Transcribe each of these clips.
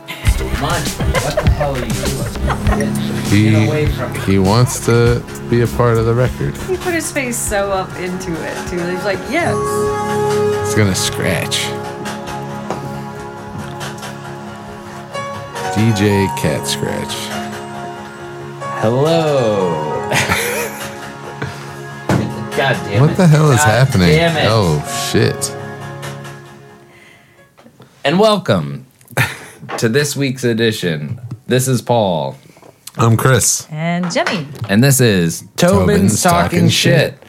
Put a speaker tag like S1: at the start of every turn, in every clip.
S1: What the hell are you doing?
S2: He,
S1: Get away from me.
S2: he wants to be a part of the record.
S3: He put his face so up into it, too. He's like, yes.
S2: It's gonna scratch. DJ Cat Scratch.
S1: Hello. God damn it.
S2: What the hell is
S1: God
S2: happening?
S1: Damn it.
S2: Oh shit.
S1: And welcome to this week's edition. This is Paul,
S2: I'm Chris.
S3: And Jenny.
S1: and this is Tobin's,
S2: Tobin's
S1: talking,
S2: Talking
S1: shit.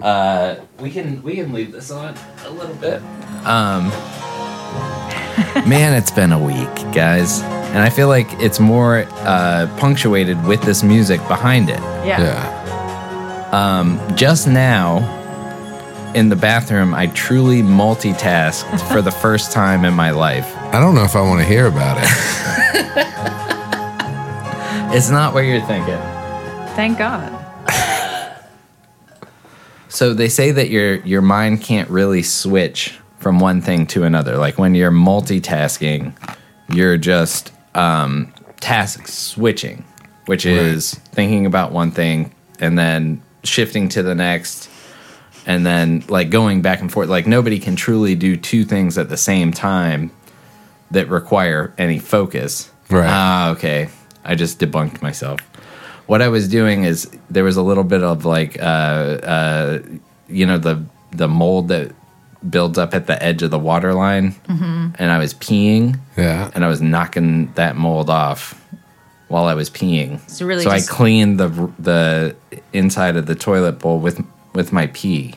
S1: Uh, we can we can leave this on a little bit. Um, man, it's been a week, guys, and I feel like it's more uh, punctuated with this music behind it.
S3: Yeah.
S2: Yeah.
S1: Just now. In the bathroom, I truly multitasked for the first time in my life.
S2: I don't know if I want to hear about it.
S1: It's not what you're thinking.
S3: Thank God.
S1: So they say that your your mind can't really switch from one thing to another. Like when you're multitasking, you're just um, task switching, which is thinking about one thing and then shifting to the next, and then like going back and forth. Like nobody can truly do two things at the same time that require any focus.
S2: Right.
S1: Ah, okay. I just debunked myself. What I was doing is there was a little bit of like uh, you know the the mold that builds up at the edge of the water line
S3: Mm-hmm.
S1: and i was peeing
S2: Yeah.
S1: and i was knocking that mold off while i was peeing
S3: So really
S1: i
S3: just-
S1: cleaned the the inside of the toilet bowl with with my pee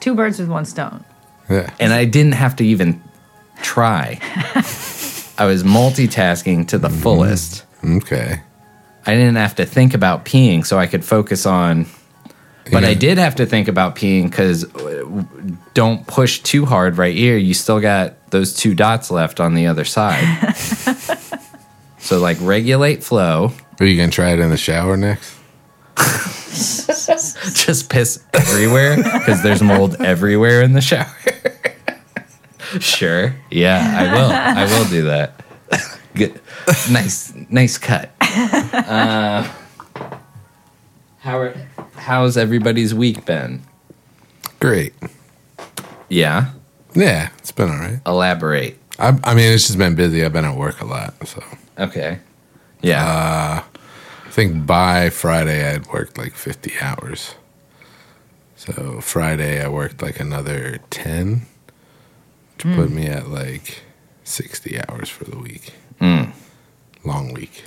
S3: Two birds with one stone.
S2: Yeah.
S1: and i didn't have to even try i was multitasking to the fullest
S2: Okay.
S1: i didn't have to think about peeing so i could focus on But I
S2: Yeah.
S1: did have to think about peeing because don't push too hard right here. You still got those two dots left on the other side. so, like, regulate flow.
S2: Are you gonna try it in the shower next?
S1: Just piss everywhere because there's mold everywhere in the shower. sure. Yeah, I will. I will do that. Good. Nice, nice cut. Uh, how are, how's everybody's week been?
S2: Great.
S1: Yeah.
S2: Yeah, it's been all right.
S1: Elaborate.
S2: I, I mean, it's just been busy. I've been at work a lot, so
S1: Okay. Yeah.
S2: I think by Friday I had worked like 50 hours. So Friday I worked like another 10 to put me at like 60 hours for the week. Long week.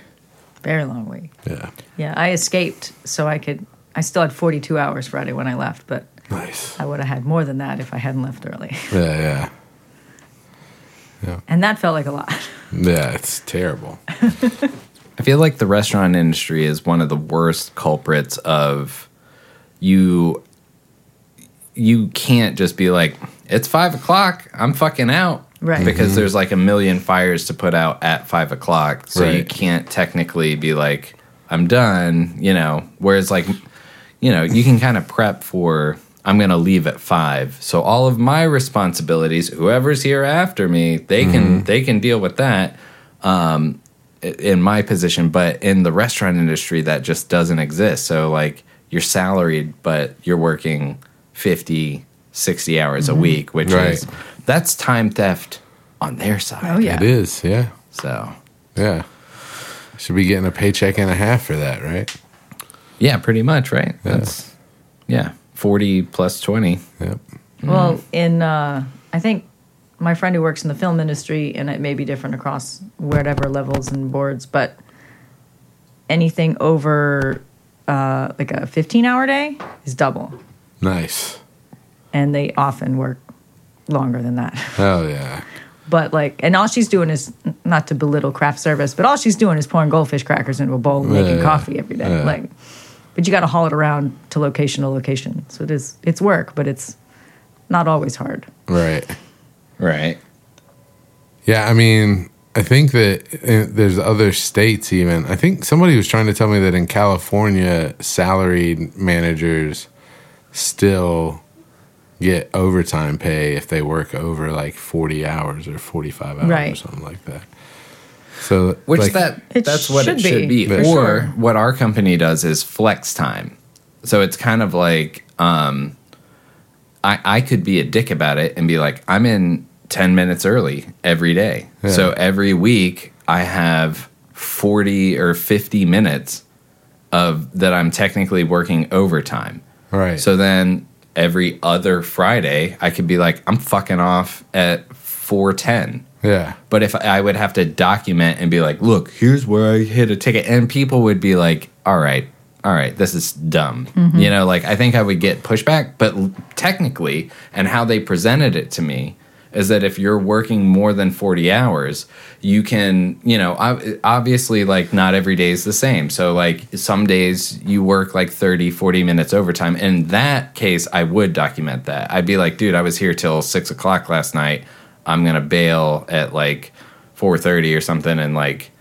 S3: Very long week.
S2: Yeah.
S3: Yeah. I escaped so I could. I still had 42 hours Friday when I left, but
S2: Nice.
S3: I would have had more than that if I hadn't left early.
S2: Yeah, yeah.
S3: And that felt like a lot.
S2: Yeah, it's terrible.
S1: I feel like the restaurant industry is one of the worst culprits of you. You can't just be like, it's five o'clock, I'm fucking out.
S3: Right.
S1: Because there's like a million fires to put out at five o'clock. So you
S2: Right.
S1: can't technically be like, I'm done, you know. Whereas, like, you know, you can kind of prep for, I'm going to leave at five. So all of my responsibilities, whoever's here after me, they can, they can deal with that in my position, but in the restaurant industry, that just doesn't exist. So, like, you're salaried, but you're working 50, 60 hours a week, which
S2: Mm-hmm. Right.
S1: is that's time theft on their side.
S3: Oh, yeah.
S2: It is. Yeah.
S1: So,
S2: Yeah. Should be getting a paycheck and a half for that, right?
S1: yeah, pretty much, right? That's, yeah, 40 plus 20.
S2: Yep.
S3: Well, in uh, I think my friend who works in the film industry, and it may be different across whatever levels and boards, but anything over uh, like a 15 hour day is double,
S2: Nice.
S3: and they often work longer than that.
S2: Oh, yeah.
S3: But like, and all she's doing is not to belittle craft service, but all she's doing is pouring goldfish crackers into a bowl and making
S2: Yeah,
S3: coffee every day.
S2: yeah.
S3: Like, but you got to haul it around to location to location, so it is it's work, but it's not always hard.
S2: Right.
S1: Right.
S2: Yeah, I mean, I think that uh, there's other states even. I think somebody was trying to tell me that in California, salaried managers still get overtime pay if they work over like 40 hours or 45 hours or
S3: Right.
S2: something like that. So,
S1: Which
S2: like,
S1: that
S3: It
S1: that's what it
S3: should
S1: should be.
S3: be,
S1: Or
S3: for sure.
S1: what our company does is flex time. So it's kind of like um I I could be a dick about it and be like, I'm in ten minutes early every day.
S2: Yeah.
S1: So every week I have forty or fifty minutes of that I'm technically working overtime.
S2: right.
S1: So then every other Friday I could be like, I'm fucking off at four ten.
S2: yeah.
S1: But if I would have to document and be like, look, here's where I hit a ticket, and people would be like, all right, all right, this is dumb. You know, like I think I would get pushback, but l- technically, and how they presented it to me is that if you're working more than 40 hours, you can, you know, ob- obviously, like not every day is the same. So, like, some days you work like 30, 40 minutes overtime. In that case, I would document that. I'd be like, dude, I was here till six o'clock last night. I'm gonna bail at like 4:30 or something, and like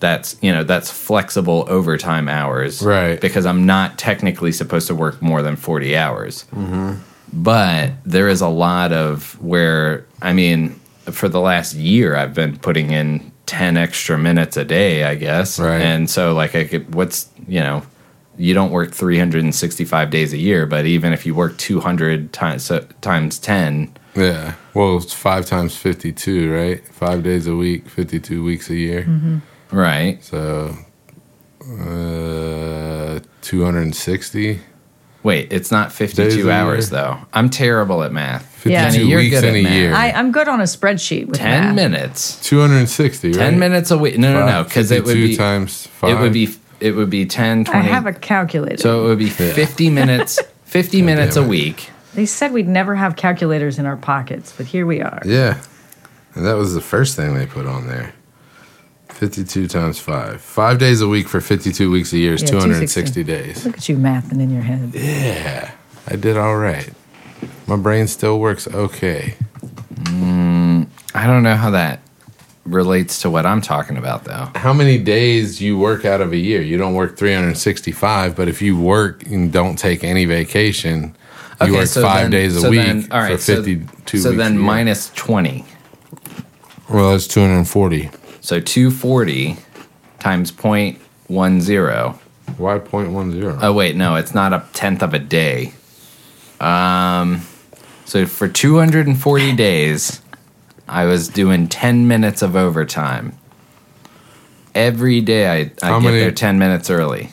S1: that's you know that's flexible overtime hours,
S2: Right.
S1: Because I'm not technically supposed to work more than 40 hours,
S2: Mm-hmm.
S1: but there is a lot of where I mean, for the last year, I've been putting in 10 extra minutes a day, I guess,
S2: Right.
S1: And so like I could, what's you know. You don't work 365 days a year, but even if you work 200 times so, times 10,
S2: Yeah. Well, it's five times 52, right? Five days a week, 52 weeks a year.
S1: right?
S2: So, uh, 260.
S1: Wait, it's not
S2: Days a
S1: 52 hours
S2: year.
S1: though. I'm terrible at math.
S2: 52
S3: Yeah.
S1: Kenny, you're
S2: weeks
S1: good
S2: in
S1: at
S2: a
S1: math.
S2: year.
S3: I, I'm good on a spreadsheet with
S1: 10
S3: math.
S1: minutes.
S2: 260, right?
S1: 10 minutes a week. No, no, no,
S2: Five-
S1: cuz it would
S2: 52
S1: be
S2: times five.
S1: it would be it would be 10
S3: I
S1: 20.
S3: have a calculator.
S1: so it would be 50 minutes 50 minutes a
S2: damn it.
S1: week.
S3: they said we'd never have calculators in our pockets, but here we are.
S2: Yeah. And that was the first thing they put on there. 52 times 5. 5 days a week for 52 weeks a year is
S3: Yeah,
S2: 260 days.
S3: Look at you mathing in your head.
S2: Yeah. I did all right. My brain still works okay.
S1: I don't know how that relates to what I'm talking about though.
S2: How many days you work out of a year? You don't work 365, but if you work and don't take any vacation, you work 5
S1: then-
S2: days a
S1: so
S2: week
S1: then-
S2: for
S1: so-
S2: 52
S1: So,
S2: weeks.
S1: then
S2: a year.
S1: minus 20.
S2: Well, that's 240.
S1: So 240 times 0.10
S2: Why 0.10?
S1: Oh wait, no, it's not a tenth of a day. Um, so for 240 days, I was doing 10 minutes of overtime. Every day, I, I
S2: How
S1: get
S2: many-
S1: there 10 minutes early.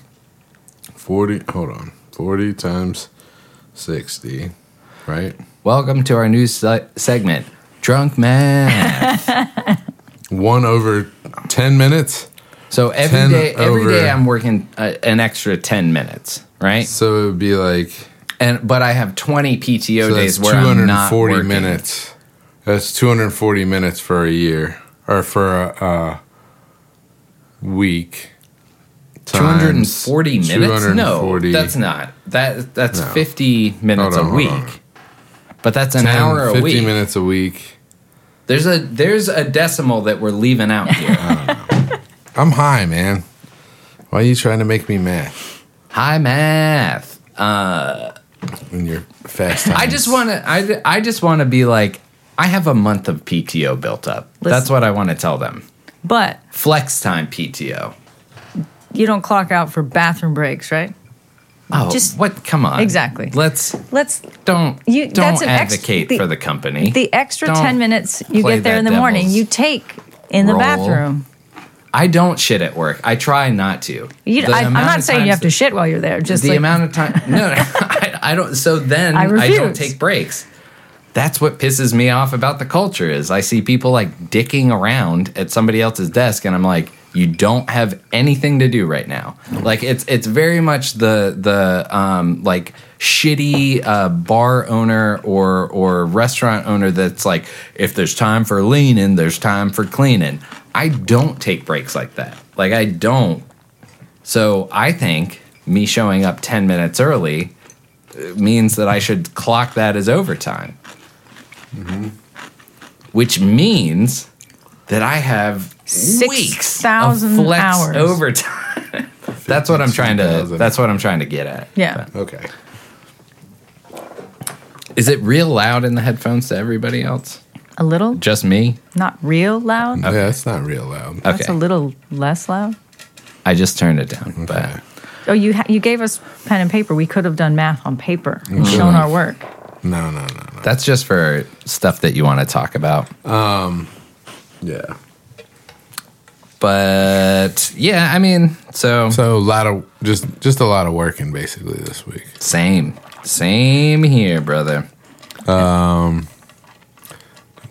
S2: 40 hold on 40 times 60 right
S1: Welcome to our new se- segment, Drunk Man.
S2: 1 over 10 minutes
S1: so every
S2: 10
S1: day, every
S2: over-
S1: day I'm working uh, an extra 10 minutes, right?
S2: so it would be like
S1: And but I have 20 PTO
S2: so that's
S1: days where I'm not
S2: 240
S1: working.
S2: minutes that's 240 minutes for a year or for a, a week times
S1: 240 minutes? No,
S2: 240
S1: that's not. That that's
S2: No.
S1: 50 minutes
S2: Hold on,
S1: a
S2: hold
S1: week.
S2: on.
S1: But that's an
S2: 10,
S1: hour a
S2: 50
S1: week.
S2: minutes a week
S1: There's a there's a decimal that we're leaving out here.
S2: i'm high man why are you trying to make me mad
S1: High math.
S2: when you're fast
S1: I just want to I I just want to be like I have a month of PTO built up. That's
S3: Listen.
S1: what I want to tell them.
S3: But
S1: Flex time PTO.
S3: you don't clock out for bathroom breaks, right?
S1: Oh,
S3: Just-
S1: what? Come on.
S3: Exactly.
S1: Let's
S3: Let's
S1: don't
S3: You-
S1: don't
S3: that's an ex-
S1: advocate
S3: the-
S1: for the company.
S3: the extra
S1: Don't
S3: 10 minutes you
S1: play
S3: get there
S1: that
S3: in the morning,
S1: devil's
S3: you take in the
S1: role.
S3: bathroom.
S1: I don't shit at work. I try not to.
S3: You,
S1: The
S3: I, I'm
S1: amount
S3: not
S1: of
S3: saying you
S1: times
S3: have
S1: that-
S3: to shit while you're there. Just
S1: the
S3: like,
S1: amount of time. No, no I, I don't. So then
S3: I
S1: I, don't
S3: refuse.
S1: take breaks. That's what pisses me off about the culture is I see people like dicking around at somebody else's desk, and I'm like, you don't have anything to do right now. Like it's it's very much the the um, like shitty uh, bar owner or or restaurant owner that's like, if there's time for leaning, there's time for cleaning. I don't take breaks like that. Like I don't so I think me showing up 10 minutes early uh, means that I should clock that as overtime. Which means that I have
S3: Six
S1: weeks
S3: thousand
S1: of flex
S3: hours.
S1: overtime. that's what I'm trying to
S2: 15,000.
S1: that's what I'm trying to get at.
S3: yeah.
S2: okay
S1: Is it real loud in the headphones to everybody else?
S3: A little,
S1: Just me?
S3: not real loud.
S2: Yeah, it's not real loud.
S1: Okay.
S3: That's a little less loud.
S1: I just turned it down, but
S3: Oh, you ha- you gave us pen and paper. We could have done math on paper and
S2: Sure.
S3: shown our work.
S2: No, no, no, no.
S1: that's just for stuff that you want to talk about.
S2: Yeah.
S1: But yeah, I mean, so,
S2: So a lot of just just a lot of working basically this week.
S1: same, same here, brother.
S2: I'm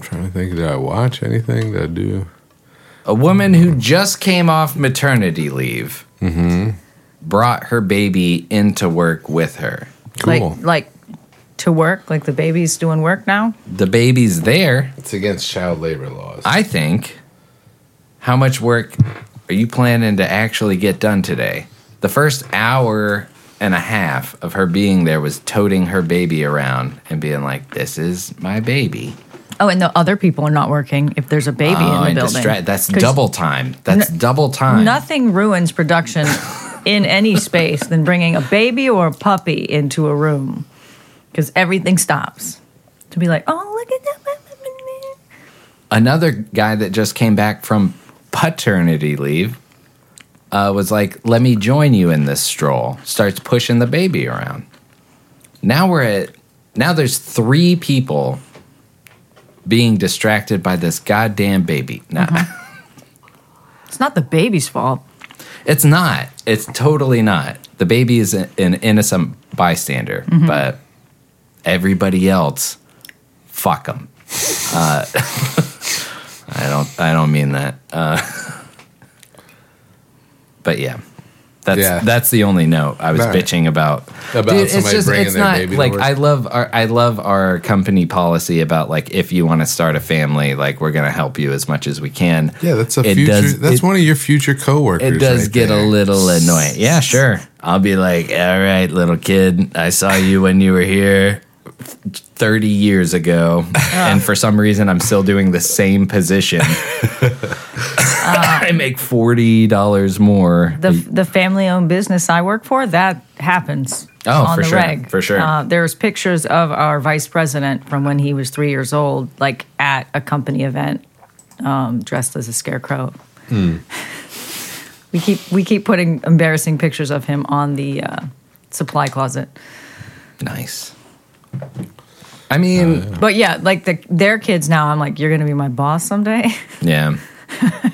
S2: trying to think. Did I watch anything? Did I do?
S1: A woman who just came off maternity leave brought her baby into work with her.
S2: Cool.
S3: Like like to work. Like the baby's doing work now.
S1: The baby's there,
S2: it's against child labor laws.
S1: I think. How much work are you planning to actually get done today? The first hour and a half of her being there was toting her baby around and being like, "This is my baby."
S3: Oh, and the other people are not working if there's a baby
S1: Oh,
S3: in
S1: and
S3: the building.
S1: distra- that's
S3: 'Cause
S1: double time. That's double time.
S3: Nothing ruins production in any space than bringing a baby or a puppy into a room because everything stops. To be like, oh, look at that.
S1: another guy that just came back from paternity leave uh, was like, "Let me join you in this stroll." Starts pushing the baby around. Now we're at. Now there's three people being distracted by this goddamn baby. Nah,
S3: It's not the baby's fault.
S1: it's not. It's totally not. The baby is an an innocent bystander, but everybody else, fuck them. Uh, I don't. I don't mean that. Uh, but yeah, that's
S2: Yeah.
S1: that's the only note I was
S2: Right.
S1: bitching about.
S2: About somebody bringing their baby to
S1: like
S2: work.
S1: I love our I love our company policy about like if you want to start a family, like we're gonna help you as much as we can.
S2: yeah, that's a
S1: It
S2: future.
S1: does-
S2: that's
S1: it-
S2: one of your future coworkers.
S1: it does
S2: right
S1: get
S2: there.
S1: a little annoying. Yeah, sure. I'll be like, all right, little kid, I saw you when you were here 30 years ago. and for some reason, I'm still doing the same position. I make $40 more.
S3: the the family owned business I work for that happens.
S1: Oh,
S3: on
S1: for
S3: the
S1: sure,
S3: reg.
S1: for sure.
S3: Uh, there's pictures of our vice president from when he was three years old, like at a company event, um, dressed as a scarecrow.
S1: Hmm.
S3: we keep we keep putting embarrassing pictures of him on the uh, supply closet.
S1: nice. I
S2: Uh,
S1: mean,
S3: But yeah, like the their kids now, I'm like, you're gonna be my boss someday.
S1: Yeah. um,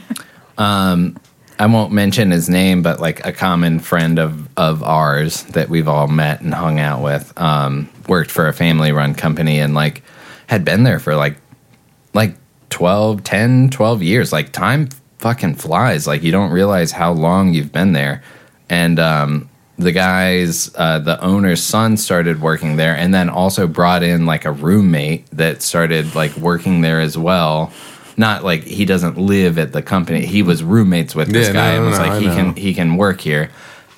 S1: I won't mention his name, but like a common friend of of ours that we've all met and hung out with, um, worked for a family run company and like had been there for like like 12, 10, 12 years. Like time fucking flies. Like you don't realize how long you've been there. And um, the guy's, uh, the owner's son started working there and then also brought in like a roommate that started like working there as well. Not like he doesn't live at the company. He was roommates with this
S2: Yeah,
S1: guy
S2: no,
S1: and
S2: no,
S1: was
S2: no,
S1: like,
S2: I
S1: he
S2: know.
S1: can he can work here.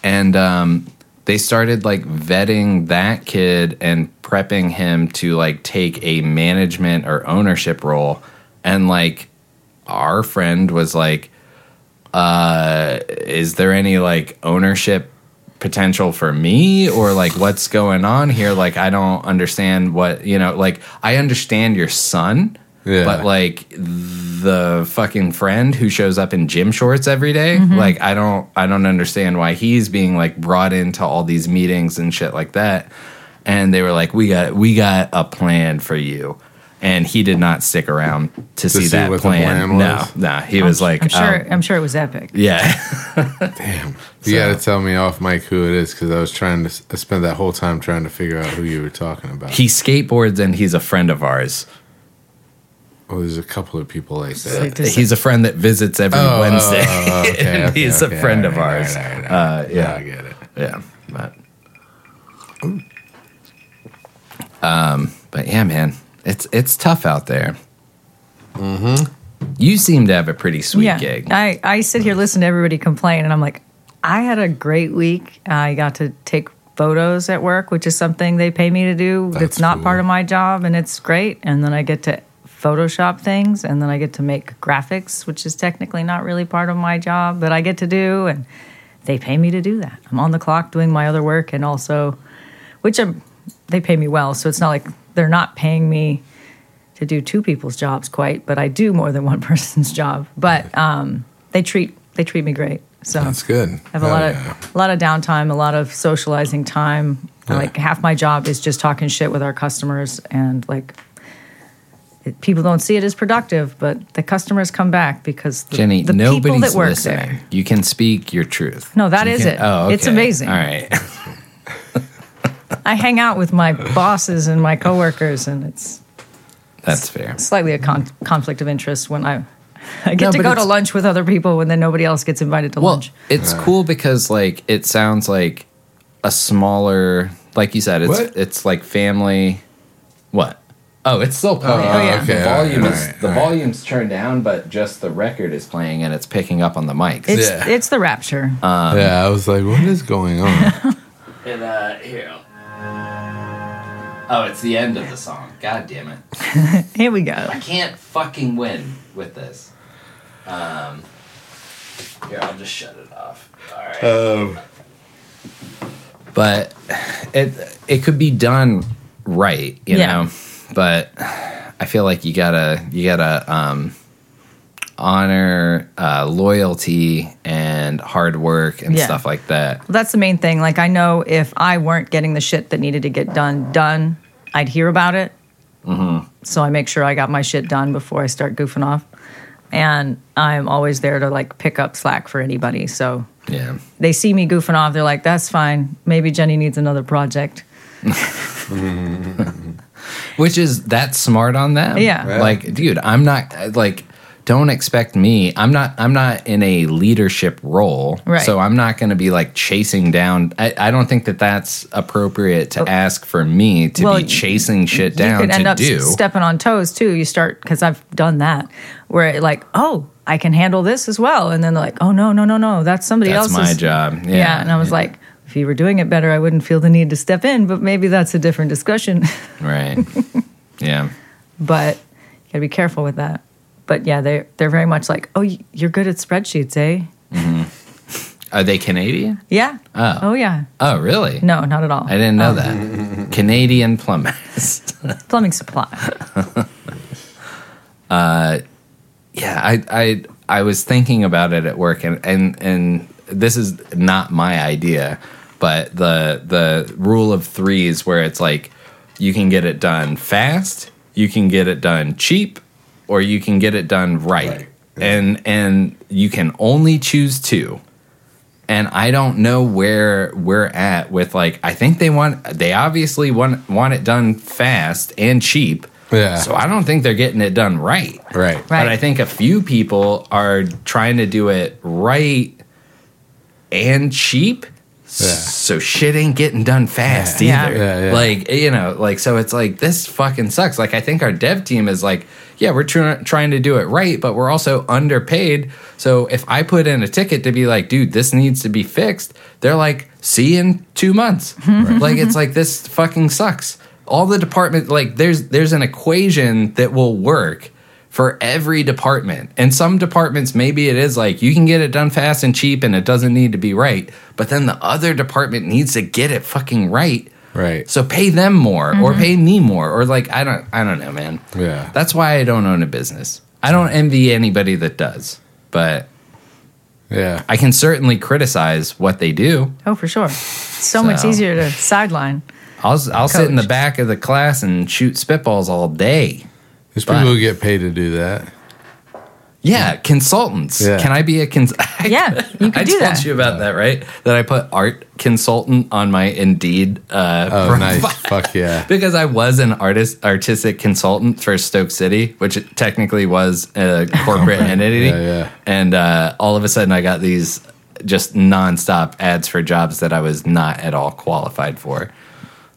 S1: And um, they started like vetting that kid and prepping him to like take a management or ownership role. And like our friend was like, uh, is there any like ownership potential for me or like what's going on here? Like, I don't understand what, you know, like I understand your son.
S2: Yeah.
S1: But like the fucking friend who shows up in gym shorts every day,
S3: Mm-hmm.
S1: like I don't I don't understand why he's being like brought into all these meetings and shit like that. And they were like, "We got we got a plan for you," and he did not stick around to, see,
S2: see
S1: that
S2: what the
S1: plan.
S2: plan
S1: No,
S2: was?
S1: no, he was like,
S3: I'm sure.
S1: "Oh,
S3: I'm sure it was epic.
S1: yeah,
S2: Damn. You got to tell me off mic who it is because I was trying to. s- I spent that whole time trying to figure out who you were talking about.
S1: he skateboards and he's a friend of ours.
S2: oh, there's a couple of people like
S3: It's like
S2: that.
S3: this-
S1: He's a friend that visits every
S2: Oh,
S1: Wednesday.
S2: oh, oh, okay,
S1: and
S2: okay,
S1: he's
S2: okay,
S1: a friend of
S2: all right,
S1: ours.
S2: all right, all right, all
S1: Uh,
S2: right.
S1: yeah,
S2: I get it.
S1: Yeah, but um, but yeah, man, it's it's tough out there. Mm-hmm. You seem to have a pretty sweet
S3: yeah. Uh,
S1: gig.
S3: I, I sit here, listen to everybody complain, and I'm like, I had a great week. I got to take photos at work, which is something they pay me to do. That's,
S2: That's
S3: not
S2: cool.
S3: part of my job, and it's great. And then I get to Photoshop things, and then I get to make graphics, which is technically not really part of my job, but I get to do, and they pay me to do that. I'm on the clock doing my other work, and also, which I'm, they pay me well, so it's not like they're not paying me to do two people's jobs quite, but I do more than one person's job. But um, they treat they treat me great. So
S2: That's good.
S3: I have a
S2: Oh,
S3: lot
S2: yeah.
S3: of a lot of downtime, a lot of socializing time.
S2: Yeah.
S3: Like half my job is just talking shit with our customers, and like it, people don't see it as productive, but the customers come back because the,
S1: Jenny,
S3: the people
S1: nobody's
S3: that work
S1: listening.
S3: there.
S1: You can speak your truth.
S3: No, that
S1: You
S3: is
S1: can- Oh,
S3: it. It's amazing.
S1: All right.
S3: I hang out with my bosses and my coworkers, and it's
S1: That's fair.
S3: slightly a con- conflict of interest when I I get
S1: No,
S3: to
S1: but
S3: go to
S1: it's-
S3: lunch with other people when then nobody else gets invited to
S1: Well,
S3: lunch.
S1: it's cool because like it sounds like a smaller, like you said, it's
S2: What?
S1: it's like family. What? Oh, it's still playing.
S3: Oh, yeah.
S2: okay,
S1: The volume
S2: all
S1: is
S2: right,
S1: the
S2: all right.
S1: volume's turned down, but just the record is playing and it's picking up on the mics.
S3: It's
S2: Yeah.
S3: it's the rapture.
S1: Uh. Um,
S2: yeah, I was like, what is going on?
S1: and uh, here. Oh, it's the end of the song. God damn it!
S3: Here we go.
S1: can't fucking win with this. Um, here, I'll just shut it off. All right.
S2: Um,
S1: but it it could be done right, you
S3: Yeah.
S1: know. But I feel like you gotta you gotta um, honor uh, loyalty and hard work and
S3: Yeah.
S1: stuff like that.
S3: Well, that's the main thing. Like, I know if I weren't getting the shit that needed to get done done, I'd hear about it.
S1: Mm-hmm.
S3: So I make sure I got my shit done before I start goofing off. And I'm always there to like pick up slack for anybody. So
S1: Yeah.
S3: they see me goofing off. They're like, that's fine. Maybe Jenny needs another project.
S1: Which is that smart on them?
S3: Yeah. Yeah.
S1: Like, dude, I'm not like don't expect me. I'm not I'm not in a leadership role.
S3: Right.
S1: So I'm not going to be like chasing down I, I don't think that that's appropriate to ask for me to
S3: Oh. Well,
S1: be chasing shit
S3: you
S1: down
S3: could
S1: to
S3: end up
S1: do.
S3: s- stepping on toes too. You start because I've done that where it like, oh, I can handle this as well, and then they're like, oh no, no, no, no, that's somebody
S1: that's
S3: else's.
S1: my job. Yeah.
S3: Yeah. and I was like, if you were doing it better, I wouldn't feel the need to step in, but maybe that's a different discussion.
S1: right. yeah.
S3: but you gotta be careful with that. But yeah, they're, they're very much like, oh, y- you're good at spreadsheets, eh?
S1: Are they Canadian?
S3: Yeah.
S1: Oh.
S3: yeah.
S1: Oh, really?
S3: No, not at all.
S1: I didn't know that. Canadian plumbers.
S3: Plumbing supply.
S1: yeah i i i was thinking about it at work and and and this is not my idea but the the rule of threes where it's like you can get it done fast you can get it done cheap or you can get it done right,
S2: Right.
S1: and and you can only choose two and I don't know where we're at with like I think they want they obviously want want it done fast and cheap.
S2: Yeah.
S1: So I don't think they're getting it done right.
S2: Right.
S3: Right.
S1: But I think a few people are trying to do it right and cheap.
S2: Yeah.
S1: So shit ain't getting done fast
S3: Yeah.
S1: either.
S2: Yeah, yeah.
S1: Like, you know, like, so it's like, this fucking sucks. Like, I think our dev team is like, yeah, we're tr- trying to do it right, but we're also underpaid. So if I put in a ticket to be like, dude, this needs to be fixed, they're like, see you in two months. Like, it's like, this fucking sucks. All the department, like, there's there's an equation that will work for every department. And some departments, maybe it is like you can get it done fast and cheap and it doesn't need to be right. But then the other department needs to get it fucking right.
S2: Right.
S1: So pay them more or
S3: Mm-hmm.
S1: pay me more or like I don't I don't know, man.
S2: Yeah.
S1: That's why I don't own a business. I don't envy anybody that does. But
S2: yeah.
S1: I can certainly criticize what they do.
S3: Oh, for sure. So, much
S1: So.
S3: easier to sideline.
S1: I'll I'll sit in the
S3: Coach.
S1: back of the class and shoot spitballs all day.
S2: There's
S1: but-
S2: people who get paid to do that.
S1: Yeah, consultants.
S2: Yeah.
S1: Can I be a cons? I-
S3: Yeah, you can
S1: I
S3: do
S1: told
S3: that.
S1: you about that, right? That I put art consultant on my Indeed uh,
S2: Oh,
S1: profile.
S2: nice. Fuck yeah.
S1: because I was an artist, artistic consultant for Stoke City, which it technically was a corporate entity.
S2: Yeah, yeah.
S1: And uh, all of a sudden, I got these just nonstop ads for jobs that I was not at all qualified for.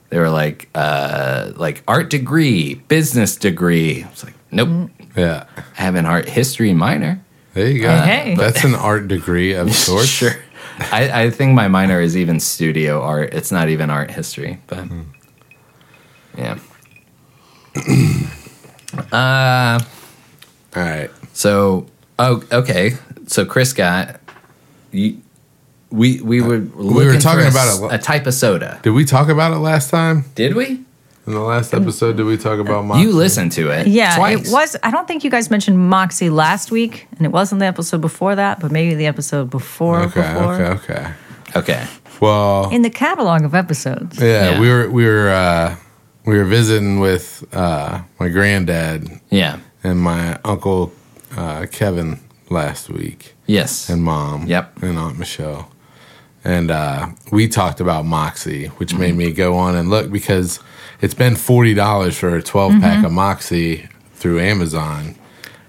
S1: They were like, uh, like art degree, business degree. I was like, nope,
S2: Yeah.
S1: I have an art history minor.
S2: There you go.
S3: Hey.
S2: That's an art degree of sorts.
S1: Sure. I, I think my minor is even studio art. It's not even art history, but
S2: Hmm.
S1: yeah.
S2: All right.
S1: So oh okay. So Chris got you, we we were looking
S2: talking
S1: for a
S2: about
S1: s-
S2: it.
S1: a type of soda.
S2: Did we talk about it last time?
S1: Did we?
S2: In the
S3: Mm.
S2: last episode, did we talk about Moxie?
S1: You listened to it.
S3: Yeah,
S1: twice.
S3: it was. I don't think you guys mentioned Moxie last week, and it wasn't the episode before that, but maybe the episode before.
S2: Okay,
S3: before.
S2: okay, okay.
S1: Okay.
S2: Well,
S3: In the catalog of episodes.
S2: yeah,
S1: Yeah.
S2: we were we were uh, we were visiting with uh, my granddad
S1: Yeah.
S2: and my uncle uh, Kevin last week,
S1: Yes.
S2: and mom.
S1: Yep.
S2: and Aunt Michelle, and uh, we talked about Moxie, which made me go on and look because it's been forty dollars for a twelve pack
S1: Mm-hmm.
S2: of Moxie through Amazon.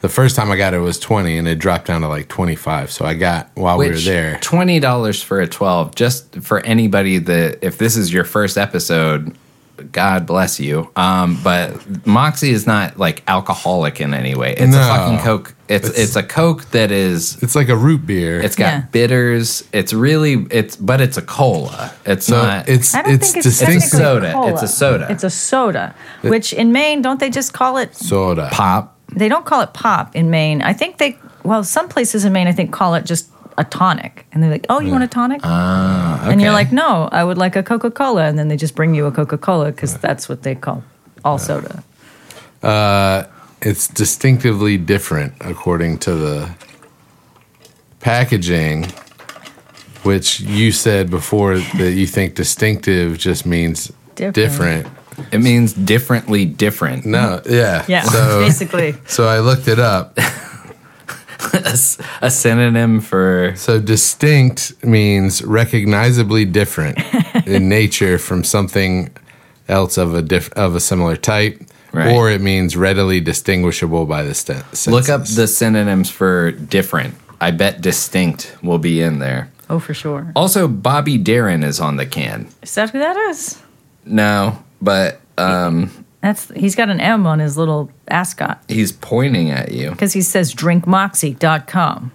S2: The first time I got it was twenty, and it dropped down to like twenty five. So I got while we were
S1: Which
S2: there.
S1: twenty dollars for a twelve, just for anybody that if this is your first episode, God bless you. Um, but Moxie is not like alcoholic in any way. It's a
S2: No.
S1: fucking Coke. It's, it's
S2: It's-
S1: a Coke that is
S2: It's like a root beer.
S1: it's got
S3: Yeah.
S1: bitters. It's really it's but it's a cola. It's
S2: so
S1: not
S2: it's
S3: I don't
S2: it's,
S3: think it's
S2: distinct
S1: It's a
S3: technically
S1: soda.
S3: cola.
S1: It's a soda.
S3: It's a soda, which in Maine, don't they just call it?
S2: soda.
S1: pop.
S3: They don't call it pop in Maine. I think they, well, some places in Maine, I think, call it just a tonic. And they're like, oh, you want a tonic?
S2: Ah,
S3: And you're
S1: Okay.
S3: like, no, I would like a Coca Cola. And then they just bring you a Coca Cola because that's what they call all soda.
S2: it's distinctively different according to the packaging which you said before that you think distinctive just means
S3: Different.
S2: different,
S1: it means differently different.
S2: no Mm-hmm. yeah
S3: Yeah,
S2: so,
S3: basically.
S2: so i looked it up
S1: a, s- a synonym for
S2: so distinct means recognizably different in nature from something else of a diff- of a similar type
S1: Right.
S2: or it means readily distinguishable by the st- senses.
S1: look up the synonyms for different. I bet distinct will be in there.
S3: Oh, for sure.
S1: Also, Bobby Darin is on the can.
S3: Is that who that is?
S1: No, but um,
S3: That's he's got an M on his little ascot
S1: he's pointing at you.
S3: because he says drinkmoxie.com.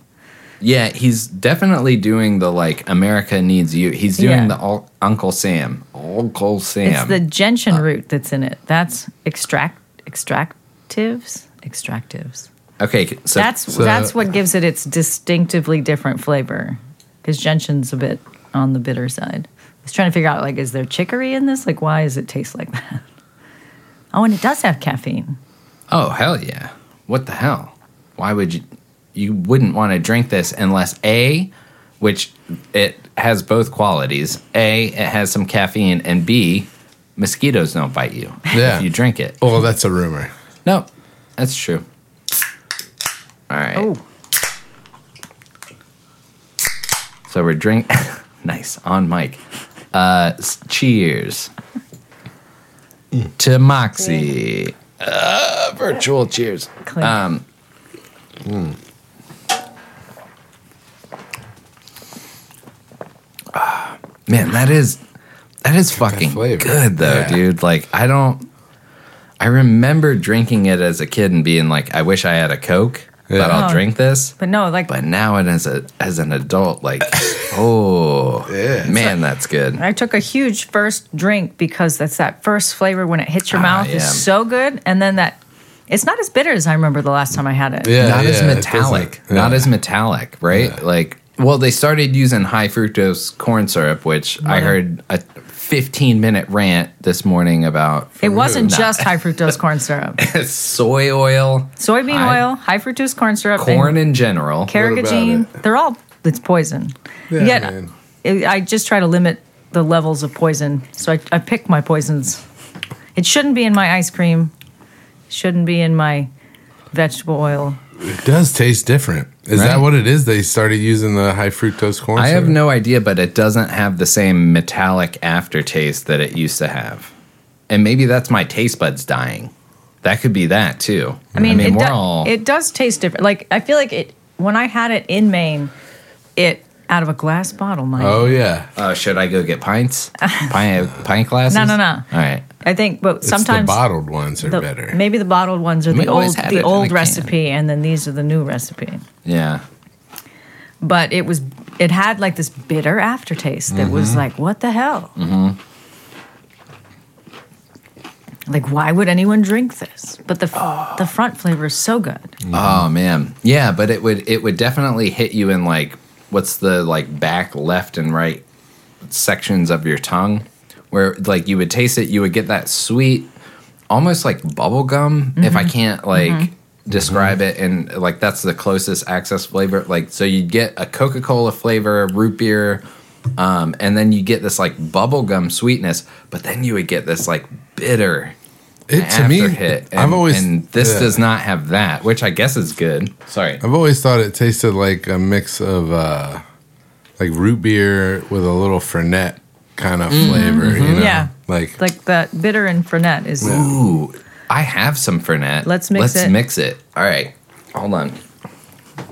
S1: Yeah, he's definitely doing the like America needs you. He's doing
S3: Yeah.
S1: the Ul- Uncle Sam. Uncle
S3: It's
S1: Sam.
S3: the gentian root that's in it. That's extract extractives extractives.
S1: okay, so
S3: That's
S2: so-
S3: that's what gives it its distinctively different flavor because gentian's a bit on the bitter side. I was trying to figure out like is there chicory in this? Like why does it taste like that? Oh, and it does have caffeine.
S1: oh hell yeah! What the hell? Why would you? You wouldn't want to drink this unless a, which it has both qualities. A, it has some caffeine, and B, mosquitoes don't bite you
S2: Yeah.
S1: if you drink it.
S2: oh that's a rumor
S1: No, that's true. All right.
S3: Oh,
S1: So we're drink. nice on mic. Uh, s- cheers to Moxie. Uh, virtual cheers.
S3: clean.
S1: Man, that is that is fucking
S2: flavor.
S1: good though,
S2: Yeah.
S1: dude. Like I don't. I remember drinking it as a kid and being like, I wish I had a Coke, but
S2: Yeah.
S1: I'll
S3: Oh.
S1: drink this.
S3: but no, like
S1: But now, and as a as an adult, like, oh
S2: Yeah.
S1: man, that's good.
S3: I took a huge first drink because that's that first flavor when it hits your
S1: Ah,
S3: mouth
S1: yeah.
S3: is so good, and then that it's not as bitter as I remember the last time I had it.
S2: Yeah,
S1: not as
S2: yeah, it
S1: metallic.
S2: doesn't-
S1: Not
S2: yeah.
S1: as metallic, right?
S2: Yeah.
S1: Like, well, they started using high fructose corn syrup, which I heard a 15 minute rant this morning about
S3: It wasn't just high fructose corn syrup,
S1: soy oil,
S3: soybean
S1: High-
S3: oil, high fructose corn syrup, and
S1: corn in general.
S3: carrageenan.
S2: about
S3: They're all it's poison.
S2: Yeah,
S3: Yet,
S2: man.
S3: I I just try to limit the levels of poison, so I, I pick my poisons. It shouldn't be in my ice cream. Shouldn't be in my vegetable oil.
S2: It does taste different. Is
S1: Right.
S2: that what it is? They started using the high fructose corn.
S1: I have
S2: syrup?
S1: no idea, but it doesn't have the same metallic aftertaste that it used to have. And maybe that's my taste buds dying. That could be that too.
S3: I mean, it,
S1: we're
S3: do-
S1: all
S3: it does taste different. Like I feel like it when I had it in Maine, it out of a glass bottle, mind.
S2: Oh yeah,
S1: Oh, should I go get pints? Pint, pint glasses?
S3: No, no, no.
S1: All right.
S3: I think, but
S2: it's
S3: sometimes
S2: the bottled ones are
S3: the-
S2: better.
S3: Maybe the bottled ones are
S1: We
S3: the
S1: always
S3: old
S1: had it
S3: the
S1: in a
S3: old
S1: can.
S3: recipe, and then these are the new recipe.
S1: Yeah.
S3: But it was it had like this bitter aftertaste that
S1: Mm-hmm.
S3: was like, what the hell? Like, why would anyone drink this? But the f- the front flavor is so good.
S1: Oh man. Yeah, but it would it would definitely hit you in like what's the like back left and right sections of your tongue, where like you would taste it, you would get that sweet, almost like bubble gum. If I can't like describe it, and like that's the closest access flavor. Like so, you'd get a Coca Cola flavor, root beer, um, and then you get this like bubble gum sweetness, but then you would get this like bitter.
S2: It to me,
S1: afterhit, And,
S2: I've always
S1: and this
S2: yeah.
S1: does not have that, which I guess is good. Sorry,
S2: I've always thought it tasted like a mix of uh, like root beer with a little fernet kind of flavor. You know?
S3: Yeah.
S2: like,
S3: Like that bitter and fernet is.
S1: Ooh, I have some Fernet.
S3: Let's mix
S1: Let's
S3: it.
S1: mix it. All right, hold on.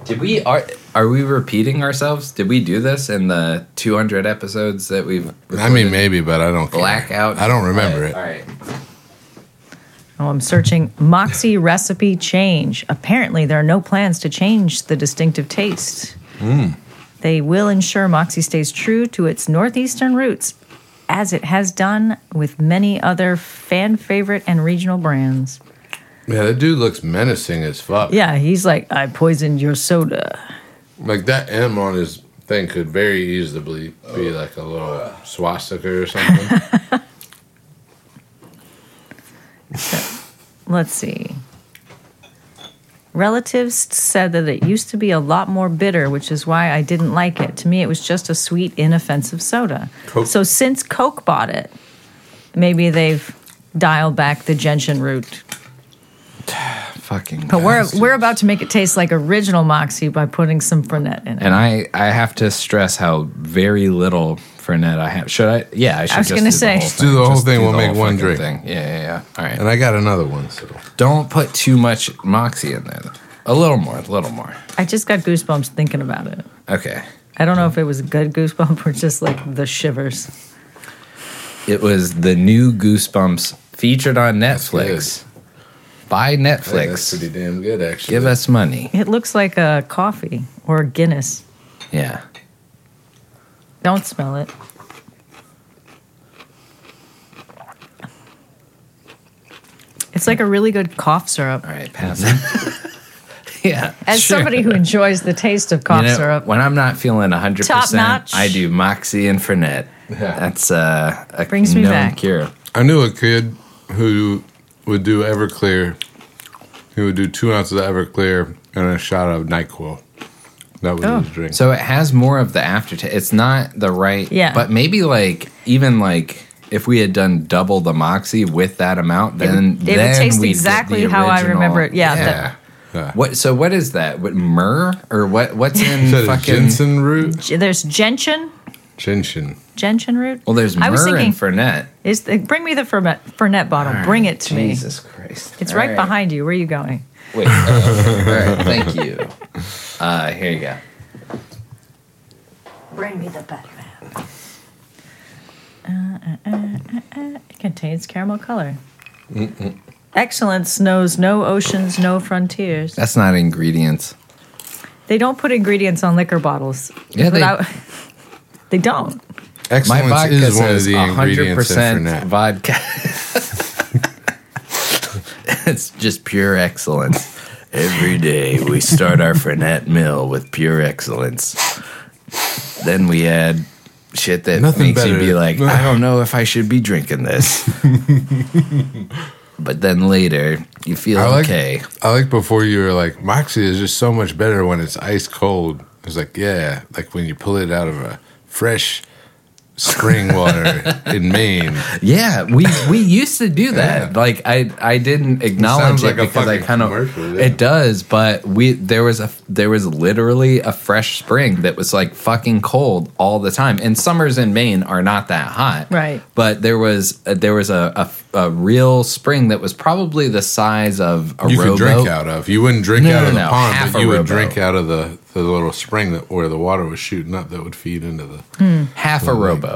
S1: Did we are are we repeating ourselves? Did we do this in the 200 episodes that we've?
S2: I mean, maybe, but I don't care.
S1: blackout.
S2: I don't remember it.
S1: All right. all right.
S3: Oh, I'm searching Moxie recipe change. Apparently, there are no plans to change the distinctive taste. They will ensure Moxie stays true to its northeastern roots, as it has done with many other fan favorite and regional brands.
S2: Yeah, that dude looks menacing as fuck.
S3: Yeah, he's like, I poisoned your soda.
S2: Like that M on his thing could very easily be like a little swastika or something.
S3: Let's see. Relatives said that it used to be a lot more bitter, which is why I didn't like it. To me, it was just a sweet, inoffensive soda.
S2: Coke-
S3: So since Coke bought it, maybe they've dialed back the gentian root.
S1: Fucking.
S3: But we're
S1: bastards.
S3: we're about to make it taste like original Moxie by putting some Fernet in it.
S1: And I I have to stress how very little Fernet I have. Should I? Yeah, I should.
S3: was
S1: just do
S3: gonna say.
S1: the whole
S3: Just
S2: do
S1: thing.
S2: the whole
S1: Just
S2: thing, we'll
S1: the
S2: make
S1: whole
S2: one
S1: fucking
S2: drink.
S1: Thing. Yeah, yeah, yeah. All right.
S2: and I got another one. So
S1: Don't put too much Moxie in there. Though. A little more. A little more.
S3: I just got goosebumps thinking about it.
S1: Okay.
S3: I don't know if it was a good goosebump or just like the shivers.
S1: It was the new Goosebumps featured on Netflix. By
S2: Hey,
S1: Netflix.
S2: that's pretty damn good, actually.
S1: Give us money.
S3: It looks like a coffee or a Guinness.
S1: Yeah.
S3: Don't smell it. It's like a really good cough syrup.
S1: All right, pass it. yeah.
S3: As
S1: sure.
S3: somebody who enjoys the taste of
S1: You
S3: cough
S1: know,
S3: syrup,
S1: When I'm not feeling 100%,
S3: Top notch.
S1: I do Moxie and Fernet.
S2: Yeah.
S1: That's uh, a
S3: Brings me
S1: known
S3: back.
S1: cure.
S2: I knew a kid who would do Everclear. He would do two ounces of Everclear and a shot of Nyquil. That was
S3: Oh.
S2: his drink.
S1: So it has more of the aftertaste. It's not the right.
S3: Yeah.
S1: But maybe like even like if we had done double the Moxie with that amount, then
S3: it would
S1: then
S3: taste
S1: we'd get
S3: exactly
S1: the
S3: how I
S1: original-
S3: remember it. Yeah,
S1: Yeah.
S2: Yeah.
S1: What? So what is that? What myrrh or what? What's in
S2: Is that a
S1: fucking?
S2: ginseng root?
S3: G- there's gentian,
S2: Ginseng.
S3: gentian root.
S1: Well, there's
S3: I was
S1: myrrh
S3: thinking-
S1: and fernet.
S3: Is the, bring me the fernet, fernet bottle. Bring it to me.
S1: Jesus Christ!
S3: It's
S1: All
S3: right, behind you. Where are you going?
S1: Wait. oh, okay. All right. Thank you. Uh, here you go.
S3: Bring me the Batman. Uh, uh, uh, uh, uh. It contains caramel color. Excellence knows no oceans, no frontiers.
S1: That's not ingredients.
S3: They don't put ingredients on liquor bottles.
S1: Yeah, they-
S3: Without- they don't.
S1: My
S2: Excellence
S1: vodka
S2: is one of
S1: says
S2: the ingredients in
S1: 100%
S2: Fernet.
S1: vodka. it's just pure excellence. Every day we start our Fernet meal with pure excellence. Then we add shit that
S2: Nothing
S1: makes you
S2: better.
S1: be like, I don't know if I should be drinking this. but then later you feel
S2: I like-
S1: okay.
S2: I like before you were like, Moxie is just so much better when it's ice cold. It's like, yeah, like when you pull it out of a fresh spring water in Maine.
S1: Yeah, we we used to do that. Like I I didn't acknowledge
S2: Sounds
S1: it,
S2: like a
S1: because I
S2: fucking
S1: kind of
S2: commercial, yeah.
S1: it does, but we there was a there was literally a fresh spring that was like fucking cold all the time. And summers in Maine are not that hot,
S3: Right.
S1: But there was there was a a, a real spring that was probably the size of a
S2: You could
S1: rowboat.
S2: drink out of. You wouldn't drink
S1: No,
S2: out
S1: no,
S2: of the
S1: no, half
S2: pond, but
S1: a
S2: you would
S1: rowboat.
S2: drink out of the, the little spring that where the water was shooting up that would feed into the.
S1: half a rowboat.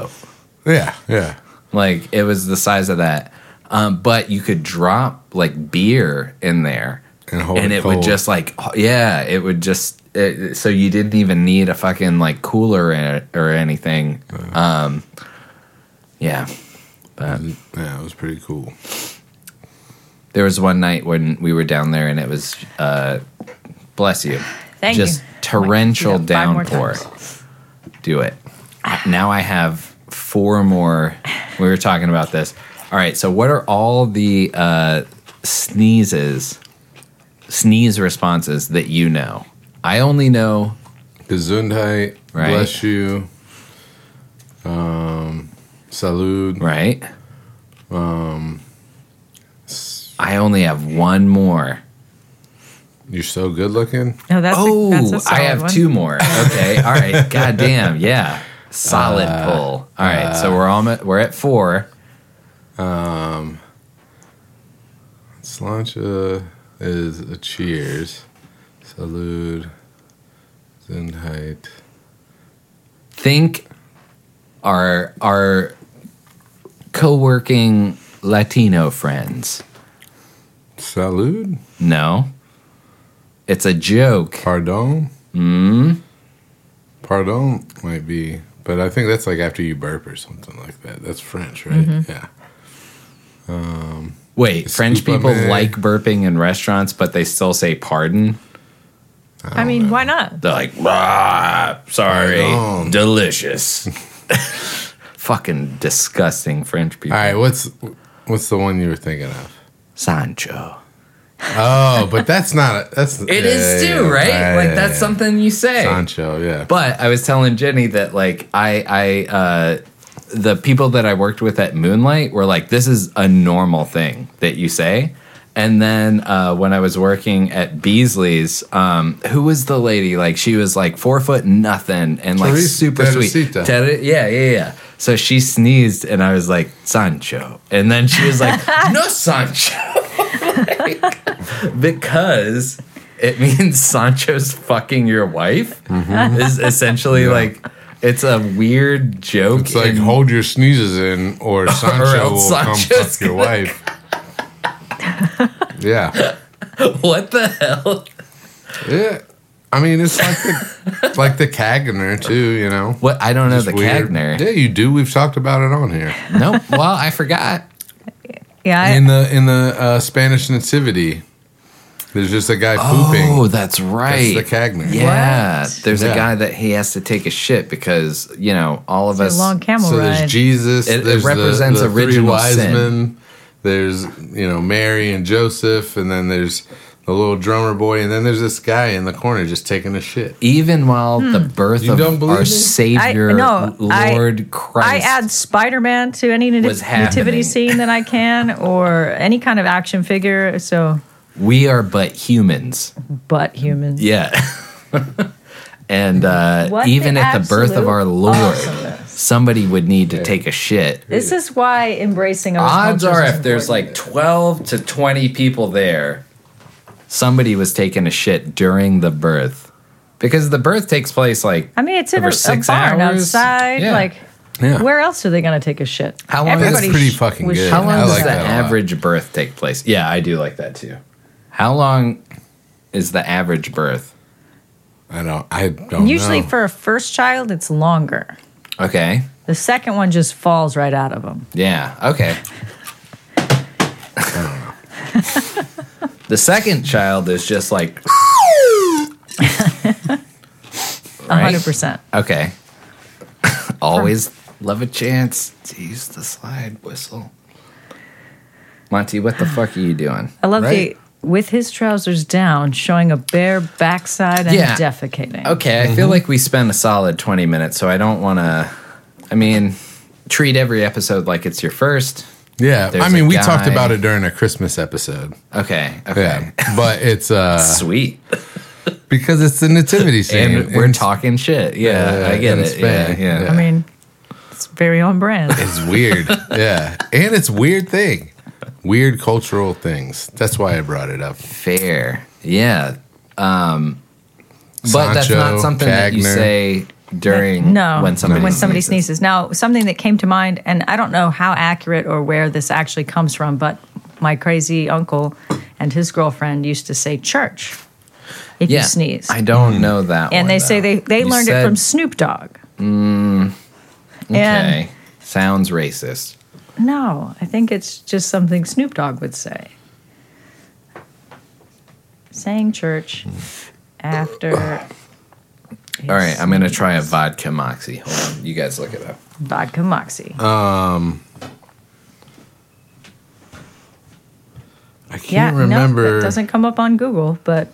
S2: Yeah, yeah.
S1: Like it was the size of that. Um, but you could drop like beer in there
S2: And hold
S1: and
S2: it
S1: it would
S2: cold.
S1: just like h- yeah, it would just it, so you didn't even need a fucking like cooler or, eh, or anything. Um yeah. uh,
S2: Yeah, it was pretty cool.
S1: There was one night when we were down there and it was uh bless you.
S3: Thank
S1: just
S3: you.
S1: torrential
S3: Five more
S1: downpour.
S3: times.
S1: Do it. Now I have four more. We were talking about this. All right, so what are all the uh, sneezes, sneeze responses that you know? I only know
S2: Gesundheit.
S1: Right.
S2: Bless you. Um, salud.
S1: right. Um, I only have one more.
S2: You're so good looking.
S3: No, that's
S1: oh,
S3: a, that's a solid
S1: I have
S3: one.
S1: two more. Okay, all right. God damn, yeah, solid pull. All right, so we're almost we're at four.
S2: Slancha is a cheers. Salud. Gesundheit.
S1: think our our co-working Latino friends.
S2: Salud.
S1: No. It's a joke.
S2: Pardon. Mm.
S1: Mm-hmm.
S2: Pardon might be, but I think that's like after you burp or something like that. That's French, right?
S1: Mm-hmm.
S2: Yeah.
S1: Wait, French
S2: Excuse
S1: people
S2: me.
S1: like burping in restaurants, but they still say pardon.
S3: I mean, why not?
S1: They're like, "Ah, sorry,
S2: Pardon.
S1: delicious. Fucking disgusting French people.
S2: All right. What's what's the one you were thinking of?
S1: Sancho.
S2: Oh, but that's not. That's
S1: It is too, right? like that's something you say.
S2: Sancho. Yeah.
S1: But I was telling Jenny that like I I uh the people that I worked with at Moonlight were like, this is a normal thing that you say. And then uh, when I was working at Beasley's, um, who was the lady? Like she was like four foot nothing and like
S2: Teresa-
S1: super sweet.
S2: Teresita.
S1: Ter- yeah, yeah, yeah. So she sneezed and I was like, Sancho. And then she was like, no Sancho. Like, because it means Sancho's fucking your wife is essentially like it's a weird joke.
S2: it's like
S1: in-
S2: hold your sneezes in, or Sancho will
S1: else
S2: come
S1: Sancho's
S2: fuck your wife. yeah.
S1: what the hell?
S2: Yeah. I mean, it's like the like the Cagner too. You know.
S1: What I don't know the
S2: It's weird.
S1: Cagner.
S2: Yeah, you do. We've talked about it on here.
S1: No, well I forgot.
S3: Yeah, I,
S2: in the in the uh, Spanish Nativity, there's just a guy
S1: Oh,
S2: pooping.
S1: that's right.
S2: That's the Cagner.
S1: yeah,
S3: What?
S1: there's a
S2: Yeah.
S1: guy that he has to take a shit because you know all of
S3: it's
S1: us.
S3: a long camel
S2: So
S3: ride.
S2: there's Jesus.
S1: It- it
S2: there's the-
S1: represents
S2: the, three
S1: original
S2: wise
S1: sin.
S2: men. There's you know Mary and Joseph, and then there's the little drummer boy, and then there's this guy in the corner just taking a shit.
S1: even while the birth
S2: You don't
S1: of
S2: believe
S1: our
S2: me?
S1: Savior,
S3: Hmm. I- no, I-
S1: Lord
S3: I
S1: Christ,
S3: add Spider Man to any nat-
S1: Was happening.
S3: nativity scene that I can, or any kind of action figure. So,
S1: we are but humans.
S3: but humans.
S1: Yeah. and uh,
S3: What
S1: even
S3: the
S1: at the birth of
S3: absolute
S1: our Lord,
S3: awesomeness.
S1: somebody would need to take a shit.
S3: This is why embracing our
S1: Odds
S3: cultures
S1: are,
S3: is
S1: if there's
S3: important.
S1: like 12 to 20 people there, somebody was taking a shit during the birth. Because the birth takes place like
S3: I mean, it's in
S1: over
S3: a, a
S1: six
S3: barn
S1: hours.
S3: outside.
S1: Yeah.
S3: Like,
S2: Yeah.
S3: where else are they going to take a shit?
S1: How long-
S2: That's
S3: Everybody
S2: pretty
S3: sh-
S2: fucking
S3: was
S2: good.
S1: How long
S2: I
S1: does
S2: like
S1: the
S2: that a lot.
S1: average birth take place? Yeah, I do like that too. How long is the average birth?
S2: I don't. I don't.
S3: Usually,
S2: know.
S3: for a first child, it's longer.
S1: Okay.
S3: The second one just falls right out of them.
S1: Yeah. Okay. the second child is just like
S3: A
S1: Right.
S3: 100%.
S1: okay. Always love a chance to use the slide whistle. Monty, what the fuck are you doing?
S3: I love
S2: Right.
S3: the with his trousers down, showing a bare backside and
S1: Yeah.
S3: defecating.
S1: Okay, I
S2: Mm-hmm.
S1: feel like we spent a solid 20 minutes, so I don't want to. I mean, treat every episode like it's your first.
S2: Yeah,
S1: There's
S2: I
S1: a
S2: mean, we talked
S1: guy-
S2: about it during a Christmas episode.
S1: Okay, okay.
S2: Yeah, but it's uh
S1: Sweet.
S2: because it's the nativity scene,
S1: And we're
S2: in-
S1: talking shit. Yeah,
S2: Yeah,
S1: I get
S2: in
S1: it. Yeah,
S2: Spain.
S1: yeah.
S2: Yeah.
S3: I mean, it's very on brand.
S2: It's weird. yeah. And it's weird thing. Weird cultural things. That's why I brought it up.
S1: Fair. Yeah. Um, but that's
S2: Sancho,
S1: not something that you
S2: Wagner.
S1: say during
S3: no,
S1: when somebody
S3: sneezes. Now, something that came to mind, and I don't know how accurate or where this actually comes from, but my crazy uncle and his girlfriend used to say church if
S1: Yeah,
S3: you sneeze.
S1: I don't know that.
S3: and
S1: one,
S3: they say
S1: though.
S3: they, they
S1: You
S3: learned
S1: said- Mm,
S3: it from Snoop Dogg.
S1: Okay, sounds racist.
S3: And no, I think it's just something Snoop Dogg would say. Saying church
S2: Mm-hmm.
S3: after.
S1: All right, I'm gonna try a vodka moxie. Hold on, you guys look it up.
S3: Vodka Moxie.
S2: I can't
S3: yeah,
S2: remember.
S3: no, it doesn't come up on Google, but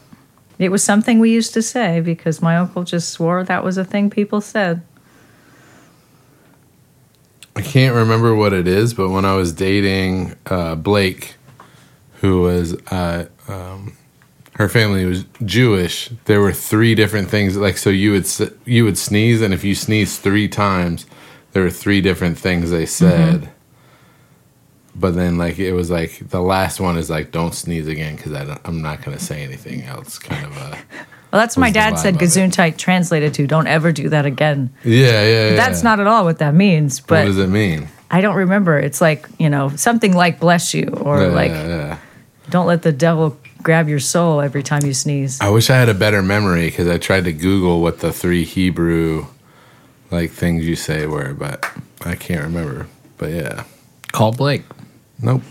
S3: it was something we used to say because my uncle just swore that was a thing people said.
S2: I can't remember what it is, but when I was dating uh, Blake, who was uh, um, her family was Jewish, there were three different things. Like so, you would s- you would sneeze, and if you sneezed three times, there were three different things
S3: Mm-hmm.
S2: they said. But then, like it was like the last one is like, "Don't sneeze again," because I'm not going to say anything else. Kind of a
S3: Well, that's what my
S2: Was the
S3: dad said.
S2: vibe of it.
S3: Gesundheit translated to "Don't ever do that again."
S2: yeah, yeah. yeah.
S3: That's not at all what that means,
S2: What
S3: but
S2: does it mean?
S3: I don't remember. It's like you know something like "bless you" or
S2: Yeah,
S3: like
S2: yeah, yeah.
S3: "Don't let the devil grab your soul" every time you sneeze.
S2: I wish I had a better memory because I tried to Google what the three Hebrew like things you say were, but I can't remember. But yeah,
S1: Call Blake.
S2: nope,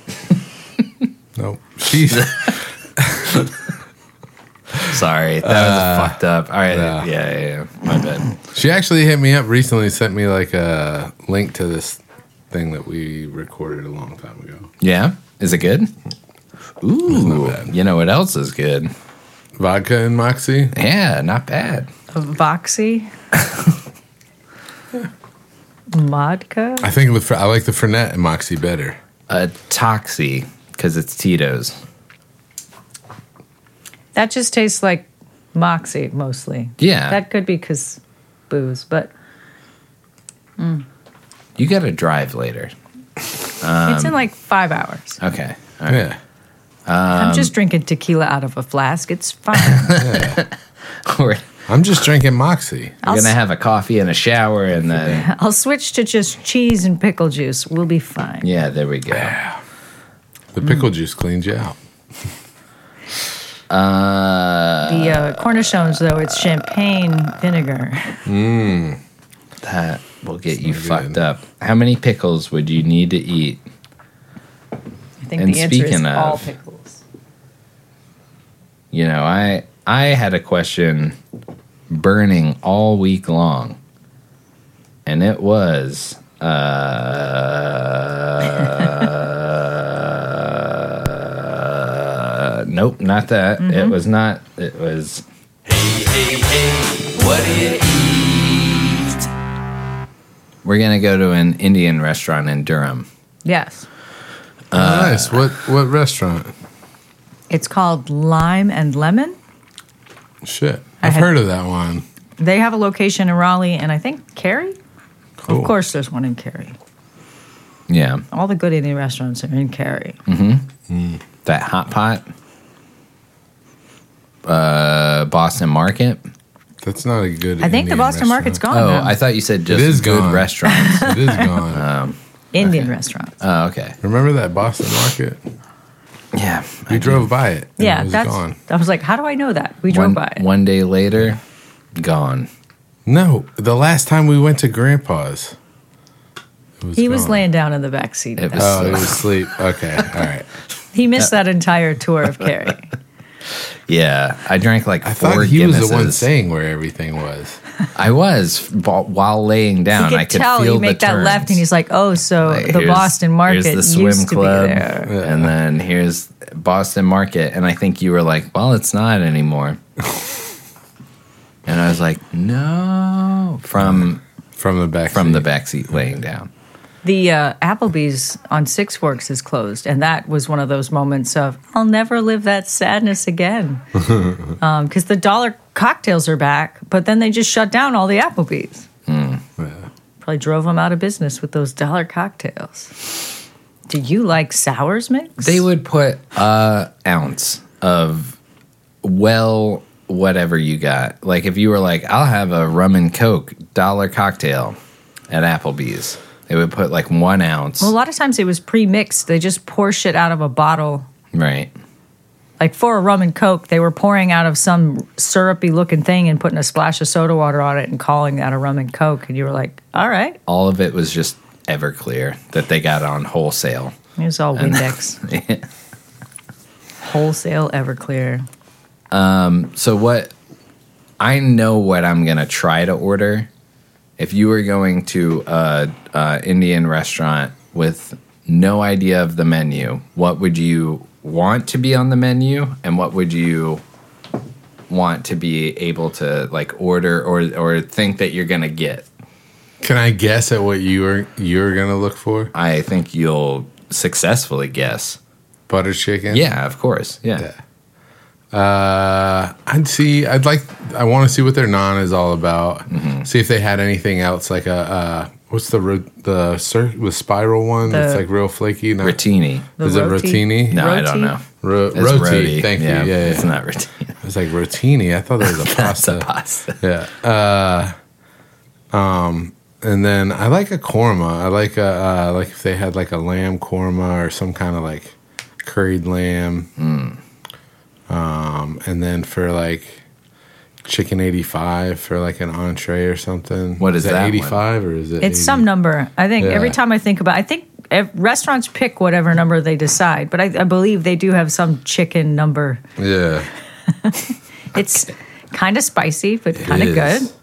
S2: nope. She's
S1: Sorry, that was fucked up. All right, Uh, yeah, yeah, yeah. My bad.
S2: she actually hit me up recently, sent me like a link to this thing that we recorded a long time ago.
S1: Yeah, is it good? Ooh,
S2: bad.
S1: you know what else is good?
S2: Vodka and Moxie.
S1: Yeah, not bad.
S3: Voxy, Modka.
S2: I think the Fer- I like the Fernet and Moxie better.
S1: A Toxie because it's Tito's.
S3: That just tastes like moxie mostly.
S1: Yeah,
S3: That could be because booze, but
S1: you got to drive later.
S3: it's
S1: Um,
S3: in like five hours.
S1: Okay, all right.
S2: Yeah,
S3: I'm
S1: um,
S3: just drinking tequila out of a flask. It's fine.
S1: we're
S2: I'm just drinking Moxie.
S1: we're
S3: I'll,
S1: gonna
S3: s-
S1: have a coffee and a shower, and then
S3: I'll switch to just cheese and pickle juice. We'll be fine.
S1: yeah, there we go.
S2: The
S3: Mm.
S2: pickle juice cleans you out.
S3: The uh, cornichons, though, it's champagne vinegar.
S1: That will get you
S2: not good.
S1: fucked up. How many pickles would you need to eat?
S3: I think
S1: And
S3: the answer is
S1: speaking of-
S3: all pickles.
S1: You know, I I had a question burning all week long, and it was. Uh, nope, not that. It was not. It was. We're gonna go to an Indian restaurant in Durham.
S3: Yes. Uh,
S2: nice. What what restaurant?
S3: It's called Lime and Lemon.
S2: Shit,
S3: I
S2: I've
S3: had-
S2: heard of that one.
S3: They have a location in Raleigh and I think Cary.
S2: Cool.
S3: Of course, there's one in Cary.
S1: Yeah,
S3: All the good Indian restaurants are in Cary.
S1: that hot pot. Uh, Boston Market.
S2: That's not a good.
S3: I think the
S2: Indian
S3: Boston
S2: restaurant.
S3: Market's gone.
S1: Oh,
S3: now.
S1: I thought you said just
S2: is
S1: good
S2: gone.
S1: restaurants.
S2: It is gone.
S3: Indian restaurant.
S1: oh, okay.
S2: Remember that Boston Market?
S1: Yeah.
S2: We drove by it. and
S3: yeah,
S2: it was
S3: that's.
S2: gone.
S3: I was like, how do I know that? We drove
S1: One,
S3: by it.
S1: one day later, gone.
S2: No, the last time we went to Grandpa's, it
S3: he was
S2: gone.
S3: laying down in the back seat.
S1: It was-
S2: Oh, he was asleep. Okay, all right.
S3: He missed that entire tour of Cary.
S1: Yeah, I drank like
S2: I
S1: four
S2: thought he
S1: Guinnesses.
S2: was the one saying where everything was.
S1: I was b- while laying down.
S3: You
S1: I
S3: could
S1: could
S3: tell
S1: feel
S3: you make
S1: the
S3: that
S1: turns.
S3: left, and he's like, "Oh, so
S1: Like,
S3: the
S1: here's-
S3: Boston Market
S1: here's the swim
S3: used to
S1: club,
S3: be there."
S1: and then here's Boston Market, and I think you were like, "Well, it's not anymore." and I was like, "No," from
S2: From the back.
S1: from the
S2: seat.
S1: backseat laying down.
S3: The uh, Applebee's on Six Forks is closed, and that was one of those moments of "I'll never live that sadness again," because the dollar cocktails are back, but then they just shut down all the Applebee's. Probably drove them out of business with those dollar cocktails. Do you like sours mix?
S1: They would put a ounce of well whatever you got. Like if you were like, I'll have a rum and coke dollar cocktail at Applebee's. They would put like one ounce.
S3: a lot of times it was pre-mixed. They just pour shit out of a bottle
S1: right.
S3: like for a rum and coke, they were pouring out of some syrupy looking thing and putting a splash of soda water on it and calling that a rum and coke. And you were like, all right,
S1: All of it was just Everclear that they got on wholesale.
S3: it was all Windex. Wholesale Everclear.
S1: So what I know what I'm gonna try to order if you were going to a, a Indian restaurant with no idea of the menu, what would you want to be on the menu, and what would you want to be able to like order or or think that you're gonna get?
S2: Can I guess at what you were you were gonna look for?
S1: I think you'll successfully guess.
S2: Butter chicken.
S1: Yeah, of course. Yeah.
S2: Yeah. Uh, I'd see. I'd like. I want to see what their non is all about.
S1: Mm-hmm.
S2: See if they had anything else like a. Uh, what's the ro- the cir- the spiral one that's
S3: The-
S2: like real flaky? Not,
S1: Rotini.
S3: The
S2: Is it rotini?
S1: No, I
S3: Roti?
S1: don't know.
S2: Ro-
S1: It's
S2: roti.
S1: roti.
S2: Thank
S1: Yeah,
S2: you. Yeah, yeah.
S1: It's not rotini.
S2: It's like rotini. I thought that was a
S1: That's
S2: pasta.
S1: a pasta.
S2: Yeah. Uh, um, Uh, and then I like a korma. I like a uh, like if they had like a lamb korma or some kind of like curried lamb.
S1: Hmm.
S2: Um, and then for like chicken eighty five for like an entree or something.
S1: What is that one?
S2: Eighty five or is it?
S3: It's
S2: 80?
S3: some number. I think every
S2: Yeah.
S3: time I think about, I think ev- restaurants pick whatever number they decide, but I, I believe they do have some chicken number.
S2: Yeah,
S3: It's kind of spicy, but kind of
S2: It
S3: good.
S2: is.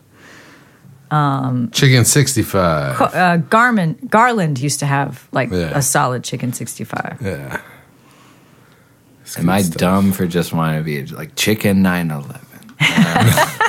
S2: Um, chicken sixty five.
S3: Co- Uh, Garmin Garland used to have like
S2: Yeah.
S3: a solid chicken sixty-five.
S2: Yeah. It's
S1: Am
S2: good
S1: I
S2: stuff.
S1: dumb for just wanting to be like chicken 911?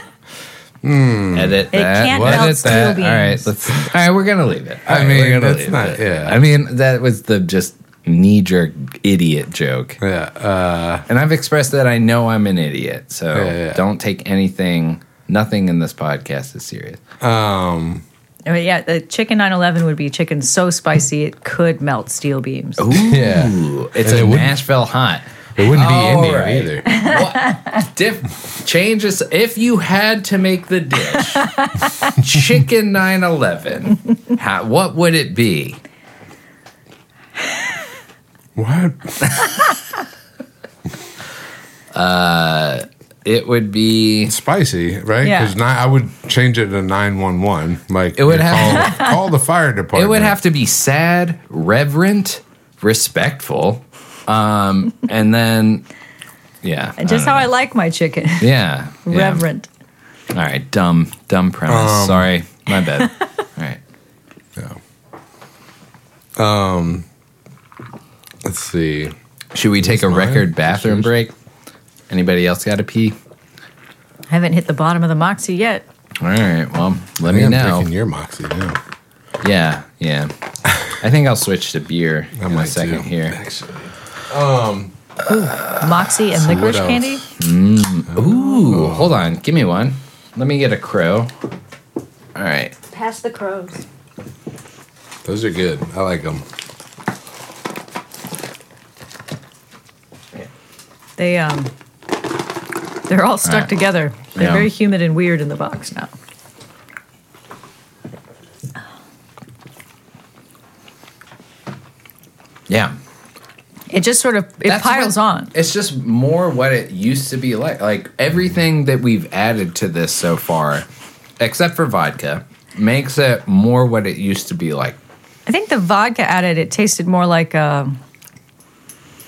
S2: Hmm.
S1: Edit
S3: It
S1: that.
S3: can't
S1: edit
S3: melt steel
S1: that. All right,
S3: beams.
S1: let's. All right, we're gonna leave it.
S2: I
S1: All right,
S2: mean,
S1: we're gonna
S2: that's
S1: leave
S2: not-
S1: it.
S2: yeah.
S1: I mean, that was the just knee jerk idiot joke,
S2: Yeah. Uh,
S1: and I've expressed that I know I'm an idiot, so
S2: Yeah, yeah.
S1: don't take anything. Nothing in this podcast is serious.
S3: I mean, yeah, the chicken nine eleven would be chicken so spicy it could melt steel beams.
S1: Ooh,
S2: Yeah.
S1: it's
S2: And
S1: a
S2: it wouldn't-
S1: Nashville hot.
S2: it wouldn't be
S1: All
S2: Indian
S1: right.
S2: either.
S1: What? Diff- change this. If you had to make the dish, chicken 911, how, what would it be?
S2: What?
S1: It would be.
S2: spicy, right?
S3: Yeah.
S2: Because I would change it to nine one one. Like
S1: It would
S2: you
S1: have-
S2: call, call the fire
S1: It
S2: department.
S1: would have to be sad, reverent, respectful, um, and then yeah,
S3: And just
S1: I
S3: how
S1: don't
S3: I like my chicken,
S1: know. yeah, Oh. yeah.
S3: reverent.
S1: All right, dumb, dumb premise.
S2: Um,
S1: Sorry, my bad. All right,
S2: Yeah. Um, let's see.
S1: should we take a
S2: mine?
S1: record bathroom break? Anybody else got to pee?
S3: I haven't hit the bottom of the moxie yet.
S1: All right, well, let
S2: I
S1: me
S2: think
S1: know.
S2: I'm picking your moxie now.
S1: Yeah, yeah. I think I'll switch to beer
S2: I
S1: in
S2: might
S1: a second
S2: too,
S1: here.
S2: Actually,
S3: Moxie and licorice
S2: else?
S3: candy.
S1: Ooh, hold on. Give me one. Let me get a crow. All right.
S4: Pass the crows.
S2: those are good. I like them.
S3: They um, they're all stuck
S1: Alright.
S3: together. They're
S1: Yeah.
S3: very humid and weird in the box now.
S1: Yeah.
S3: It just sort of it
S1: That's
S3: piles
S1: what-
S3: on.
S1: It's just more what it used to be like. Like everything that we've added to this so far, except for vodka, makes it more what it used to be like.
S3: I think the vodka added it tasted more like um,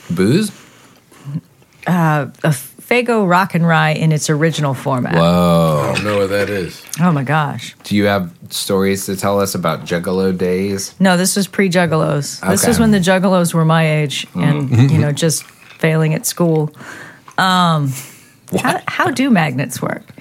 S3: a,
S1: Booze?
S3: a Fago Rock and Rye in its original format.
S1: Whoa.
S2: I don't know what that is.
S3: Oh my gosh!
S1: Do you have stories to tell us about Juggalo days?
S3: No, this was pre Juggalos. This
S1: Okay. Mm-hmm.
S3: was when the Juggalos were my age and you know just failing at school. Um, how, how do magnets work?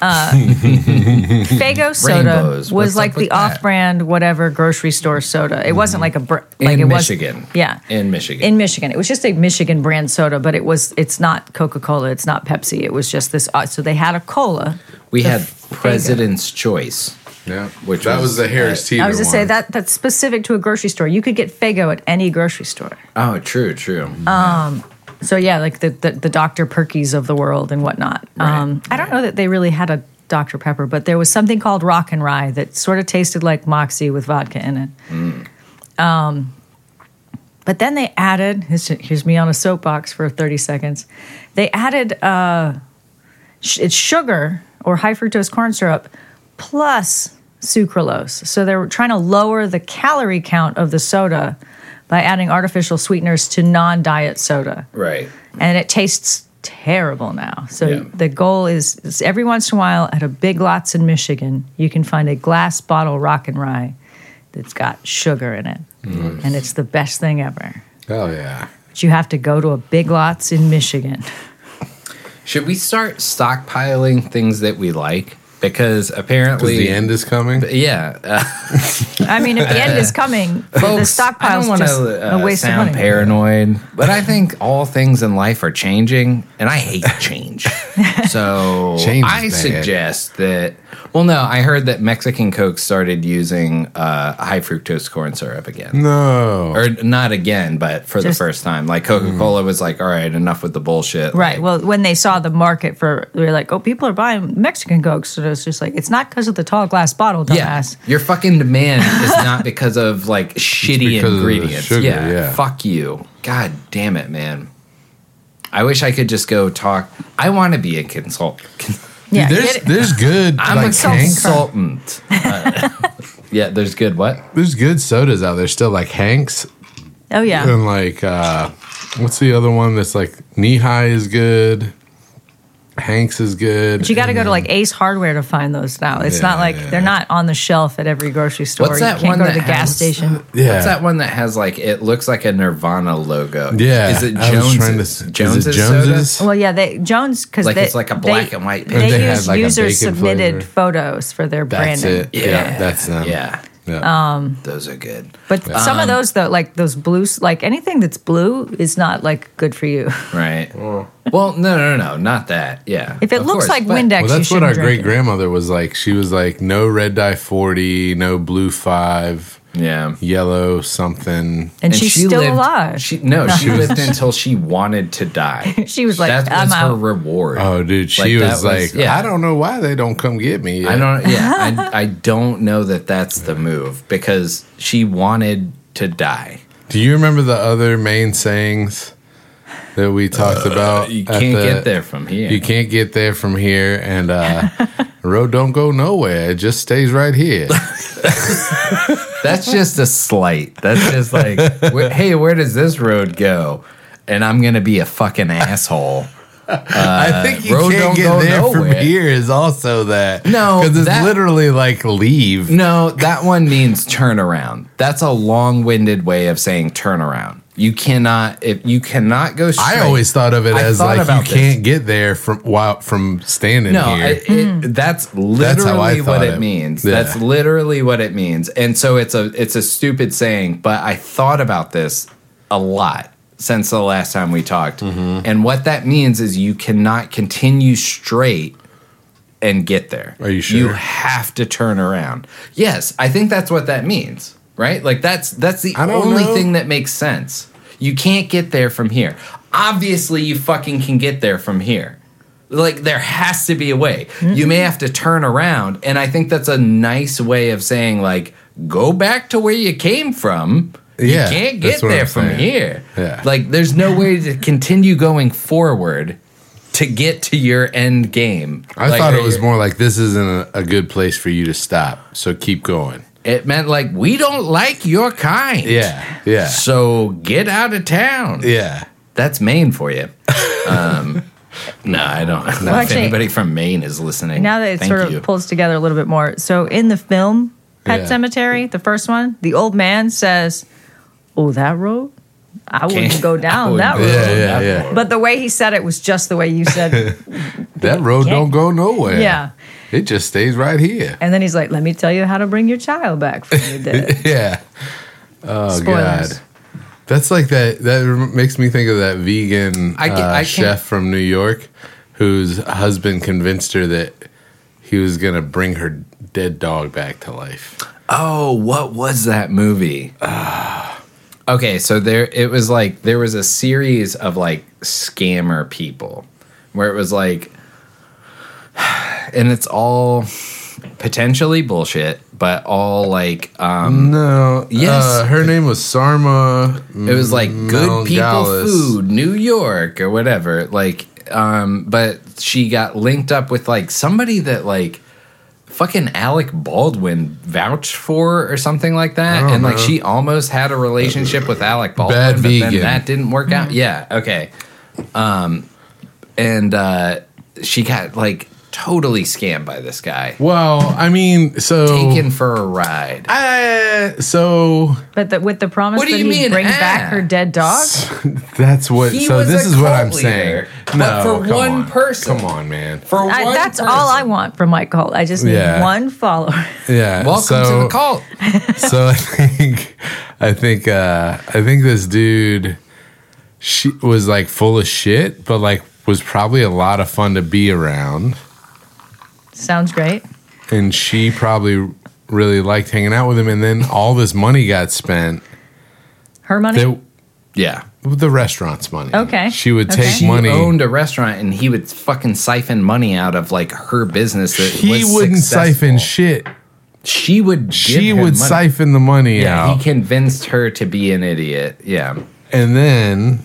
S3: Uh, Fago soda
S1: Rainbows. What's
S3: was
S1: up
S3: like the
S1: with that? Mm-hmm.
S3: off-brand whatever grocery store soda. It wasn't like a br- like
S1: In
S3: it
S1: Michigan.
S3: Was, yeah,
S1: In Michigan.
S3: in Michigan. It was just a Michigan brand soda, but it was it's not Coca Cola, it's not Pepsi. It was just this. Uh, so they had a cola.
S1: we
S3: The
S1: had
S3: Fago.
S1: President's Choice.
S2: Yeah,
S1: Which
S2: that
S1: was,
S2: was, the Harris Teeter.
S3: I was to say
S2: one.
S3: that that's specific to a grocery store. You could get Fago at any grocery store.
S1: Oh, true, true.
S3: So yeah, like the the, the Dr Perkies of the world and whatnot. Um, I don't know that they really had a Dr Pepper, but there was something called Rock and Rye that sort of tasted like Moxie with vodka in it. Um, but then they added. Here's, here's me on a soapbox for 30 seconds. They added uh, sh- it's sugar or high fructose corn syrup plus sucralose. So they were trying to lower the calorie count of the soda by adding artificial sweeteners to non-diet soda
S1: right.
S3: and it tastes terrible now. So
S1: Yeah.
S3: the goal is, is every once in a while at a Big Lots in Michigan, you can find a glass bottle rock and rye that's got sugar in it, and it's the best thing ever.
S2: Oh yeah.
S3: But you have to go to a Big Lots in Michigan.
S1: Should we start stockpiling things that we like? Because
S2: Because
S1: apparently,
S2: the end is coming.
S1: yeah, uh,
S3: I mean, if the end is coming, the
S1: folks, I
S3: stockpile's
S1: don't want
S3: just
S1: to uh,
S3: a waste of
S1: sound
S3: money.
S1: paranoid, but I think all things in life are changing, and I hate change. So
S2: Change is
S1: I
S2: bad.
S1: suggest that. Well, no, I heard that Mexican Coke started using uh, high fructose corn syrup again.
S2: No.
S1: Or not again, but for
S3: Just-
S1: the first time. Like Coca
S2: Mm.
S1: Cola was like, all right, enough with the bullshit.
S3: Right.
S1: Like,
S3: Well, when they saw the market for, they were like, "Oh, people are buying Mexican Coke," so it's just like it's not because of the tall glass bottle,
S1: Yeah,
S3: dumbass.
S1: your fucking demand is not because of like shitty
S2: because of the
S1: ingredients.
S2: sugar,
S1: yeah.
S2: yeah.
S1: fuck you. God damn it, man. I wish I could just go talk. I want to be a consult.
S3: Yeah,
S2: there's
S3: get it-
S2: there's good
S1: I'm
S2: like
S1: a
S2: Hank-
S1: consultant. Uh, yeah, there's good. What?
S2: there's good sodas out there still like Hanks
S3: oh yeah,
S2: and like uh what's the other one that's like knee high is good. Hanks is good.
S3: but you got to go to like Ace Hardware to find those now. It's not
S2: Yeah,
S3: like
S2: yeah.
S3: they're not on the shelf at every grocery store.
S1: What's
S3: you
S1: that one
S3: can't go to
S1: that
S3: the gas
S1: has-
S3: station.
S2: yeah.
S1: What's that one that has like it looks like a Nirvana logo?
S2: Yeah,
S1: is it
S2: I was trying to-
S1: Jones's?
S2: is it
S1: Jones's?
S2: Jones's?
S1: soda?
S3: Well, yeah, they Jones because
S1: Like,
S3: they,
S1: it's like a
S3: they-
S1: black and white
S3: They,
S1: picture.
S2: They had,
S3: use
S2: like, a
S3: user
S2: bacon
S3: submitted
S2: flavor.
S3: photos for their
S2: That's
S3: branding.
S2: it. Yeah, that's them.
S1: Yeah,
S3: oh,
S2: Yeah.
S1: those are good.
S3: But some of
S1: Um,
S3: those though, like those blues, like anything that's blue is not like good for you.
S1: Right.
S2: Oh.
S1: Well, no, no, no, not that. Yeah.
S3: If it
S1: Of
S3: looks
S1: course,
S3: like
S1: but-
S3: Windex,
S2: well,
S3: you
S2: that's what
S3: shouldn't
S2: our
S3: drink
S2: great
S3: it.
S2: grandmother was like. She was like, no red dye 40, no blue 5,
S1: Yeah.
S2: yellow something.
S3: and, she's still
S1: lived-
S3: alive.
S1: She, no, she lived until she wanted to die.
S3: She was like,
S1: that
S3: "I'm
S1: was her
S3: out."
S1: reward.
S2: Oh, dude,
S1: Like,
S2: she
S1: that
S2: was,
S1: was-
S2: like,
S1: yeah.
S2: I don't know why they don't come get me.
S1: I don't. Yeah, I, I don't know that that's the move because she wanted to die.
S2: Do you remember the other main sayings that we talked about?
S1: Uh, You
S2: at
S1: can't
S2: the-
S1: get there from here.
S2: You can't get there from here, and uh, road don't go nowhere; it just stays right here.
S1: That's just a slight. That's just like, wh- hey, where does this road go? And I'm gonna be a fucking asshole.
S2: I think you
S1: road don't
S2: can't
S1: go
S2: get there from
S1: nowhere.
S2: here is also that
S1: No,
S2: because it's
S1: that-
S2: literally like leave.
S1: No, that one means turnaround. That's a long-winded way of saying turnaround. You cannot if you cannot go straight.
S2: I always thought of it
S1: I
S2: as
S1: thought
S2: like you
S1: about this.
S2: can't get there from while from standing
S1: no, I,
S2: here.
S1: it, that's literally
S2: how I
S1: what
S2: thought
S1: it,
S2: it-
S1: means.
S2: yeah.
S1: That's literally what it means. And so it's a it's a stupid saying, but I thought about this a lot since the last time we talked.
S2: Mm-hmm.
S1: And what that means is you cannot continue straight and get there.
S2: Are you sure?
S1: You have to turn around. Yes, I think that's what that means, right? Like that's that's the
S2: I don't
S1: only
S2: know.
S1: thing that makes sense. You can't get there from here. Obviously, you fucking can get there from here. Like there has to be a way. You
S2: Mm-hmm.
S1: may have to turn around, and I think that's a nice way of saying like go back to where you came from.
S2: Yeah,
S1: you can't
S2: that's
S1: get
S2: what
S1: there
S2: I'm
S1: from
S2: saying.
S1: here.
S2: Yeah.
S1: Like there's no way to continue going forward to get to your end game.
S2: I
S1: Like,
S2: thought
S1: or
S2: it was
S1: your-
S2: more like this isn't a, a good place for you to stop, so keep going.
S1: It meant like we don't like your kind.
S2: Yeah, yeah,
S1: So get out of town.
S2: yeah.
S1: That's Maine for you. Um, no, I don't. know if
S3: actually-
S1: anybody from Maine is listening,
S3: now that it
S1: thank
S3: sort of
S1: you.
S3: pulls together a little bit more. So in the film Pet
S2: Yeah.
S3: Cemetery, the first one, the old man says, "Oh, that road, I wouldn't go down
S1: would-
S3: that road."
S2: Yeah, yeah, yeah.
S3: But the way he said it was just the way you said,
S2: That road don't go nowhere.
S3: yeah.
S2: It just stays right here.
S3: And then he's like, "Let me tell you how to bring your child back from the dead."
S2: Yeah. Oh
S3: Spoilers.
S2: god. That's like that. That rem- makes me think of that vegan
S1: I ca-
S2: uh,
S1: I can't-
S2: chef from New York, whose husband convinced her that he was gonna bring her dead dog back to life.
S1: Oh, what was that movie? okay, so there it was like there was a series of like scammer people where it was like and it's all potentially bullshit, but all like um
S2: No.
S1: Yes.
S2: uh, her name was Sarma.
S1: it was like
S2: Mm,
S1: good people
S2: Melgalis.
S1: food, New York or whatever. Like um but she got linked up with like somebody that like fucking Alec Baldwin vouched for or something like that.
S2: don't
S1: And like
S2: know.
S1: she almost had a relationship with Alec Baldwin,
S2: Bad
S1: but
S2: vegan. Mm.
S1: then that didn't work out. Yeah, okay. Um and uh, she got like totally scammed by this guy,
S2: Well, I mean, so
S1: taken for a ride.
S2: I- so
S3: But the, with the promise
S1: What
S3: that
S1: do
S3: he
S1: you mean,
S3: brings
S1: ah?
S3: back her dead dog.
S2: that's what.
S1: He
S2: so
S1: was
S2: this
S1: a
S2: is what
S1: cult
S2: I'm saying.
S1: leader,
S2: No,
S1: but for
S2: come
S1: one
S2: on.
S1: person.
S2: Come on, man.
S1: For
S3: I,
S1: one
S3: that's all I
S1: person.
S3: want from my cult. I just need
S2: Yeah.
S3: one follower.
S2: Yeah.
S1: Welcome
S2: so-
S1: to the cult.
S2: so I think I think uh I think this dude she was like full of shit, but like was probably a lot of fun to be around.
S3: Sounds great.
S2: And she probably really liked hanging out with him and then all this money got spent.
S3: Her money.
S2: They,
S1: Yeah,
S2: the restaurant's money.
S3: Okay.
S2: She would
S3: Okay.
S2: take
S3: She
S2: money.
S1: he owned a restaurant, and he would fucking siphon money out of like her business. That
S2: he
S1: was
S2: wouldn't
S1: successful.
S2: siphon shit.
S1: She would. Give
S2: She
S1: him money.
S2: would siphon the money
S1: Yeah,
S2: out.
S1: he convinced her to be an idiot. Yeah.
S2: and then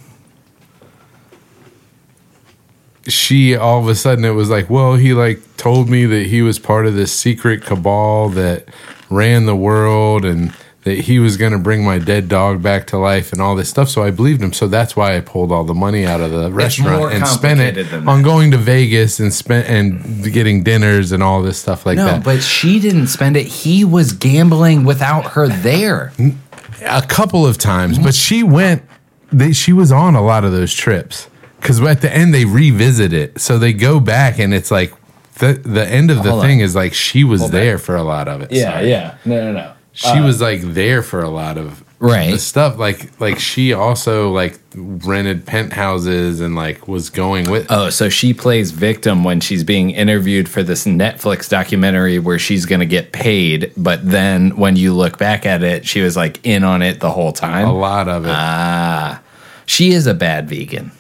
S2: she all of a sudden it was like well he like told me that he was part of this secret cabal that ran the world and that he was going to bring my dead dog back to life and all this stuff so i believed him so that's why i pulled all the money out of the
S1: more
S2: restaurant and spent
S1: complicated
S2: it
S1: than
S2: on
S1: that.
S2: going to vegas and spent and getting dinners and all this stuff like
S1: No,
S2: that
S1: but she didn't spend it. He was gambling without her there.
S2: a couple of times, but she went. They, she was on a lot of those trips because at the end they revisit it, so they go back and it's like the the end of the
S1: Hold on.
S2: thing is like she was
S1: back.
S2: there for a lot of it. Sorry.
S1: yeah. No, no, no.
S2: she was like there for a lot of
S1: Right.
S2: the stuff. Like like she also like rented penthouses and like was going with.
S1: Oh, so she plays victim when she's being interviewed for this Netflix documentary where she's going to get paid, but then when you look back at it, she was like in on it the whole
S2: a
S1: time.
S2: lot of it.
S1: She is a bad vegan.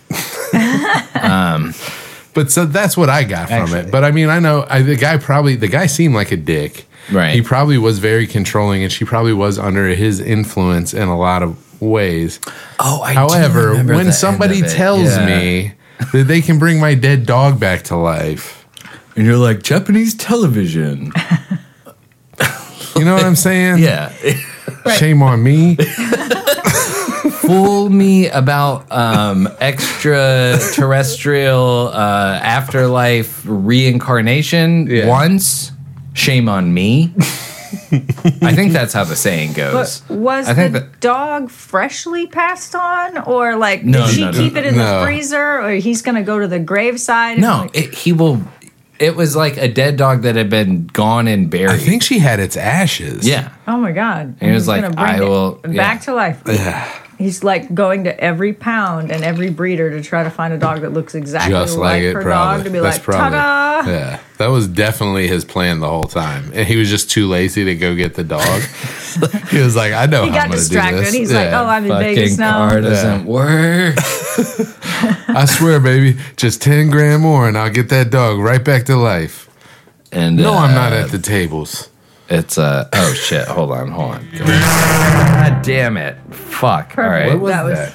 S2: But so that's what I got from
S1: Actually.
S2: it. But I mean, I know I, the guy probably the guy seemed like a dick.
S1: Right.
S2: He probably was very controlling, and she probably was under his influence in a lot of ways.
S1: Oh, I
S2: However, when somebody tells me that they can bring my dead dog back to life,
S1: and you're like Japanese television.
S2: you know what I'm saying?
S1: yeah.
S2: Shame on me.
S1: fool me about um, extraterrestrial uh, afterlife reincarnation
S2: Yeah.
S1: once. Shame on me. I think that's how the saying goes.
S3: But was
S1: I think
S3: the
S1: that-
S3: dog freshly passed on, or like
S1: No,
S3: did she
S1: no, no,
S3: keep it in
S2: no.
S3: the freezer, or he's gonna go to the graveside? and,
S1: no,
S3: like-
S1: it, he will. It was like a dead dog that had been gone and
S2: I
S1: buried.
S2: think she had its ashes.
S1: yeah,
S3: oh my god!
S1: he was
S3: He's
S1: like,
S3: gonna
S1: "I
S3: it
S1: will- yeah.
S3: back to life." He's like going to every pound and every breeder to try to find a dog that looks exactly
S2: Just like it,
S3: her
S2: probably.
S3: dog to be
S2: That's
S3: like,
S2: probably.
S3: "Ta-da!"
S2: Yeah, that was definitely his plan the whole time, and he was just too lazy to go get the dog. he was like, "I know
S3: He
S2: how I'm
S3: got
S2: gonna do
S3: distracted.
S2: this."
S3: He's like,
S2: Yeah.
S3: "Oh, I'm in Vegas
S1: fucking
S3: now."
S1: car doesn't
S2: Yeah.
S1: work.
S2: I swear, baby, just 10 grand more and I'll get that dog right back to life.
S1: And
S2: No,
S1: uh,
S2: I'm not at the tables.
S1: It's uh oh shit. Hold on, hold on. God damn it! Fuck.
S3: Perfect.
S1: All right.
S3: that was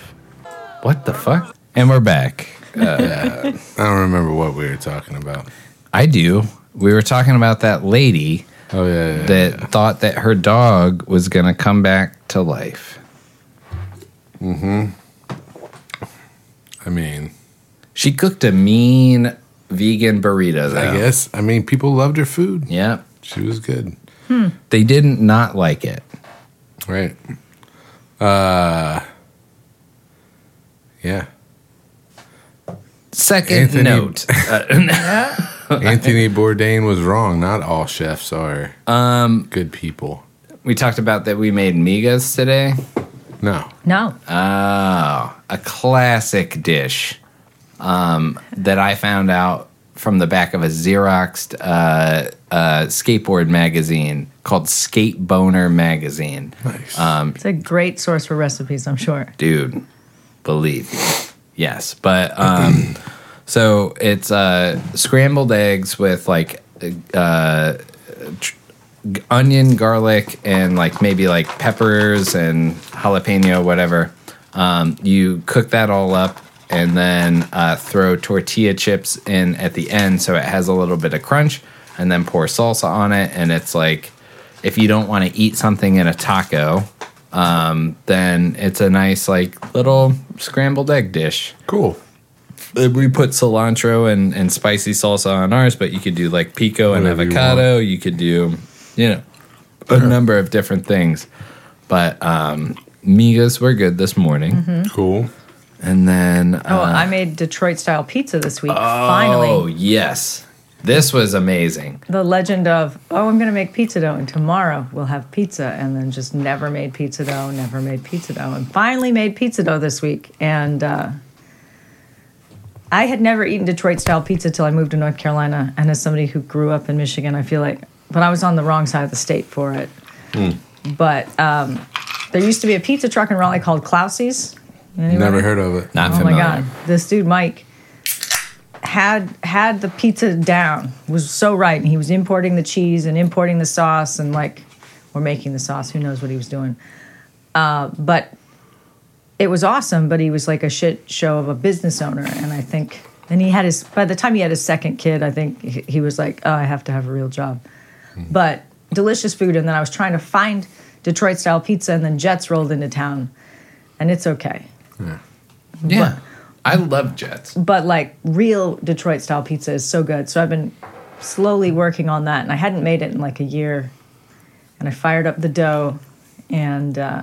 S1: What the fuck? And we're back.
S2: I don't remember what we were talking about.
S1: I do. We were talking about that lady
S2: Oh, yeah. yeah,
S1: that thought that her dog was going to come back to life.
S2: yeah. I mean,
S1: She cooked a mean vegan burrito, though.
S2: I guess, I mean, people loved her food.
S1: Yep.
S2: She was good.
S1: They didn't not like it.
S2: Right. Uh, yeah.
S1: Second
S2: Anthony-
S1: note. uh,
S2: Anthony Bourdain was wrong. Not all chefs are um, good people.
S1: we talked about that we made migas today.
S2: No.
S3: no.
S1: Oh, a classic dish um, that I found out from the back of a Xeroxed uh, uh, skateboard magazine called Skate Boner Magazine.
S2: Nice.
S3: It's a great source for recipes, I'm sure.
S1: dude believe me. yes but um so it's uh scrambled eggs with like uh tr- onion garlic and like maybe like peppers and jalapeno whatever um you cook that all up and then uh, throw tortilla chips in at the end so it has a little bit of crunch and then pour salsa on it and it's like if you don't want to eat something in a taco then it's a nice like little scrambled egg dish.
S2: cool.
S1: uh, we put cilantro and, and spicy salsa on ours, but you could do like pico and
S2: Whatever you
S1: avocado. You, could do, you know, a number of different things. But um, migas were good this morning,
S2: Cool.
S1: and then uh, oh,
S3: Oh, I made Detroit style pizza this week.
S2: oh,
S3: Finally,
S1: yes, this was amazing.
S3: the legend of oh, I'm going to make pizza dough, and tomorrow we'll have pizza, and then just never made pizza dough, never made pizza dough, and finally made pizza dough this week. And uh, I had never eaten Detroit style pizza till I moved to North Carolina, and as somebody who grew up in Michigan, I feel like, but I was on the wrong side of the state for it. But um, there used to be a pizza truck in Raleigh called Clausies. Anyone-
S2: Never heard of it.
S1: Not
S3: Oh
S1: familiar.
S3: my god, this dude Mike had had the pizza down. Was so right, and he was importing the cheese and importing the sauce and like or making the sauce. Who knows what he was doing? Uh, but it was awesome. But he was like a shit show of a business owner, and I think. And he had his. By the time he had his second kid, I think he he was like, "Oh, I have to have a real job."
S1: Hmm.
S3: But delicious food, and then I was trying to find Detroit style pizza, and then Jets rolled into town, and it's okay.
S1: Yeah, I love Jets.
S3: but like real Detroit style pizza is so good. So I've been slowly working on that, and I hadn't made it in like a year. And I fired up the dough, and uh,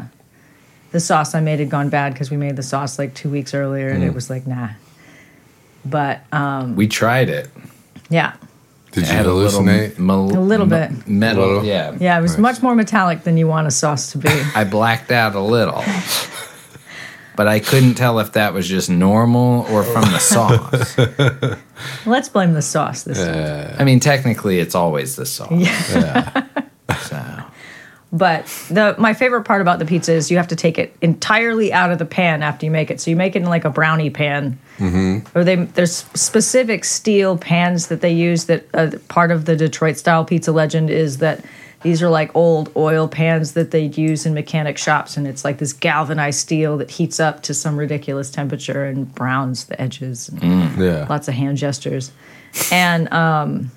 S3: the sauce I made had gone bad because we made the sauce like two weeks earlier, and it was like nah. But um,
S1: We tried it.
S3: yeah,
S2: Did you
S1: Add
S2: hallucinate?
S1: mel-
S3: A little
S1: me-
S3: bit.
S1: metal.
S2: Little?
S1: Yeah,
S3: yeah, it was
S2: Nice.
S3: much more metallic than you want a sauce to be.
S1: I blacked out a little. But I couldn't tell if that was just normal or from the sauce.
S3: Let's blame the sauce this time.
S1: I mean, technically, it's always the sauce. So,
S3: But the my favorite part about the pizza is you have to take it entirely out of the pan after you make it. So you make it in like a brownie pan, mm-hmm. or they there's specific steel pans that they use. That uh, part of the Detroit style pizza legend is that these are like old oil pans that they use in mechanic shops, and it's like this galvanized steel that heats up to some ridiculous temperature and browns the edges. And
S2: Yeah.
S3: lots of hand gestures and um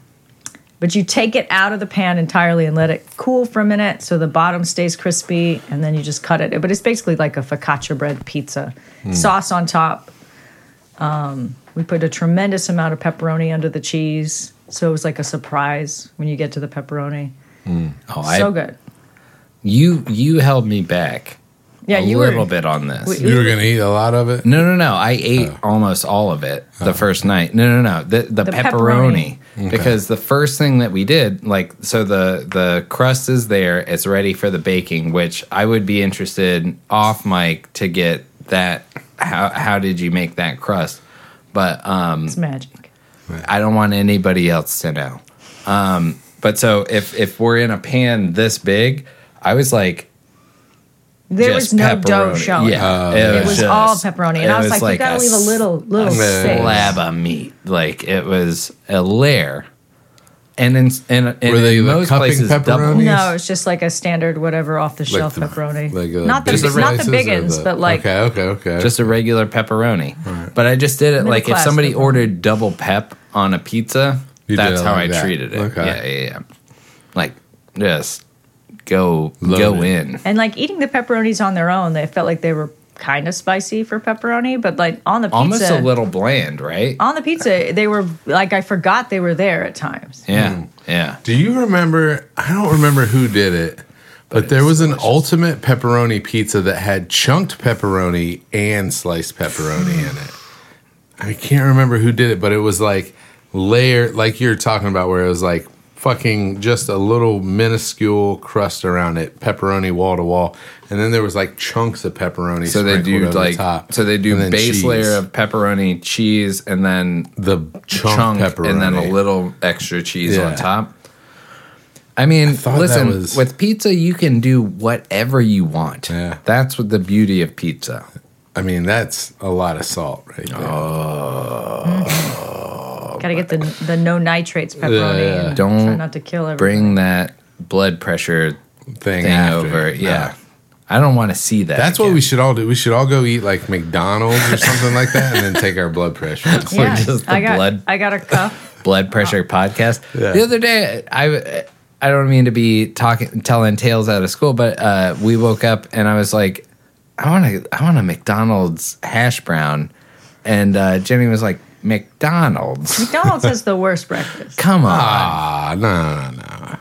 S3: but you take it out of the pan entirely and let it cool for a minute so the bottom stays crispy and then you just cut it but it's basically like a focaccia bread pizza
S1: Hmm.
S3: sauce on top um we put a tremendous amount of pepperoni under the cheese so it was like a surprise when you get to the pepperoni
S1: oh, I,
S3: so good
S1: You you held me back
S3: yeah
S1: a
S3: you
S1: little
S3: were
S1: bit on this.
S3: we-
S2: You were gonna eat a lot of it.
S1: no, no, no. I ate almost all of it the first night. No, no, no. The, the, pepperoni.
S3: pepperoni.
S1: Because the first thing that we did, like, so the, the crust is there. It's ready for the baking, which I would be interested off mic to get that. How, how did you make that crust? But um,
S3: it's magic
S1: I don't want anybody else to know. Um, but so if if we're in a pan this big, I was like,
S3: there
S1: just
S3: was no dough
S1: pepperoni.
S3: showing
S1: Yeah,
S3: it was all
S1: just-
S3: pepperoni and
S1: it
S3: i was like, you gotta leave a little little
S2: Yeah.
S3: space
S1: slab of meat. Like it was a layer, and in and, and
S2: Were they,
S1: in
S2: like,
S1: most
S2: cupping
S1: places double.
S2: pepperoni?
S3: No, it's just like a standard whatever off the shelf
S2: the-
S3: pepperoni.
S2: like, uh,
S3: not the
S2: big
S1: Just a
S3: not the
S2: slices or
S3: big ones,
S2: the-
S3: but like
S2: okay, okay, okay.
S1: Just a regular pepperoni. But I just did it
S3: Middle
S1: like if
S3: class
S1: somebody
S3: pepperoni.
S1: ordered double pep on a pizza,
S2: You did
S1: that's
S2: it
S1: how
S2: like
S1: I
S2: that.
S1: treated it.
S2: Okay.
S1: Yeah, yeah, yeah. Like just go
S2: Load
S1: go
S2: it.
S1: in.
S3: and like eating the pepperonis on their own. They felt like they were kind of spicy for pepperoni, but like on the pizza, Oh.
S1: Almost a little bland, right?
S3: on the pizza they were like I forgot they were there at times.
S1: Yeah,
S2: Mm.
S1: yeah.
S2: Do you remember? I don't remember who did it, but, there was an ultimate pepperoni pizza that had chunked pepperoni and sliced pepperoni in it. I can't remember who did it, but it was like layer, like you're talking about, where it was like fucking just a little minuscule crust around it, pepperoni wall to wall, and then there was like chunks of pepperoni.
S1: So they
S2: sprinkled
S1: do
S2: over
S1: like
S2: top,
S1: so they
S2: and
S1: do
S2: then
S1: base
S2: cheese.
S1: layer of pepperoni, cheese, and then
S2: the chunk,
S1: chunk,
S2: pepperoni,
S1: and then a little extra cheese on
S2: Yeah.
S1: top. I mean,
S2: thought that
S1: listen,
S2: was-
S1: with pizza you can do whatever you want.
S2: Yeah.
S1: That's what the beauty of pizza.
S2: I mean, that's a lot of salt right
S1: Oh,
S2: there.
S3: Gotta get the the no nitrates pepperoni.
S2: Oh Yeah.
S3: and
S1: Don't
S3: try not to kill everyone.
S1: Bring that blood pressure
S2: thing,
S1: thing Ah.
S2: after.
S1: over.
S2: No.
S1: Yeah. I don't want to see that.
S2: That's what we should all do. We should all go eat like McDonald's or something like that, and then take our blood pressure.
S3: Yeah,
S1: just the
S3: I got
S1: blood.
S3: I got a cup.
S1: blood pressure podcast.
S2: Yeah.
S1: The other day, I I don't mean to be talking telling tales out of school, but uh, we woke up and I was like, I want to I want a McDonald's hash brown, And uh, Jenny was like, McDonald's?
S3: McDonald's has the worst breakfast.
S1: Come on.
S2: Ah, no, no, no.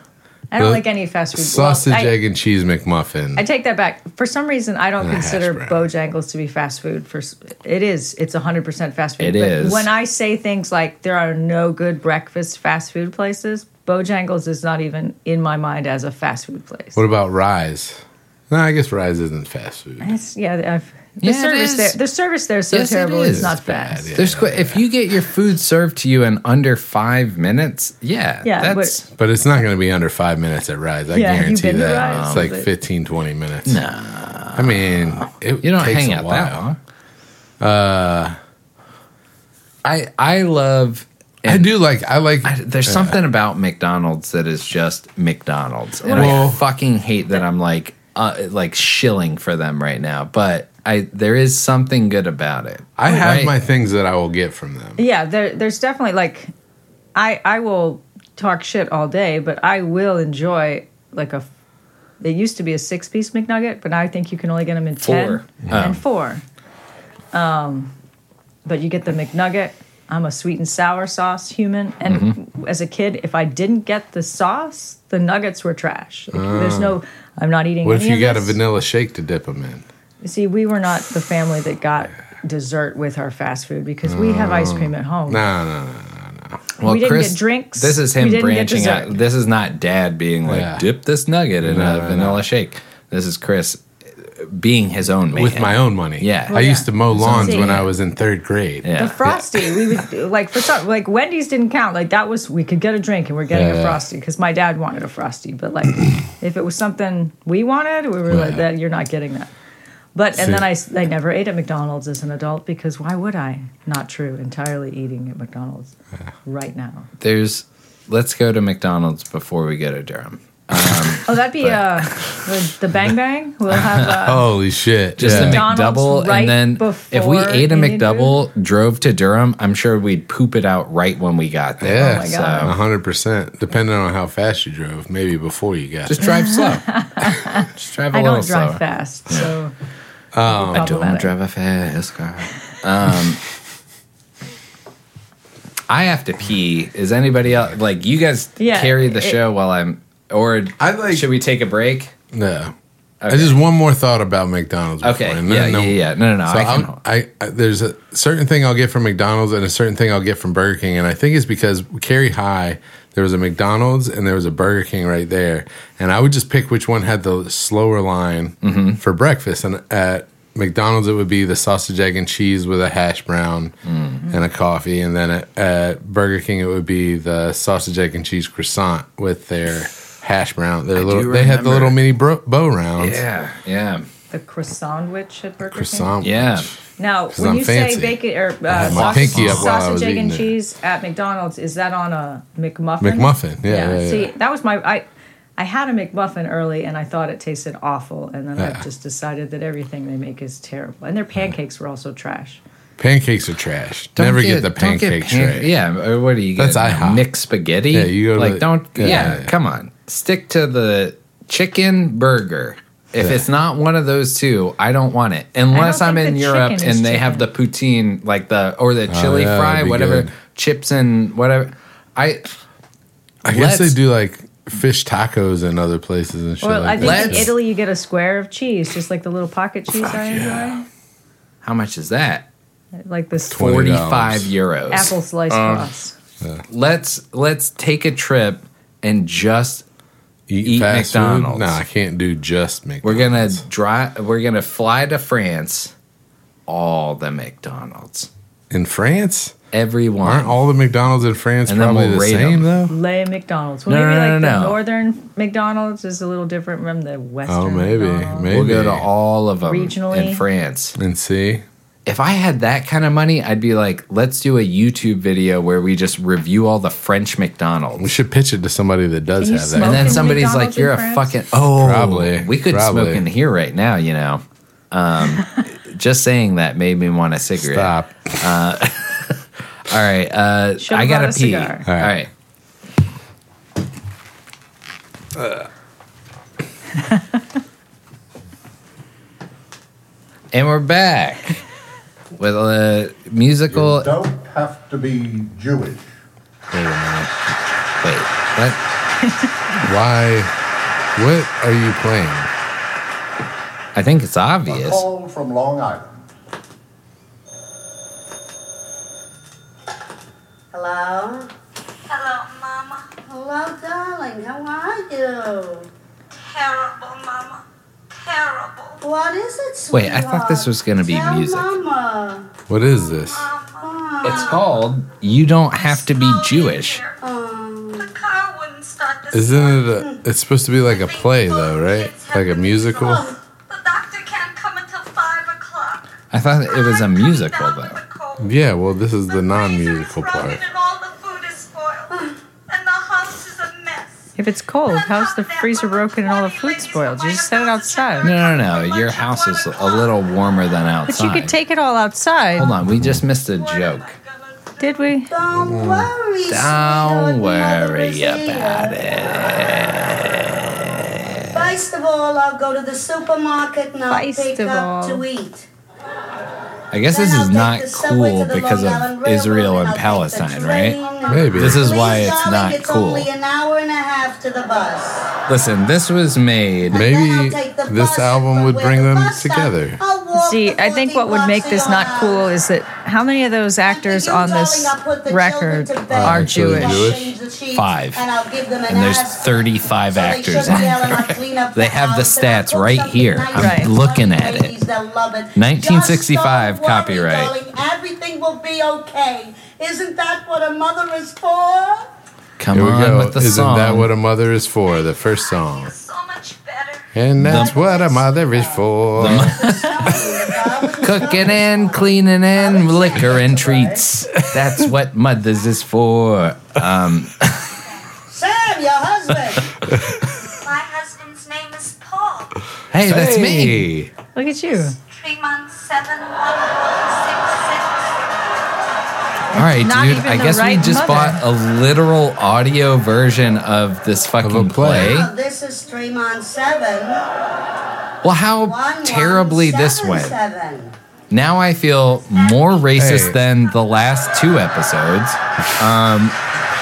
S3: I don't
S2: The
S3: like any fast food. well,
S2: Sausage,
S3: I-
S2: egg, and cheese McMuffin.
S3: I take that back. For some reason, I don't
S2: And a hash
S3: consider
S2: brown.
S3: Bojangles to be fast food. For s- it is, it's hundred percent fast food.
S1: It
S3: but
S1: is.
S3: When I say things like there are no good breakfast fast food places, Bojangles is not even in my mind as a fast food place.
S2: what about Rise? No, I guess Rise isn't fast food.
S3: It's- yeah, I've, the
S1: Yeah, it
S3: service
S1: is.
S3: there, the service there is so
S1: Yes, it
S3: terrible.
S1: is.
S3: It's not
S1: It's
S3: fast.
S2: bad, yeah.
S1: There's qu- if you get your food served to you in under five minutes, yeah,
S3: Yeah,
S1: that's
S2: But it's not going to be under five minutes at Rise. I
S3: Yeah, you've
S2: guarantee
S3: been to
S2: that.
S3: Rise,
S2: it's like
S3: but-
S2: 15, 20 minutes. Nah. I mean, it
S1: you don't
S2: takes
S1: hang
S2: a
S1: out
S2: while. Uh,
S1: that long. Uh, I I love.
S2: I do like, I like,
S1: I- there's something about McDonald's that is just McDonald's, and I
S2: Well-
S1: fucking hate that I'm like uh, like shilling for them right now. But I there is something good about it.
S2: I have
S1: oh, right?
S2: my things that I will get from them.
S3: Yeah, there, there's definitely like, I I will talk shit all day, but I will enjoy like a. They used to be a six piece McNugget, but now I think you can only get them in
S1: Four.
S3: ten
S1: Oh.
S3: and four. Um, but you get the McNugget. I'm a sweet and sour sauce human, and
S2: Mm-hmm.
S3: as a kid, if I didn't get the sauce, the nuggets were trash. Like, There's no. I'm not eating.
S2: Ah. What if
S3: any
S2: you
S3: of
S2: got a
S3: this.
S2: vanilla shake to dip them in?
S3: See, we were not the family that got dessert with our fast food because we have ice cream at home.
S2: No, no, no.
S1: Well,
S3: We didn't get drinks.
S1: This is
S3: We
S1: him
S3: didn't get
S1: branching out.
S3: dessert.
S1: This is not dad being like,
S2: Yeah.
S1: dip this nugget in
S2: No,
S1: a
S2: no,
S1: vanilla shake. This is Chris being his own man.
S2: With my own money.
S1: Yeah. Well,
S2: I
S3: yeah.
S2: used to mow lawns
S3: See.
S2: when I was in third grade.
S1: Yeah.
S3: The frosty, we would like for some like Wendy's didn't count. Like that was we could get a drink and we're getting
S2: Yeah.
S3: a frosty because my dad wanted a frosty. But like if it was something we wanted, we were like,
S2: Yeah.
S3: "That you're not getting that." But and then
S2: See.
S3: I s- I never ate at McDonald's as an adult because why would I? Not true. Entirely eating at McDonald's right now.
S1: There's. Let's go to McDonald's before we go to Durham.
S3: Oh, that'd be uh the, the bang bang. We'll have uh,
S2: Holy shit.
S1: Just
S2: yeah.
S1: a
S3: McDonald's
S1: McDouble,
S3: right
S1: and then if we
S3: before
S1: ate a
S3: Indian
S1: McDouble, drove to Durham, I'm sure we'd poop it out right when we got there.
S2: Yeah,
S3: Oh my
S2: so
S3: God.
S2: 100%. Depending on how fast you drove, maybe before you got
S1: Just
S2: there.
S1: drive slow. Just drive a
S3: I
S1: little
S3: don't drive
S1: slower.
S3: fast, so
S1: I don't
S3: problematic.
S1: drive a fast car. Um, I have to pee. Is anybody else like you guys
S3: Yeah,
S1: carry the
S3: it-
S1: show while I'm or
S2: I like-
S1: should we take a break?
S2: No. I
S1: Okay.
S2: just one more thought about McDonald's. before,
S1: Okay.
S2: and
S1: yeah,
S2: then-
S1: yeah, yeah. No, no, no.
S2: So
S1: I
S2: I
S1: can,
S2: I, I there's a certain thing I'll get from McDonald's and a certain thing I'll get from Burger King, and I think it's because Cary High there was a McDonald's and there was a Burger King right there, and I would just pick which one had the slower line
S1: Mm-hmm.
S2: for breakfast. And at McDonald's, it would be the sausage, egg, and cheese with a hash brown
S1: Mm-hmm.
S2: and a coffee, and then at, at Burger King, it would be the sausage, egg, and cheese croissant with their hash brown. Their little, they had
S1: remember-
S2: the little mini bro- bow rounds.
S1: yeah, yeah,
S3: the croissant witch at Burger King.
S2: Croissant,
S1: yeah.
S3: Now,
S2: 'Cause
S3: when
S2: I'm
S3: you
S2: fancy.
S3: say bacon
S2: I
S3: or uh,
S2: had my
S3: sausage,
S2: pinky up while I was
S3: sausage, egg,
S2: eating
S3: and
S2: it.
S3: cheese at McDonald's, is that on a McMuffin?
S2: McMuffin, yeah, yeah, yeah.
S3: See, that was my I. I had a McMuffin early, and I thought it tasted awful, and then
S2: Yeah.
S3: I've just decided that everything they make is terrible, and their pancakes were also trash.
S2: Pancakes are trash.
S1: Don't
S2: Never get, the
S1: don't
S2: pancake
S1: pan-
S2: tray.
S1: Yeah, or what do you get?
S2: That's IHOP.
S1: Mixed spaghetti.
S2: Yeah, you go to
S1: like
S2: the-
S1: don't.
S2: yeah,
S1: Yeah,
S2: yeah.
S1: come on. Stick to the chicken burger. If
S2: Yeah.
S1: it's not one of those two, I don't want it. Unless I'm
S3: think
S1: in
S3: the
S1: Europe and
S3: chicken is
S1: they have the poutine, like the or the chili
S2: Oh, yeah,
S1: fry,
S2: that'd be
S1: whatever
S2: good.
S1: chips and whatever. I
S2: I guess they
S1: Let's-
S2: do like fish tacos in other places and shit.
S3: Well, I
S2: like
S3: think
S2: that.
S3: in
S1: Let's-
S3: Italy you get a square of cheese, just like the little pocket cheese I
S2: yeah.
S3: enjoy,
S1: how much is that?
S3: like this
S2: $20.
S1: Forty five euros.
S3: apple slice
S2: Um,
S3: cross.
S1: Let's let's take a trip and just eat
S2: fast food?
S1: McDonald's.
S2: No, I can't do just McDonald's.
S1: We're gonna drive. We're gonna fly to France. All the McDonald's,
S2: in France.
S1: everyone.
S2: Aren't all the McDonald's in France
S1: And then
S2: probably
S1: we'll
S2: the
S1: rate
S2: same though?
S3: Lay McDonald's. Well,
S1: No,
S3: maybe
S1: no, no,
S3: like
S1: no,
S3: the
S1: no.
S3: northern McDonald's is a little different from the western.
S2: Oh, maybe,
S3: McDonald's.
S2: maybe.
S1: we'll go to all of them
S3: Regionally.
S1: in France.
S2: And see,
S1: If I had that kind of money, I'd be like, let's do a YouTube video where we just review all the French
S2: we
S1: McDonald's.
S2: should pitch it to somebody that does
S3: Can you
S2: have
S1: And
S2: that.
S3: smoke?
S1: then
S3: in
S1: somebody's
S3: McDonald's
S1: like, "You're a
S3: in France?
S1: fucking oh,
S2: Probably,
S1: we could smoke
S2: probably.
S1: in here right now." You know, um, just saying that made me want a cigarette.
S2: Stop.
S1: All right, uh,
S3: Should've
S1: I gotta
S3: brought a
S1: pee.
S3: cigar.
S1: All
S2: All
S1: right.
S2: right. and
S1: Uh. and we're back. with a musical. Wait,
S4: Don't have to be Jewish.
S1: a minute. Wait, what?
S2: Why? What are you playing?
S1: I think it's
S4: A
S1: obvious.
S4: call from Long Island.
S5: Hello?
S6: Hello, Mama.
S5: Hello, darling. How are you?
S6: Terrible, Mama. Terrible,
S5: What is it,
S1: Wait,
S5: sweetheart?
S1: I thought this was going to be
S5: Tell
S1: music.
S5: Mama.
S2: What is this?
S6: Mama.
S1: It's called "You Don't Have to Be Jewish."
S5: Um,
S6: The car wouldn't start this
S2: Isn't it? A, it's supposed to be like a play, though, right? Like a musical.
S6: The doctor can't come until 5 o'clock.
S1: I thought it was a
S6: I'm coming
S1: musical
S6: down with
S1: though.
S6: a cold.
S2: Yeah. Well, this is the
S6: freezer is
S2: non-musical
S6: rotting
S2: part.
S6: And all the food is spoiled. and the house is a mess.
S3: If it's cold, how's the freezer broken and all the food spoiled? You just set it outside.
S1: No, no, no. Your house is a little warmer than
S3: But
S1: outside.
S3: you could take it all outside.
S1: Hold on, we just missed a joke.
S3: Did we?
S5: don't worry, sweetheart.
S1: Don't
S5: Mother is
S1: worry about
S5: here.
S1: it.
S5: First of all, I'll go to the supermarket and I'll
S3: First
S5: pick
S3: of
S5: up
S3: all.
S5: to eat.
S1: I guess this
S5: Then I'll
S1: is
S5: take
S1: not
S5: the subway
S1: cool
S5: to the
S1: because
S5: Long Island
S1: of
S5: Railroad
S1: Israel and
S5: I'll take the
S1: Palestine,
S5: train.
S1: right?
S2: Maybe.
S1: This is
S5: Please,
S1: why it's
S5: darling,
S1: not
S5: it's
S1: cool.
S5: only an hour and a half to the bus.
S1: Listen, this was made.
S5: And then I'll
S2: Maybe
S5: take the
S2: this
S5: bus
S2: album
S5: from
S2: would
S5: where
S2: bring
S5: the
S2: them
S5: bus stop.
S2: together.
S5: I'll walk
S3: See,
S5: the
S3: I think
S5: 40
S3: what would make
S5: blocks
S3: this
S5: and
S3: not
S5: I'll-
S3: cool is that how many of those actors on this record are
S2: actually
S3: Jewish?
S2: Jewish?
S1: Five.
S5: And
S1: And there's 35 actors in there.
S5: there.
S1: They have the stats right here. I'm
S3: Right.
S1: looking at it. 1965
S5: Just don't worry,
S1: copyright.
S5: darling. Everything will be okay. Isn't that what a mother is for?
S1: Come
S2: Here we
S1: on
S2: go.
S1: with the
S2: Isn't
S1: song.
S2: that what a mother is for? The first song.
S6: So much better.
S2: And that's what a mother is for.
S1: Cooking and cleaning and liquor and treats. That's what mothers is for.
S5: Sam, your husband.
S6: My husband's name is Paul.
S1: Hey, that's me.
S2: Hey,
S3: Look at you.
S6: Tremont 71166.
S1: All right,
S3: Not
S1: dude.
S3: even
S1: I
S3: the
S1: guess
S3: right
S1: we just
S3: mother.
S1: bought a literal audio version of this fucking
S2: play.
S1: play.
S5: Now, this is stream on seven.
S1: Well, how
S5: One,
S1: terribly
S5: one,
S1: this
S5: seven,
S1: went.
S5: seven.
S1: Now I feel more racist
S2: Hey.
S1: than the last two episodes. Um,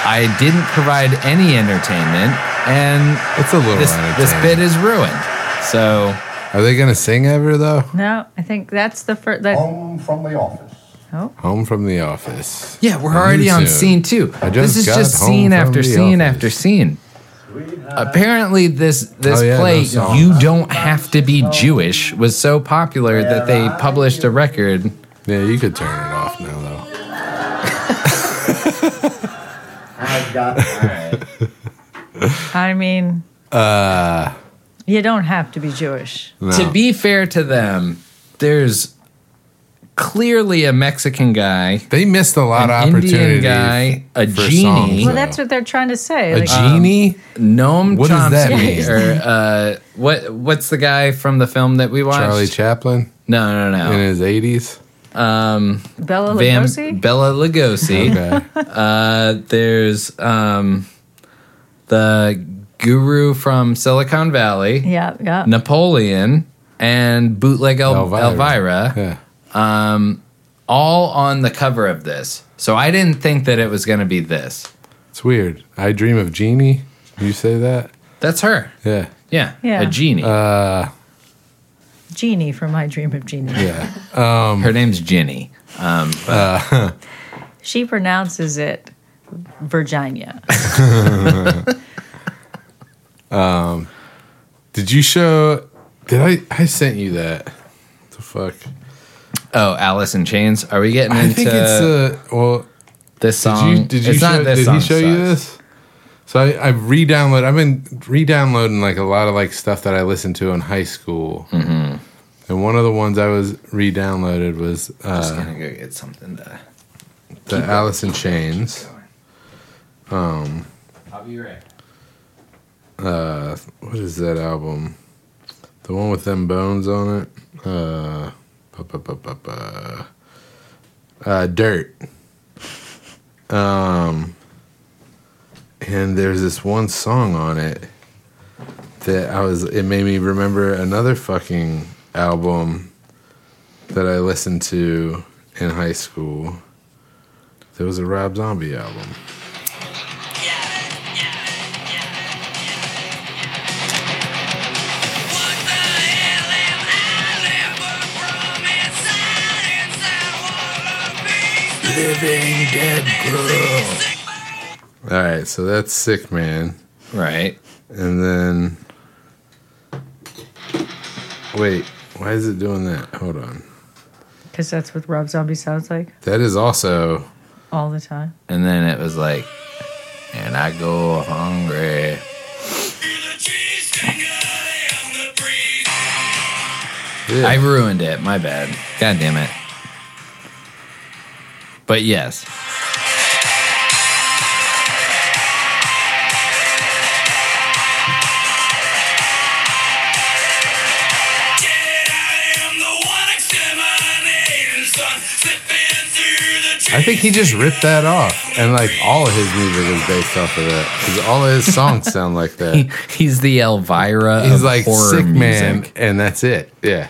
S1: I didn't provide any entertainment, and
S2: it's a little.
S1: this this bit is ruined. So
S2: Are they gonna sing ever though?
S3: No, I think that's the first. That,
S4: Home from the office.
S3: oh,
S2: Home from the office.
S1: yeah, we're already on
S2: YouTube.
S1: scene two.
S2: I just
S1: This is
S2: got
S1: just
S2: home
S1: scene
S2: from
S1: after
S2: the
S1: scene
S2: office.
S1: after scene. Apparently, this this
S2: Oh, yeah,
S1: play
S2: no song.
S1: "You Don't Have to Be Jewish" was so popular that they published a record.
S2: Yeah, you could turn it off now though.
S4: I've got.
S3: I mean, uh, you don't have to be Jewish.
S2: No.
S1: To be fair to them, there's clearly a Mexican guy
S2: They missed a lot
S1: An
S2: of
S1: Indian
S2: opportunity.
S1: guy, a
S2: for
S1: genie. Um,
S2: songs,
S1: Well,
S3: Well,
S2: though.
S3: that's what they're trying to say.
S2: a
S3: Like,
S2: genie.
S1: Noam
S2: What does that
S1: Chomsky,
S2: mean?
S1: or uh, what? What's the guy from the film that we watched?
S2: Charlie Chaplin
S1: no, no,
S2: in
S1: no.
S2: his eighties.
S3: Bella
S1: Van-
S3: Lugosi.
S1: Bella Lugosi.
S2: Okay.
S1: Uh, there's um, the guru from Silicon Valley,
S3: yeah, yeah.
S1: Napoleon, and bootleg El-
S2: Elvira.
S1: Elvira.
S2: yeah.
S1: all on the cover of this. So I didn't think that it was going to be this.
S2: It's weird. I dream of genie. You say that?
S1: That's her.
S2: Yeah.
S1: Yeah,
S3: Yeah.
S1: a genie.
S2: Um,
S3: Genie from My Dream of Genie.
S2: Yeah.
S1: her name's Ginny.
S3: She pronounces it Virginia.
S2: Did you show did I I sent you that? The fuck?
S1: Oh, Alice in Chains. Are we getting
S2: I
S1: into
S2: think it's uh well
S1: this
S2: did
S1: song?
S2: you did you
S1: it's
S2: show
S1: not this
S2: did
S1: song,
S2: he show you
S1: sucks.
S2: this? So I, I've re-downloaded. I've been re-downloading like a lot of like stuff that I listened to in high school,
S1: Mm-hmm.
S2: and one of the ones I was re-downloaded was
S1: I'm just
S2: uh,
S1: gonna go get something to.
S2: the Alice in Chains.
S1: I'll be right.
S2: uh what is that album the one with them bones on it uh bu- bu- bu- bu- bu- uh dirt um and there's this one song on it that i was it made me remember another fucking album that i listened to in high school, there was a Rob Zombie album. Living Dead Girl. All right, so that's Sick Man.
S1: Right.
S2: And then. Wait, why is it doing that? Hold on.
S3: Because that's what Rob Zombie sounds like
S2: That is also.
S3: all the time.
S1: And then it was like, and I go hungry. I
S2: Yeah.
S1: ruined it. My bad. God damn it. But yes.
S2: I think he just ripped that off. And like all of his music is based off of that. Because all of his songs sound like that.
S1: He, he's the Elvira
S2: He's
S1: of
S2: like
S1: horror
S2: sick man,
S1: music.
S2: and that's it. Yeah.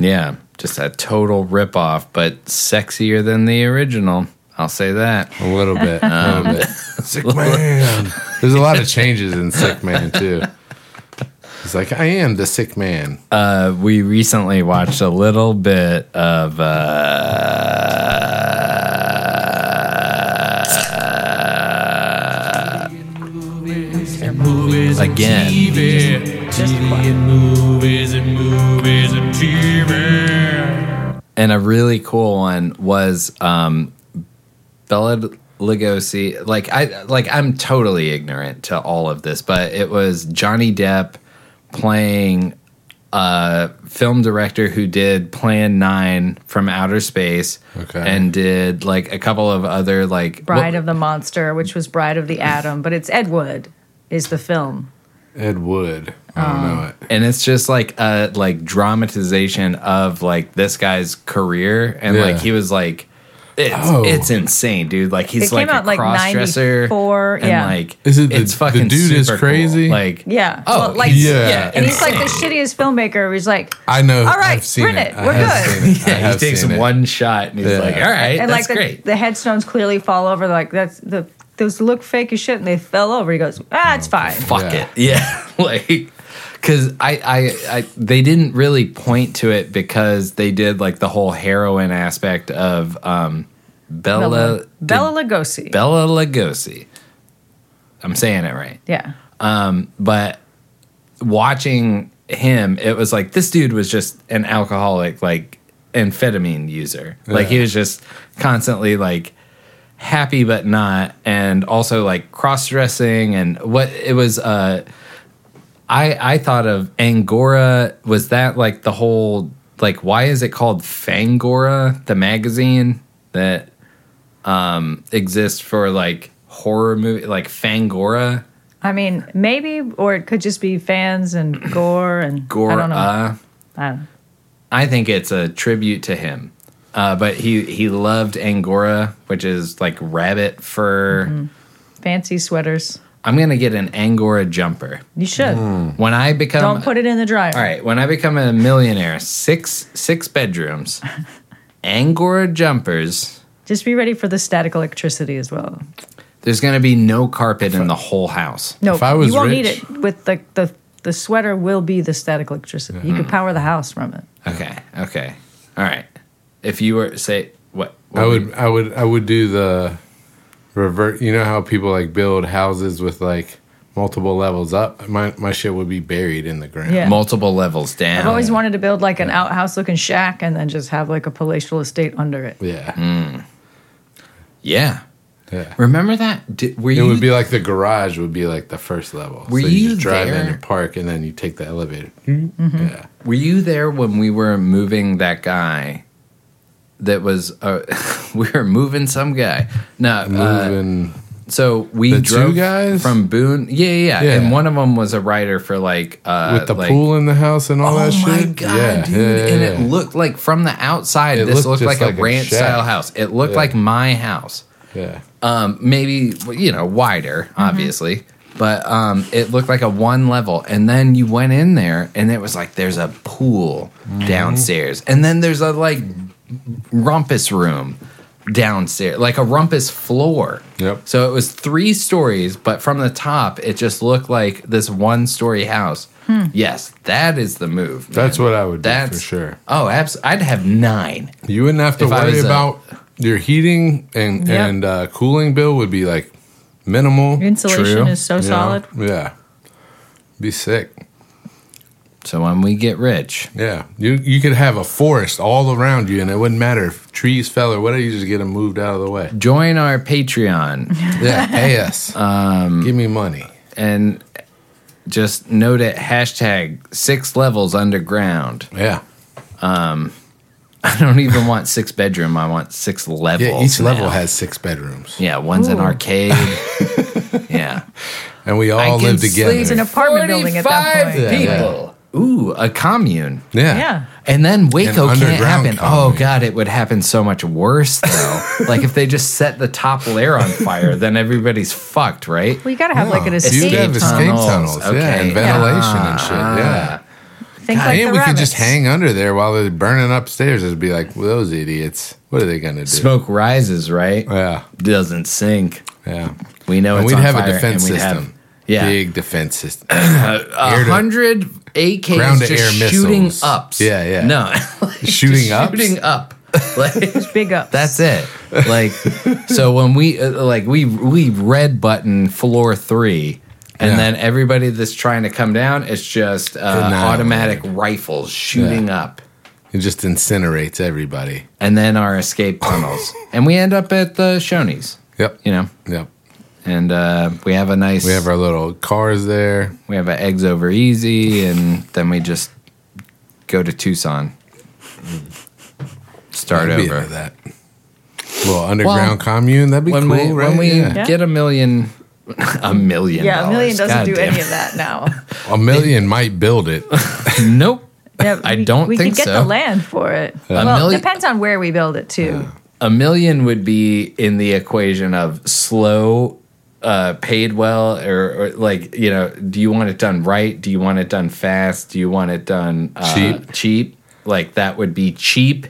S1: Yeah, just a total ripoff, but sexier than the original. I'll say that.
S2: A little bit. A little bit. Sick man. There's a lot of changes in Sick Man too. He's like, I am the sick man.
S1: Uh, we recently watched a little bit of uh, again. And a really cool one was um, Bella Lugosi. Like I like I'm totally ignorant to all of this, but it was Johnny Depp playing a film director who did Plan Nine from Outer Space,
S2: Okay.
S1: and did like a couple of other like
S3: Bride of the Monster, which was Bride of the Atom, but it's Ed Wood is the film.
S2: Ed Wood. I don't
S3: Um,
S2: know it.
S1: and it's just like a like dramatization of like this guy's career and
S2: Yeah.
S1: like he was like it's
S2: Oh.
S1: it's insane dude like he's
S3: It came
S1: like
S3: out,
S1: a
S3: like,
S1: cross dresser
S3: 94,
S1: and
S3: yeah.
S1: like
S2: Is it the-
S1: it's
S2: the
S1: fucking
S2: dude is
S1: super
S2: crazy?
S1: cool. like
S3: Yeah.
S1: Oh,
S3: Well, like,
S2: yeah.
S3: And he's like the shittiest filmmaker. He's like,
S2: I know.
S3: All right,
S2: I've seen
S3: print
S2: it.
S3: it.
S2: I
S3: We're
S2: have
S3: good.
S2: seen it. I
S1: yeah, he
S2: have
S1: takes
S2: seen it.
S1: one shot and he's
S2: Yeah.
S1: like all right
S3: and
S1: that's
S3: like the,
S1: great
S3: the headstones clearly fall over. They're like, that's the those look fake as shit, and they fell over. He goes, ah,
S1: Oh,
S3: it's fine.
S1: fuck
S2: Yeah.
S1: it. Yeah. like, because I, I, I, they didn't really point to it because they did like the whole heroin aspect of um, Bella,
S3: Bella, Bella Lugosi.
S1: Bella Lugosi. I'm saying it right.
S3: yeah.
S1: But watching him, it was like this dude was just an alcoholic, like amphetamine user. Like he was just constantly like happy but not, and also like cross dressing and what it was. Uh, I I thought of Angora. Was that like the whole like why is it called Fangora? The magazine that um exists for like horror movie like Fangora.
S3: I mean, maybe, or it could just be fans and gore and I
S1: Gora.
S3: don't know. I don't know.
S1: Ah. I think it's a tribute to him. Uh, but he he loved angora, which is like rabbit fur.
S3: Mm-hmm. Fancy sweaters.
S1: I'm gonna get an angora jumper
S3: You should.
S2: Mm.
S1: when I become.
S3: Don't put it in the dryer.
S1: all right, when I become a millionaire, six six bedrooms, angora jumpers.
S3: Just be ready for the static electricity as well.
S1: There's gonna be no carpet in the whole house.
S3: No,
S2: If I was
S3: you won't need
S2: rich-
S3: it with the, the the sweater will be the static electricity. You could power the house from it.
S1: Okay, okay, all right. If you were say what, what
S2: I
S1: were
S2: would
S1: you-
S2: I would I would do the revert you know how people like build houses with like multiple levels up? My my shit would be buried in the ground.
S3: Yeah.
S1: multiple levels down.
S3: I've always wanted to build like an outhouse looking shack and then just have like a palatial estate under it.
S2: Yeah.
S1: yeah,
S2: Yeah.
S1: remember that? Did, Mm. were
S2: It
S1: you
S2: would be like the garage would be like the first level.
S1: Were
S2: so you,
S1: you
S2: just drive in
S1: there? Mm-hmm.
S2: and park and then you take the elevator. Yeah.
S1: Were you there when we were moving that guy? That was uh, we were moving some guy. No, uh,
S2: Moving
S1: so we
S2: The two
S1: drove
S2: guys?
S1: from Boone. Yeah, yeah, yeah,
S2: Yeah.
S1: and one of them was a writer for like uh,
S2: with the
S1: like-
S2: pool in the house and all
S1: Oh
S2: that shit.
S1: my god,
S2: yeah.
S1: dude!
S2: yeah, yeah,
S1: and
S2: yeah.
S1: it looked like from the outside,
S2: It
S1: this
S2: looked
S1: looked, like,
S2: just like
S1: a
S2: a
S1: ranch style
S2: shack.
S1: house. It looked
S2: Yeah.
S1: like my house.
S2: yeah.
S1: Um, maybe you know wider,
S2: Mm-hmm.
S1: obviously, but um, it looked like a one level. And then you
S2: Mm-hmm.
S1: went in there, and it was like there's a pool downstairs, and then there's a like rumpus room downstairs, like a rumpus floor.
S2: Yep.
S1: So it was three stories, but from the top, it just looked like this one story house. Yes, that is the move.
S2: Hmm. That's
S1: man.
S2: what I would do
S1: That's
S2: for sure.
S1: Oh, abs- I'd have nine.
S2: You wouldn't have to
S1: If I
S2: worry
S1: was a-
S2: about your heating and
S3: Yep.
S2: and uh, cooling bill would be like minimal.
S3: Insulation
S1: True.
S3: is so
S2: you know?
S3: solid.
S2: Yeah, be sick.
S1: So when we get rich,
S2: Yeah, you you could have a forest all around you, and it wouldn't matter if trees fell or whatever. You just get them moved out of the way.
S1: join our Patreon.
S2: Yeah, pay us. Um, Give me money.
S1: and just note it hashtag six levels underground.
S2: Yeah,
S1: I don't even want six bedroom. I want six levels.
S2: yeah. Each level
S1: now.
S2: has six bedrooms,
S1: Yeah, one's an
S3: Ooh.
S1: arcade. yeah,
S2: and we all
S1: can
S2: live together.
S3: It's an apartment building at that
S1: 45
S3: point.
S2: Yeah, yeah.
S1: people. Ooh, a commune.
S2: yeah,
S3: Yeah.
S1: And then Waco can't
S2: underground
S1: happen.
S2: commune.
S1: Oh god, it would happen so much worse though. like if they just set the top layer on fire, then everybody's fucked, right?
S3: Well, you gotta have like an
S2: Yeah.
S3: escape.
S2: You'd have escape
S1: Oh. tunnels.
S2: tunnels, yeah,
S1: Okay.
S2: and ventilation and shit. Yeah,
S3: Think like
S2: and
S3: the
S2: we could
S3: rabbits.
S2: just hang under there while they're burning upstairs. It'd be like well, those idiots. What are they gonna do?
S1: Smoke rises, right?
S2: Yeah,
S1: Doesn't sink.
S2: yeah.
S1: We know
S2: And
S1: it's
S2: we'd
S1: on
S2: have a
S1: fire,
S2: defense
S1: and we'd have-
S2: system.
S1: yeah,
S2: big defense system.
S1: a
S2: Air to-
S1: hundred
S2: Ground
S1: AKs
S2: to
S1: just
S2: air
S1: shooting
S2: missiles.
S1: ups.
S2: Yeah, yeah.
S1: No, like, just
S2: Shooting ups?
S1: Shooting up. Like,
S3: big ups.
S1: that's it. Like so when we uh, like we we red button floor three. And
S2: Yeah.
S1: then everybody that's trying to come down, it's just uh,
S2: Annihilated.
S1: automatic rifles shooting up,
S2: It just incinerates everybody.
S1: and then our escape tunnels, and we end up at the Shoney's,
S2: Yep.
S1: you know.
S2: Yep.
S1: And uh, we have a nice,
S2: We have our little cars there.
S1: we have an eggs over easy, and then we just go to Tucson. Start
S2: I'd be
S1: over.
S2: into that. Little underground commune. That'd be
S1: When
S2: cool,
S1: we
S2: right?
S1: when we
S2: yeah.
S1: get a million, a million.
S3: yeah, a million
S1: dollars.
S3: doesn't
S1: God
S3: do
S1: damn
S3: any
S1: it.
S3: of that now.
S2: A million might build it.
S1: Nope.
S3: Yeah,
S1: I
S3: we-
S1: don't
S3: we
S1: think
S3: could get
S1: so.
S3: the land for it.
S1: A
S3: Well,
S1: million-
S3: depends on where we build it too.
S1: A million would be in the equation of slow, uh, paid well, or, or like you know, do you want it done right? Do you want it done fast? Do you want it done uh,
S2: Cheap.
S1: Cheap. Like that would be cheap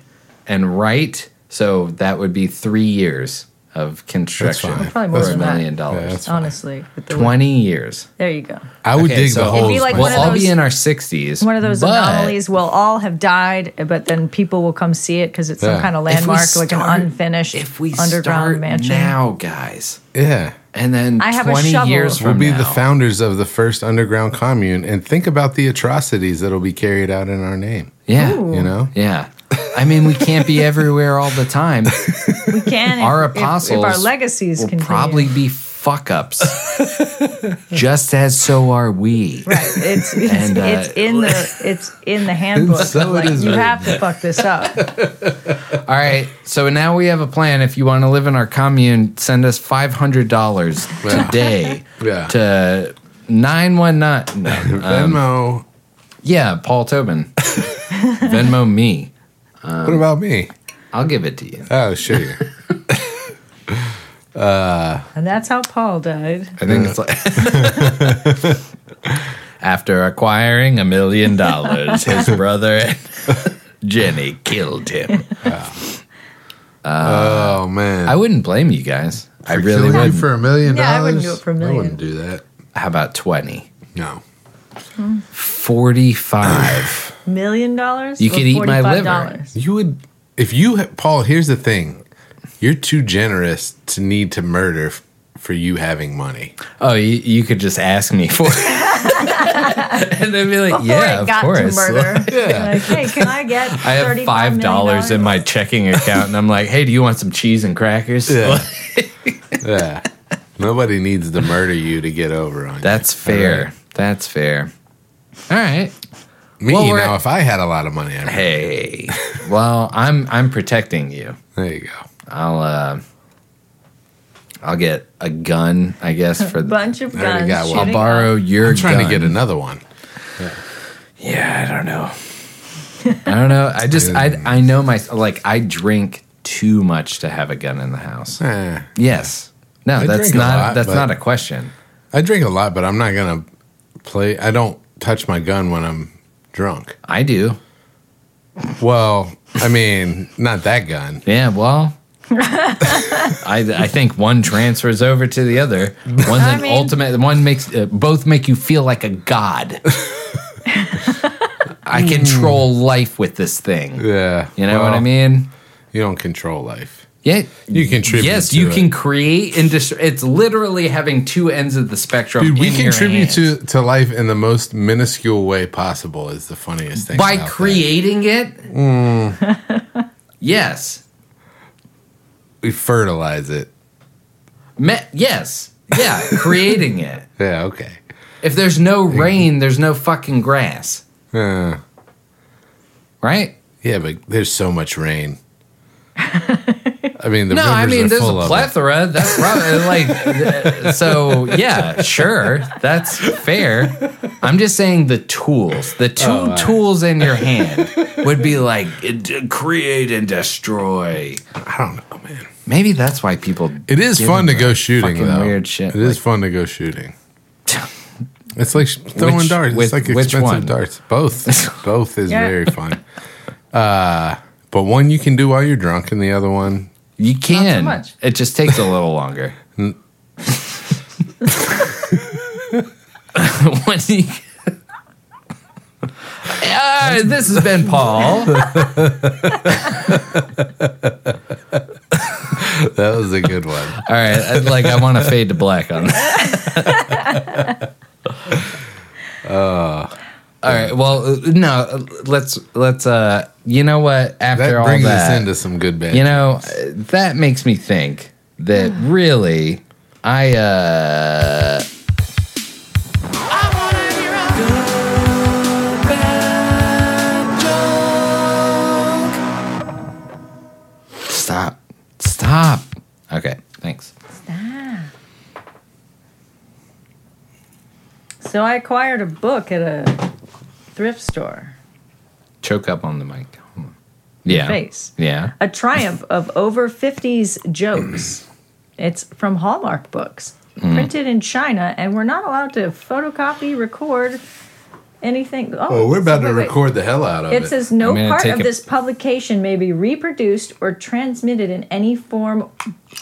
S1: and right. So that would be three years of construction.
S2: fine.
S3: Probably more
S1: for a
S3: than
S1: million
S3: that.
S1: dollars.
S2: that's-
S3: Honestly, with the-
S1: Twenty years.
S3: There you go.
S2: I would dig the
S1: whole.
S2: holes.
S3: It'd be like
S1: we'll
S3: one of
S2: myself.
S1: all be
S3: those-
S1: in our sixties.
S3: One of those anomalies. We'll all have died, but then people will come see it because it's some
S2: Yeah.
S3: kind of
S1: If we
S3: landmark, like
S1: start-
S3: an unfinished
S1: If we
S3: underground
S1: start
S3: mansion.
S1: now, guys,
S2: yeah.
S1: and then
S3: I have a
S1: twenty
S3: shovel.
S1: years
S2: We'll
S1: from
S2: be
S1: now,
S2: the founders of the first underground commune and think about the atrocities that'll be carried out in our name.
S1: yeah,
S2: You know?
S1: yeah. I mean, we can't be everywhere all the time.
S3: We can. if-
S1: Our
S3: if,
S1: apostles
S3: if our legacies
S1: We'll
S3: continue.
S1: probably be fuck ups. Just as so are we.
S3: Right. It's it's,
S1: And, uh,
S3: it's in the it's in the handbook.
S2: so
S3: of,
S2: it
S3: like,
S2: is
S3: you
S2: written.
S3: have to fuck this up.
S1: All right. So now we have a plan. If you want to live in our commune, send us five hundred dollars
S2: Yeah.
S1: today
S2: Yeah.
S1: to nine one nine.
S2: Venmo.
S1: Yeah, Paul Tobin. Venmo me.
S2: what about me?
S1: I'll give it to you.
S2: Oh, sure.
S3: And that's how Paul died.
S1: I think it's like after acquiring a million dollars, his brother Jenny killed him.
S2: oh, man.
S1: I wouldn't blame you guys. I
S2: For
S1: really
S2: killing you
S1: would.
S2: For a million dollars?
S3: Yeah, I wouldn't do it for a
S2: I
S3: million.
S2: wouldn't do that.
S1: How about twenty?
S2: No.
S1: Forty-five.
S3: Million dollars.
S1: You
S3: or
S1: could eat my
S3: $45?
S1: liver.
S2: You would, if you, ha- Paul. Here's the thing: you're too generous to need to murder f- for you having money.
S1: oh, you, you could just ask me for it, and I'd be like,
S3: Before
S1: "Yeah,
S3: it
S1: of
S3: got
S1: course."
S3: To murder.
S2: Yeah.
S3: Like, hey, can I get?
S1: I have five dollars in my checking account, and I'm like, "Hey, do you want some cheese and crackers?"
S2: Yeah. Yeah, nobody needs to murder you to get over on
S1: That's fair. That's fair. All right.
S2: you. me.
S1: well, we're-
S2: now, if I had a lot of money, I'd,
S1: Hey. well, I'm I'm protecting you.
S2: there you go.
S1: I'll uh I'll get a gun, I guess, for the
S3: bunch of
S2: I already
S3: guns.
S2: got one.
S1: I'll
S3: shooting
S1: borrow
S3: off.
S1: your
S2: I'm trying
S1: gun.
S2: to get another one.
S1: Yeah, I don't know. I don't know. I just I I know my like I drink too much to have a gun in the house.
S2: Eh,
S1: Yes. No,
S2: I
S1: that's
S2: drink a
S1: not
S2: lot,
S1: that's
S2: but-
S1: not a question.
S2: I drink a lot, but I'm not gonna play. I don't touch my gun when I'm drunk.
S1: I do.
S2: Well, I mean, not that gun.
S1: Yeah, well, I, I think one transfers over to the other. One's an
S3: mean-
S1: ultimate. One makes uh, both make you feel like a god. I control life with this thing.
S2: Yeah.
S1: You know what I
S2: Hmm. well,
S1: mean?
S2: You don't control life.
S1: Yeah.
S2: You contribute.
S1: Yes,
S2: to
S1: you
S2: it.
S1: can create and destroy. It's literally having two ends of the spectrum.
S2: Dude, we
S1: in your
S2: contribute
S1: hands.
S2: to, to life in the most minuscule way possible is the funniest thing.
S1: by
S2: about that.
S1: creating it. yes.
S2: we fertilize it.
S1: Me- yes. Yeah, creating it.
S2: Yeah, okay.
S1: If there's no rain, there's no fucking grass,
S2: Uh,
S1: right?
S2: yeah, but there's so much rain. I mean, the
S1: no,
S2: rivers
S1: I mean
S2: are
S1: there's
S2: full
S1: a
S2: of it.
S1: plethora. That's probably like th- so. Yeah, sure, that's fair. I'm just saying the tools, the two
S2: Oh,
S1: tools in your hand would be like uh, d- create and destroy.
S2: I don't know, man.
S1: Maybe that's why people.
S2: It is
S1: give
S2: fun to
S1: them
S2: go
S1: the
S2: shooting,
S1: fucking
S2: though.
S1: Weird shit.
S2: It is fun to go shooting. It's like sh- throwing
S1: Which-
S2: darts.
S1: with-
S2: it's like
S1: which
S2: expensive
S1: one?
S2: darts. Both. Both is
S3: Yeah.
S2: very fun. Uh, but one you can do while you're drunk, and the other one,
S1: You can.
S3: much.
S1: It just takes a little longer. When you- Ah, this has been Paul.
S2: that was a good one.
S1: All right, I'd like I want to fade to black on that.
S2: Uh,
S1: All right. Well, uh, no. uh, Let's let's. uh You know what? After
S2: That
S1: all
S2: brings
S1: that,
S2: us into some good bad.
S1: you know, uh, that makes me think that really, I uh. Stop. Stop. Okay, thanks.
S3: Ah. So I acquired a book at a thrift store.
S1: choke up on the mic. Hold on. Yeah.
S3: Face.
S1: Yeah.
S3: A triumph of over 50s jokes. It's from Hallmark Books,
S2: Hmm.
S3: printed in China, and we're not allowed to photocopy, record anything. Oh,
S2: Oh, we're about
S3: wait,
S2: to
S3: wait.
S2: record the hell out of it.
S3: It says no
S1: I'm gonna
S3: part
S1: take
S3: of
S1: a-
S3: this publication may be reproduced or transmitted in any form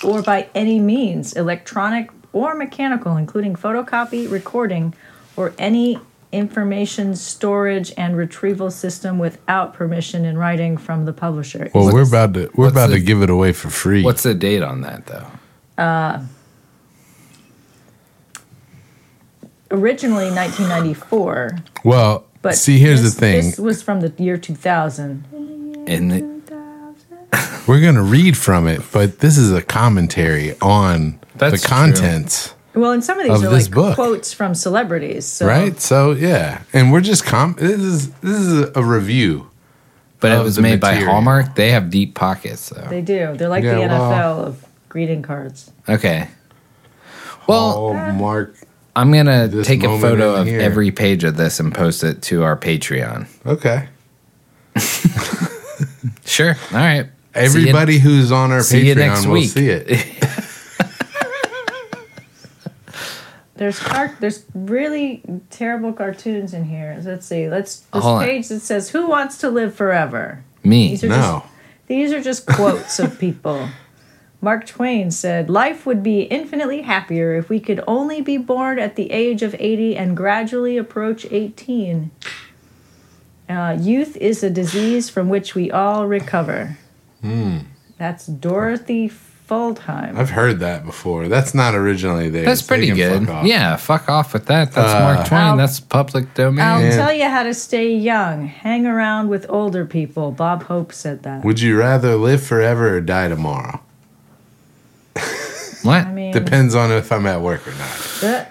S3: or by any means, electronic or mechanical, including photocopy, recording, or any information storage and retrieval system without permission in writing from the publisher.
S2: well, we're about to we're
S1: what's
S2: about
S1: the-
S2: to give it away for free.
S1: What's the date on that though?
S3: Originally 1994,
S2: well,
S3: but
S2: see, here's
S3: this-
S2: the thing.
S3: This was from the year 2000.
S1: And it-
S2: We're gonna read from it, but this is a commentary on
S1: That's
S2: the contents,
S3: Well, and some of these
S2: Of
S3: are
S2: this
S3: like
S2: book.
S3: quotes from celebrities. So
S2: right? So yeah, and we're just com. This is this is a review.
S1: but it
S2: Of
S1: was
S2: the
S1: made by
S2: material.
S1: Hallmark. They have deep pockets though.
S3: They do. They're like the
S2: Yeah, well-
S3: NFL of greeting cards.
S1: Okay. Well, uh,
S2: oh, Mark.
S1: I'm gonna
S2: this
S1: take a
S2: moment
S1: photo
S2: in
S1: of
S2: here.
S1: every page of this and post it to our Patreon.
S2: Okay.
S1: Sure. All right.
S2: Everybody who's on our
S1: see you next
S2: Patreon will
S1: week.
S2: see it.
S3: There's car- there's really terrible cartoons in here. Let's see. Let's this
S1: Hold on.
S3: page that says "Who wants to live forever."
S1: me.
S3: These are
S2: No.
S3: just these are just quotes of people. Mark Twain said, "Life would be infinitely happier if we could only be born at the age of 80 and gradually approach 18." Uh, youth is a disease from which we all recover.
S1: Hmm.
S3: That's Dorothy Fuldheim.
S2: I've heard that before. That's not originally there.
S1: That's
S2: so
S1: pretty
S2: they can
S1: good.
S2: fuck off. Uh,
S1: yeah, fuck off with that. That's Mark Twain.
S3: I'll-
S1: That's public domain.
S3: I'll
S2: Yeah.
S3: tell you how to stay young. Hang around with older people. Bob Hope said that.
S2: Would you rather live forever or die tomorrow?
S1: what?
S3: I mean,
S1: Uh,
S2: Depends on if I'm at work or not.
S3: that-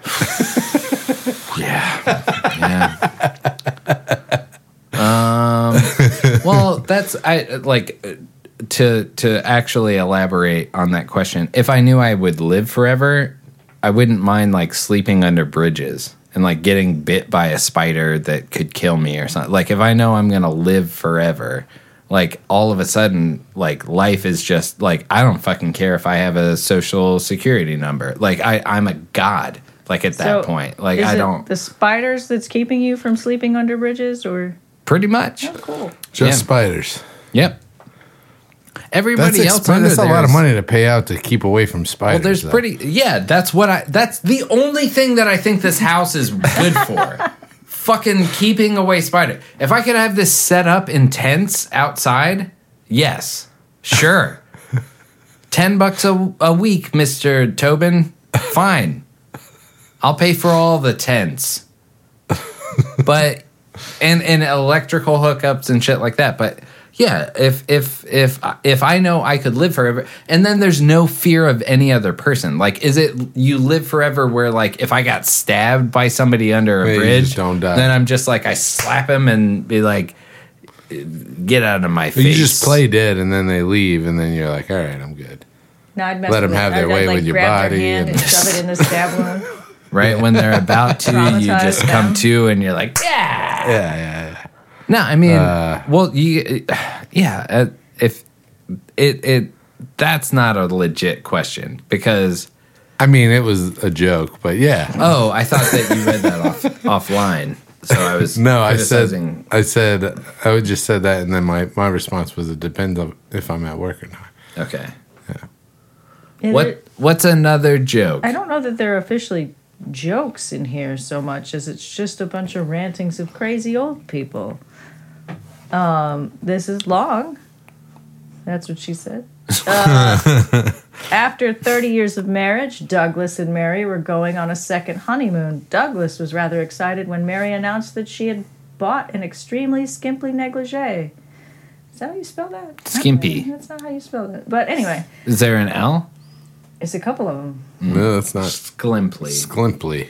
S1: Yeah. yeah. Um, well, that's I like uh, to to actually elaborate on that question. If I knew I would live forever, I wouldn't mind like sleeping under bridges and like getting bit by a spider that could kill me or something. Like if I know I'm going to live forever, like all of a sudden like life is just like I don't fucking care if I have a social security number. Like I I'm a god like at that
S3: so
S1: point. Like
S3: is
S1: I
S3: it
S1: don't
S3: The spiders that's keeping you from sleeping under bridges, or
S1: Pretty much.
S3: oh, cool.
S2: Just
S1: Yeah.
S2: spiders.
S1: Yep. Everybody
S2: That's,
S1: else
S2: expen-
S1: under
S2: that's a
S1: there
S2: lot of
S1: is-
S2: money to pay out to keep away from spiders.
S1: Well, there's
S2: though.
S1: pretty. Yeah, that's what I. That's the only thing that I think this house is good for. Fucking keeping away spider. If I could have this set up in tents outside, yes, sure. Ten bucks a, a week, Mister Tobin. Fine, I'll pay for all the tents. But and and electrical hookups and shit like that. But yeah, if if if if I know I could live forever, and then there's no fear of any other person. Like, is it you live forever? Where like if I got stabbed by somebody under a
S2: Yeah, you
S1: bridge,
S2: just don't die.
S1: Then I'm just like I slap him and be like, get out of my face.
S2: You just play dead and then they leave and then you're like, all right, I'm good.
S3: No, I'd mess
S2: Let
S3: with
S2: 'em
S3: it.
S2: have their
S3: I'd,
S2: way
S3: I'd, like,
S2: with your
S3: grab
S2: body
S3: Their hand
S2: and-
S3: and shove it in the stab wound.
S1: right when they're about to. you
S3: Traumatize
S1: just
S3: them.
S1: come to and you're like, yeah.
S2: Yeah, yeah, yeah. Uh,
S1: No, I mean, well, you, yeah, uh, if it it that's not a legit question because
S2: I mean, it was a joke, but yeah.
S1: oh, I thought that you read that off offline, so I was
S2: No, I
S1: criticizing-
S2: said, I said, I would just said that, and then my my response was, it depends on if I'm at work or not.
S1: okay.
S3: Yeah, there-
S1: What what's another joke?
S3: I don't know that they're officially jokes in here so much as it's just a bunch of rantings of crazy old people. Um, this is long. That's what she said. Uh, after 30 years of marriage, Douglas and Mary were going on a second honeymoon. Douglas was rather excited when Mary announced that she had bought an extremely skimpy negligee. Is that how you spell that?
S1: Skimpy.
S3: That's not how you spell it. But anyway,
S1: Is there an L?
S3: it's a couple of them.
S1: Mm.
S2: No, that's not
S1: Sklimply.
S2: sklimply.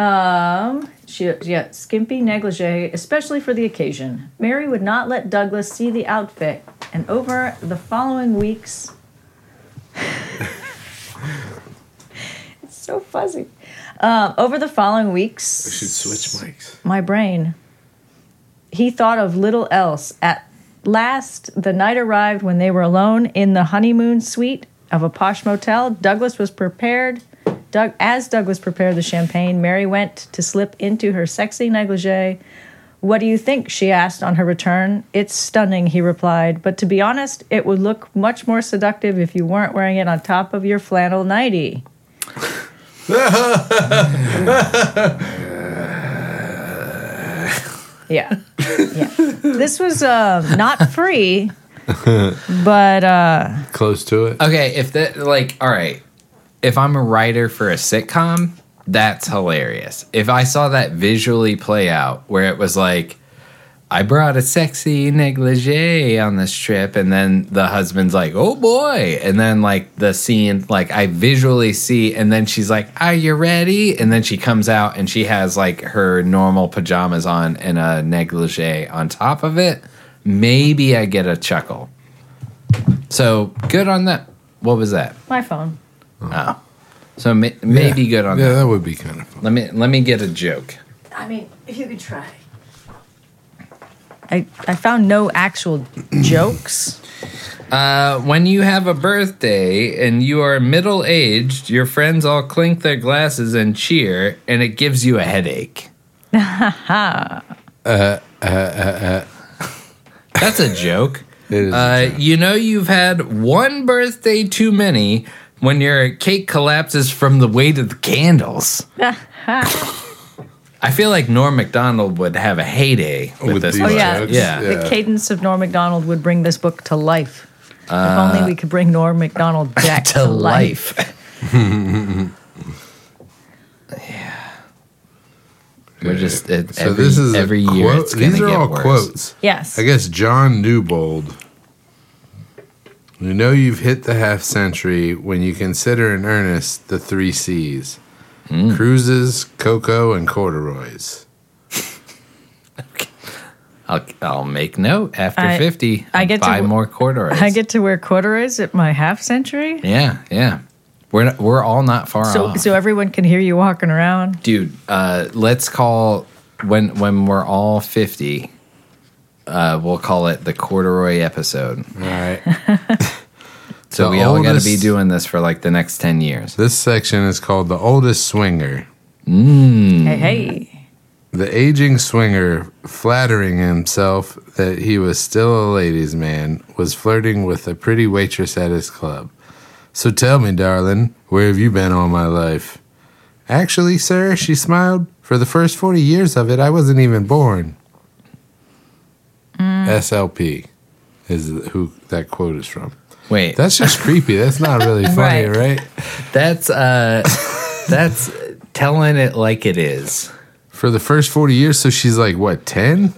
S3: Um, she, yeah, skimpy negligee, especially for the occasion. Mary would not let Douglas see the outfit, and over the following weeks. it's so fuzzy. Um, over the following weeks.
S2: We should switch mics.
S3: My brain. He thought of little else. At last, the night arrived when they were alone in the honeymoon suite of a posh motel. Douglas was prepared. Doug, as Douglas prepared the champagne, Mary went to slip into her sexy negligee. What do you think? she asked on her return. It's stunning, he replied, but to be honest, it would look much more seductive if you weren't wearing it on top of your flannel nightie. Yeah. Yeah. This was uh, not free, but uh,
S2: Close to it.
S1: Okay, if that like all right, if I'm a writer for a sitcom, that's hilarious. If I saw that visually play out where it was like I brought a sexy negligee on this trip and then the husband's like, "Oh boy." And then like the scene like I visually see and then she's like, "Are you ready?" and then she comes out and she has like her normal pajamas on and a negligee on top of it. Maybe I get a chuckle. So good on that. What was that?
S3: my phone.
S1: Oh, so ma- maybe good on
S2: Yeah,
S1: that.
S2: that would be kind of fun.
S1: Let me let me get a joke.
S5: I mean, if you could try.
S3: I, I found no actual jokes.
S1: Uh, when you have a birthday and you are middle aged, your friends all clink their glasses and cheer, and it gives you a headache.
S2: Uh,
S1: That's a joke.
S2: It is uh. a
S1: Uh, you know you've had one birthday too many when your cake collapses from the weight of the candles. I feel like Norm Macdonald would have a heyday with,
S2: With
S1: this.
S2: these
S1: one.
S3: Oh, yeah.
S2: jokes?
S1: Yeah.
S3: The cadence of Norm MacDonald would bring this book to life. if only we could bring Norm MacDonald back to,
S1: Uh, to life. yeah. We're just it,
S2: So
S1: every,
S2: this is a
S1: every year.
S2: quote-
S1: it's gonna
S2: These are
S1: get
S2: all
S1: worse.
S2: quotes.
S3: Yes.
S2: I guess John Newbold. You know you've hit the half century when you consider in earnest the three C's:
S1: Hmm.
S2: cruises, cocoa, and corduroys.
S1: I'll, I'll make note after
S3: I-
S1: fifty.
S3: I
S1: I'll
S3: get to
S1: buy
S3: w-
S1: more corduroys.
S3: I get to wear corduroys at my half century.
S1: yeah, yeah. We're not, we're all not far
S3: So,
S1: off,
S3: so everyone can hear you walking around.
S1: dude. Uh, let's call when when we're all fifty. Uh, we'll call it the corduroy episode.
S2: All right.
S1: So
S2: The
S1: we all got to
S2: oldest-
S1: be doing this for like the next ten years. Mm-hmm.
S2: this section is called the oldest swinger.
S3: Hey, hey.
S2: The aging swinger, flattering himself that he was still a ladies' man, was flirting with a pretty waitress at his club. So tell me, darling, where have you been all my life? Actually, sir, she smiled, for the first 40 years of it, I wasn't even born.
S1: Mm.
S2: SLP is who that quote is from.
S1: Wait,
S2: That's just creepy. That's not really funny,
S1: Right.
S2: right?
S1: that's uh, that's telling it like it is.
S2: For the first 40 years, so she's like, what, 10?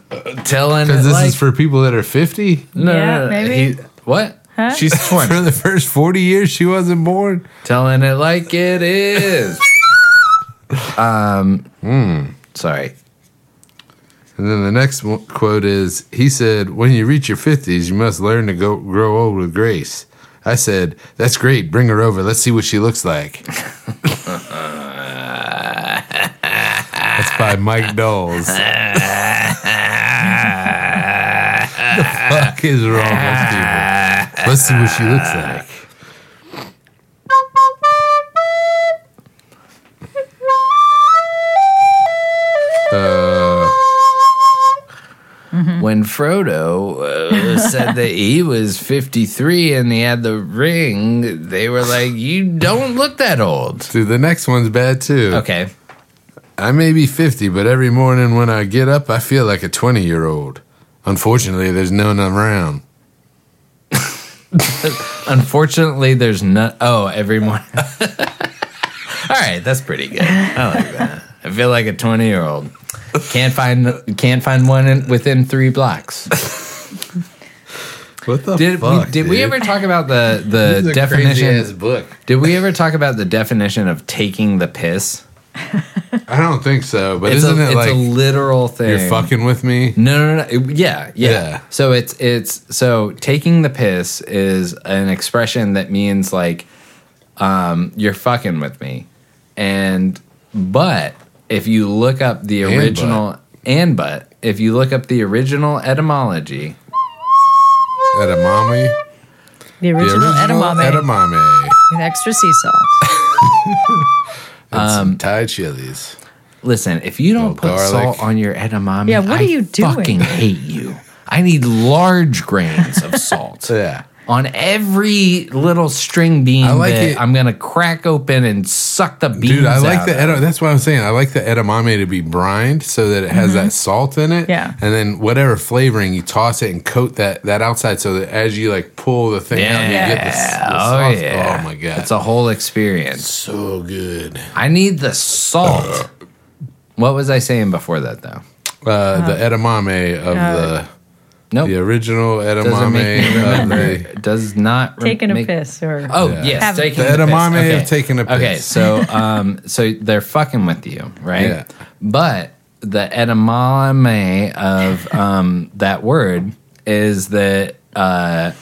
S1: Telling it
S2: Because this
S1: like
S2: is for people that are 50?
S1: no,
S3: Yeah,
S1: no, no,
S3: maybe.
S1: he- what? She's
S2: For
S1: twenty.
S2: the first 40 years, she wasn't born?
S1: telling it like it is.
S2: Hmm.
S1: Um, sorry.
S2: And then the next one, quote is He said, When you reach your 50s, you must learn to go, grow old with grace. I said, That's great. Bring her over. Let's see what she looks like. That's by Mike Knowles. the fuck is wrong with people? Let's see what she looks like.
S3: Hmm.
S1: When Frodo uh, said that he was 53 and he had the ring, they were like, You don't look that old.
S2: Dude, the next one's bad too.
S1: Okay.
S2: I may be 50, but every morning when I get up, I feel like a 20 year old. Unfortunately, there's none around.
S1: Unfortunately, there's not. Oh, every morning. All right, that's pretty good. I like that. I feel like a 20 year old. Can't find can't find one in, within three blocks.
S2: What the
S1: Did we, did we ever talk about the the definition?
S2: book.
S1: Did we ever talk about the definition of taking the piss?
S2: I don't think so, but
S1: It's,
S2: isn't
S1: a,
S2: it
S1: it's a
S2: like
S1: literal thing.
S2: you're fucking with me?
S1: No, no, no. no. Yeah, yeah,
S2: Yeah.
S1: So it's it's so taking the piss is an expression that means like um, you're fucking with me, and but if you look up the
S2: And
S1: original and but if you look up the original etymology,
S2: Edamame?
S3: The
S2: The
S3: original,
S2: original
S3: edamame
S2: edamame.
S3: with extra sea salt.
S2: And
S1: Um,
S2: some Thai chilies.
S1: listen, if you don't put
S2: Little garlic.
S1: salt on your edamame,
S3: Yeah, what
S1: I
S3: are you doing?
S1: Fucking hate you. I need large grains of salt.
S2: Yeah.
S1: on every little string bean
S2: I like
S1: that
S2: it.
S1: I'm gonna crack open and suck the beans.
S2: Dude, I like
S1: out
S2: the
S1: of.
S2: edam- that's what I'm saying. I like the edamame to be brined so that it has
S1: Mm-hmm.
S2: that salt in it.
S3: Yeah.
S2: And then whatever flavoring you toss it and coat that that outside so that as you like pull the thing out, you get the, s- the
S1: oh
S2: sauce.
S1: yeah.
S2: Oh my god.
S1: it's a whole experience.
S2: so good.
S1: I need the salt. what was I saying before that though?
S2: Uh, the edamame of the
S1: Nope.
S2: the original
S1: uh, Doesn't make me
S2: edamame of
S1: remember.
S2: the
S1: It Does not rem-
S3: Taking a
S1: make-
S3: piss or
S1: Oh
S2: Yeah.
S1: yes,
S3: Have-
S1: taking
S2: The
S1: piss.
S2: edamame
S1: okay.
S2: of taking a piss.
S1: Okay, so um, so they're fucking with you, right?
S2: Yeah.
S1: But the edamame of um that word is that uh,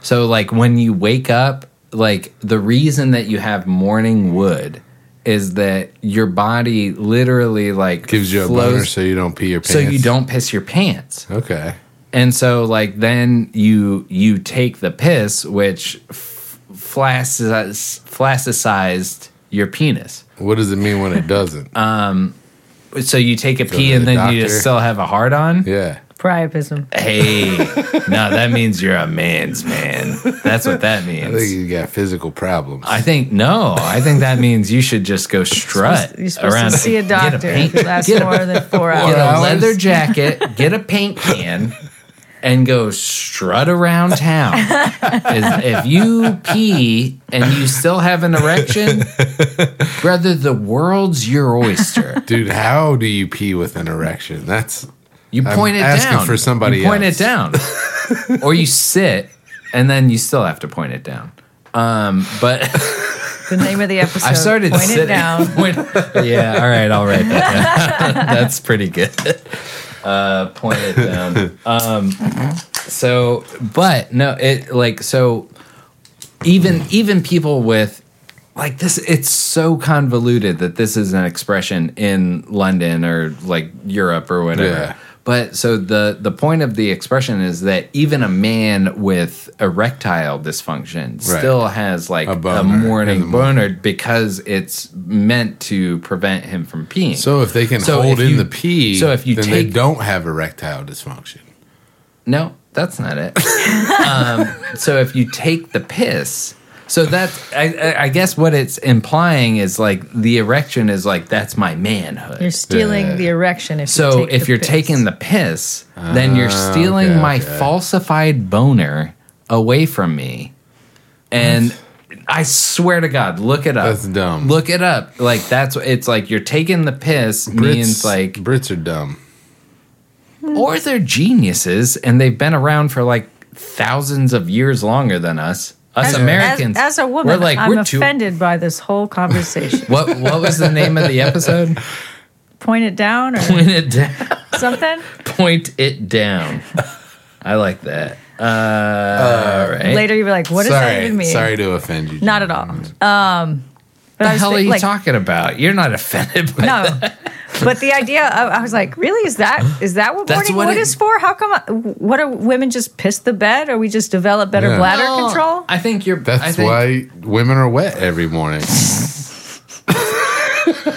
S1: so like when you wake up, like the reason that you have morning wood is that your body literally like
S2: gives you a boner
S1: flows-
S2: so you don't pee your pants.
S1: so you don't piss your pants
S2: Okay.
S1: and so like then you you take the piss which f- flacis- flaccicized your penis
S2: What does it mean when
S1: Uh,
S2: it doesn't?
S1: so you take a
S2: to
S1: pee and
S2: the
S1: then you
S2: doctor.
S1: just still have a hard on
S2: yeah.
S3: priapism.
S1: hey no that means you're a man's man that's what that
S2: I think
S1: means
S2: you got physical problems.
S1: I think no. I think that means you should just go strut
S3: You're supposed
S1: around.
S3: to see a
S1: get
S3: doctor
S1: paint-
S3: if it lasts
S1: get a-
S3: more than four
S1: get
S3: hours.
S1: a
S2: hours.
S1: leather jacket, get a paint can, and go strut around town. Is- if you pee and you still have an erection, brother, the world's your oyster.
S2: Dude, how do you pee with an erection? That's
S1: You
S2: I'm
S1: point it
S2: asking
S1: down
S2: for somebody
S1: You point
S2: else.
S1: it down, or you sit, and then you still have to point it down. Um, but
S3: The name of the episode.
S1: I started
S3: Point
S1: sitting.
S3: it down.
S1: Point- yeah, all right, all right. That's pretty good. Uh, point it down. Um, so, but no, it like so. Even even people with like this, it's so convoluted that this is an expression in London or like Europe or whatever.
S2: Yeah.
S1: But so the the point of the expression is that even a man with erectile dysfunction still has like
S2: A
S1: a,
S2: boner in the
S1: morning
S2: morning.
S1: boner because it's meant to prevent him from peeing.
S2: So if they can
S1: So
S2: hold
S1: if
S2: in
S1: you-
S2: the pee,
S1: so if you
S2: then they
S1: take-
S2: don't have erectile dysfunction.
S1: No, that's not it. um, so if you take the piss, so that's I, I- I guess what it's implying is like the erection is like that's my manhood.
S3: You're stealing the erection if
S1: so
S3: you take
S1: if
S3: the
S1: you're
S3: piss.
S1: taking the piss, then you're
S2: Ah,
S1: stealing
S2: okay,
S1: my
S2: okay.
S1: falsified boner away from me, and. I swear to God, look it up.
S2: That's dumb.
S1: Look it up. Like that's it's like you're taking the piss means like
S2: Brits are dumb.
S1: or they're geniuses and they've been around for like thousands of years longer than us. Us
S3: As-
S1: Americans,
S3: as, as a woman,
S1: we're like
S3: I'm
S1: we're too.
S3: offended by this whole conversation.
S1: What what was the name of the episode?
S3: Point it down or
S1: Point it down.
S3: something.
S1: Point it down. I like that. Uh, all right.
S3: Later, you'll be like, "What does
S2: sorry,
S3: that even mean?"
S2: sorry to offend you.
S3: Not at all. Um,
S1: What
S3: but I
S1: the
S3: was
S1: hell are
S3: thi-
S1: you
S3: like,
S1: talking about? You're not offended by
S3: No, but the idea, I, I was like, really, is that is that what
S1: That's
S3: morning
S1: what
S3: wood
S1: it-
S3: is for? How come? I, what are women just piss the bed, or we just develop better
S2: Yeah.
S3: bladder
S1: No,
S3: control?
S1: I think you're. I
S2: That's
S1: think
S2: why women are wet every morning.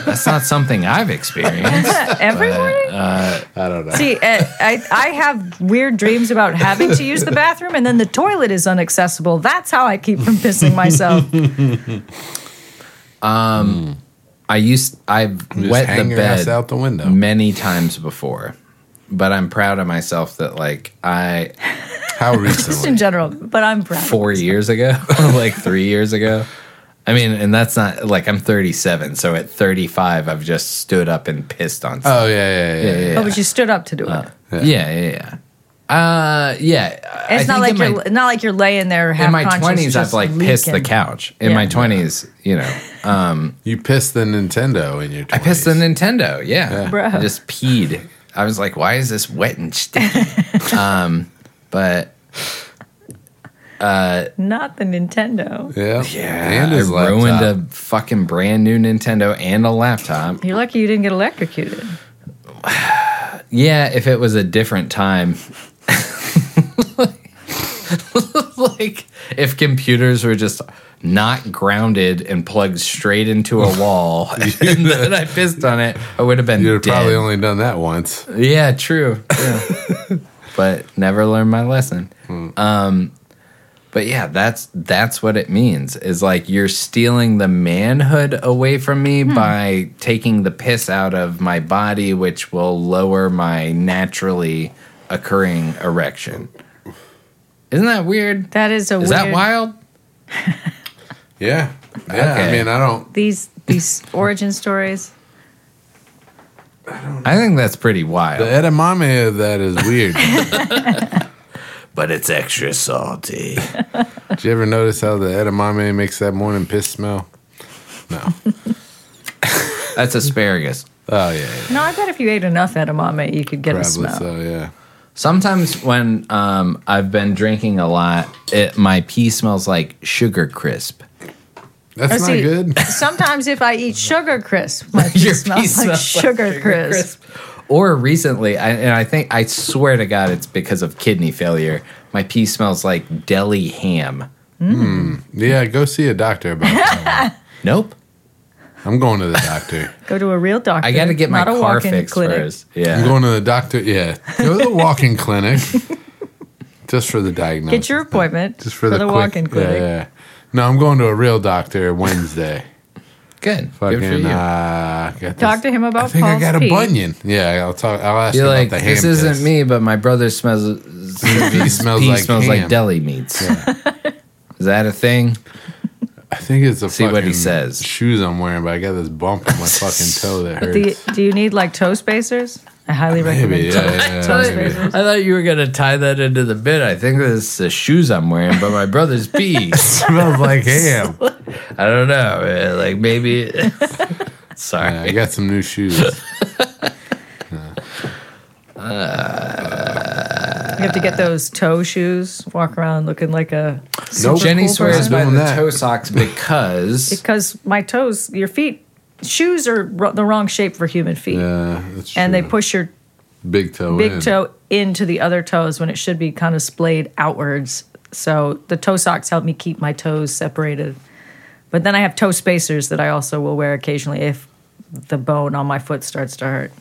S1: that's not something I've experienced.
S3: Every morning.
S2: I don't know.
S3: See, uh, I I have weird dreams about having to use the bathroom, and then the toilet is inaccessible. That's how I keep from pissing myself.
S1: I used. I've
S2: Just
S1: wet
S2: hang
S1: the
S2: your ass
S1: bed
S2: out the window.
S1: many times before, but I'm proud of myself that like I
S2: How
S3: Just in
S2: recently?
S3: general, but I'm proud. Oh,
S1: four years ago, like three years ago. I mean, and that's not like I'm 37, so at 35, I've just stood up and pissed on.
S2: oh yeah, yeah, yeah. yeah,
S3: Oh, but you stood up to do it.
S1: yeah, yeah, yeah. yeah. Uh, yeah. I
S3: it's not
S1: think
S3: like
S1: in
S3: you're
S1: my,
S3: not like you're laying there.
S1: in my
S3: half-conscious,
S1: 20s, I've
S3: just
S1: like pissed the
S3: leaking.
S1: couch. In my
S3: Yeah.
S1: 20s, you know,
S2: You pissed the Nintendo in your. 20s.
S1: I pissed the Nintendo. Yeah,
S3: Bro.
S1: I just peed. I was like, why is this wet and sticky? um, but
S3: Not the Nintendo.
S2: Yeah,
S1: yeah,
S2: and his
S1: I ruined
S2: laptop.
S1: a fucking brand new Nintendo and a laptop.
S3: You're lucky you didn't get electrocuted.
S1: Yeah, if it was a different time. like if computers were just not grounded and plugged straight into a wall and then I pissed on it, I would have been
S2: You'd have
S1: dead.
S2: probably only done that once.
S1: yeah, true. Yeah. but never learned my lesson. Um but yeah, that's that's what it means. Is like you're stealing the manhood away from me by taking the piss out of my body, which will lower my naturally occurring erection. Isn't that weird?
S3: That is a
S1: Is
S3: weird.
S1: that wild?
S2: Yeah, yeah. I
S1: Okay.
S2: mean, I don't.
S3: These these origin stories.
S1: I think that's pretty
S2: The
S1: wild.
S2: edamame of that is weird. Did
S1: But it's extra salty.
S2: you ever notice how the edamame makes that morning piss smell? No.
S1: that's asparagus.
S2: Oh yeah, yeah
S3: No, I bet if you ate enough edamame, you could get
S2: probably
S3: a smell.
S2: so. Yeah.
S1: Sometimes when um, I've been drinking a lot, it, my pee smells like sugar crisp.
S2: That's
S3: Oh,
S2: not
S3: see-
S2: good.
S3: Sometimes if I eat sugar crisp, my pee
S1: Your
S3: smells
S1: pee
S3: like
S1: smells like
S3: sugar crisp.
S1: Or recently, I, and I think I swear to God, it's because of kidney failure. My pee smells like deli ham.
S2: Yeah, go see a doctor about that.
S1: Nope,
S2: I'm going to the doctor.
S3: Go to a real doctor.
S1: I got to get my
S3: not a
S1: car
S3: walk-in
S1: fixed
S3: clinic.
S1: first.
S2: I'm
S1: Yeah,
S2: going to the doctor. Yeah, go to the walk-in clinic just for the diagnosis.
S3: Get your appointment
S2: just for, the, quick-
S3: walk-in clinic.
S2: Yeah, yeah. No, I'm going to a real doctor Wednesday.
S1: good.
S2: Fucking
S1: good for you.
S2: uh, got this-
S3: Talk to him about
S2: I think I
S3: Paul's
S2: got a
S3: pee.
S2: bunion. Yeah, I'll talk. I'll ask you
S1: You're
S2: about
S1: like
S2: the ham.
S1: this isn't
S2: piss.
S1: me, but my brother smells.
S2: He smells
S1: pee
S2: like
S1: smells like
S2: ham.
S1: deli meats. Is that a thing?
S2: I think it's a
S1: See what he
S2: fucking
S1: says.
S2: Shoes I'm wearing, but I got this bump on my fucking toe that
S3: But
S2: hurts.
S3: do you, do you need like toe spacers? I highly recommend
S2: Maybe,
S3: toe,
S2: yeah, yeah,
S3: toe
S2: yeah, maybe.
S3: spacers.
S1: I thought you were gonna tie that into the bit. I think it's the shoes I'm wearing, but my brother's pee.
S2: smells like ham.
S1: I don't know. eh, Like maybe. Sorry.
S2: Yeah, I got some new shoes.
S3: You have to get those toe shoes. Walk around looking like a
S2: Nope.
S1: Jenny
S3: cool
S1: swears
S3: person.
S1: by
S2: Doing
S1: the
S2: that.
S1: toe socks because
S3: because my toes, your feet, shoes are ro- the wrong shape for human feet,
S2: Uh, that's
S3: and they
S2: true.
S3: push your
S2: Big toe
S3: big
S2: in.
S3: toe into the other toes when it should be kind of splayed outwards. So the toe socks help me keep my toes separated. But then I have toe spacers that I also will wear occasionally if the bone on my foot starts to hurt.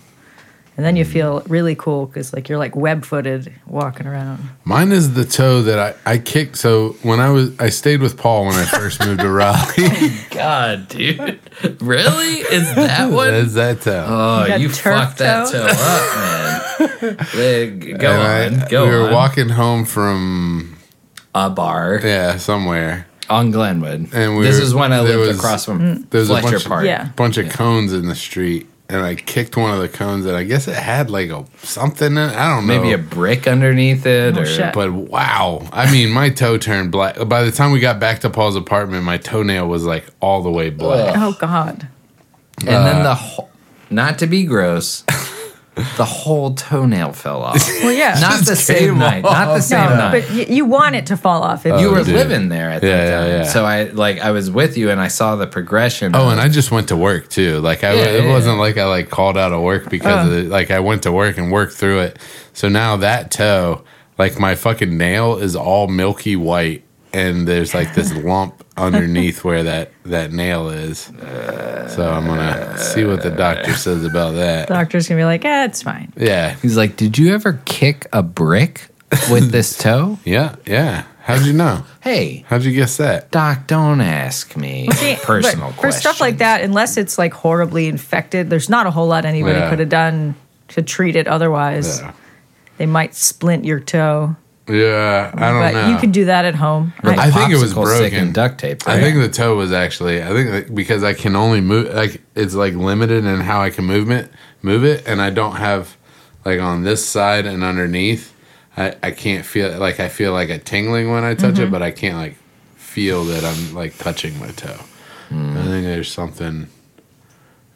S3: And then you feel really cool because like you're like web footed walking around.
S2: Mine is the toe that I, I kicked. So when I was, I stayed with Paul when I first moved to Raleigh.
S1: God, dude. Really? Is that what?
S2: That's that toe.
S1: Oh,
S3: You got
S1: you
S3: turf
S1: fucked that
S3: toe?
S1: toe up, man. Like, Go
S2: And
S1: on.
S2: I-
S1: Go
S2: we were
S1: on.
S2: walking home from
S1: a bar
S2: yeah somewhere.
S1: on Glenwood.
S2: And we
S1: this
S2: were-
S1: is when I
S2: there
S1: lived
S2: was-
S1: across from
S2: There was a
S1: Fletcher
S2: bunch,
S1: Park.
S3: Mm. Yeah.
S2: bunch of cones in the street, and I kicked one of the cones, and I guess it had like a something. In, it. I don't know.
S1: Maybe a brick underneath it,
S3: Oh,
S1: or
S3: shit.
S2: But wow, I mean, my toe turned black. By the time we got back to Paul's apartment, my toenail was like all the way black.
S3: Oh God.
S1: and
S2: Uh,
S1: then the whole, not to be gross, the whole toenail fell off.
S3: Well, yeah.
S1: not the same night. Not the same
S3: no,
S1: night.
S3: but y- you want it to fall off. If
S1: you were
S2: Oh, dude.
S1: living there at
S2: Yeah,
S1: that
S2: yeah,
S1: time,
S2: yeah.
S1: so I like I was with you and I saw the progression.
S2: Oh, and I just went to work too. Like I,
S1: Yeah,
S2: it
S1: yeah, Uh.
S2: wasn't like I like called out of work because of the, like I went to work and worked through it. So now that toe, like my fucking nail is all milky white, and there's like this lump underneath where that that nail is. So I'm gonna see what the doctor says about that.
S3: doctor's gonna be like, eh, it's fine.
S2: Yeah,
S1: he's like, "Did you ever kick a brick with this toe?"
S2: yeah, yeah. How'd you know?
S1: Hey,
S2: How'd you guess that?
S1: doc, don't ask me
S3: See,
S1: personal
S3: but
S1: questions
S3: for stuff like that. Unless it's like horribly infected, there's not a whole lot anybody
S2: Yeah.
S3: could have done to treat it. Otherwise,
S2: Yeah,
S3: they might splint your toe.
S2: yeah I don't
S3: But
S2: know.
S3: you can do that at home.
S1: With
S2: I think it was
S1: popsicle stick
S2: broken.
S1: and duct tape.
S2: I think the toe was actually. I think that because I can only move. Like it's like limited in how I can movement move it, and I don't have like on this side and underneath. I I can't feel like I feel like a tingling when I touch
S3: Mm-hmm.
S2: it, but I can't like feel that I'm like touching my toe.
S3: Mm.
S2: I think there's something.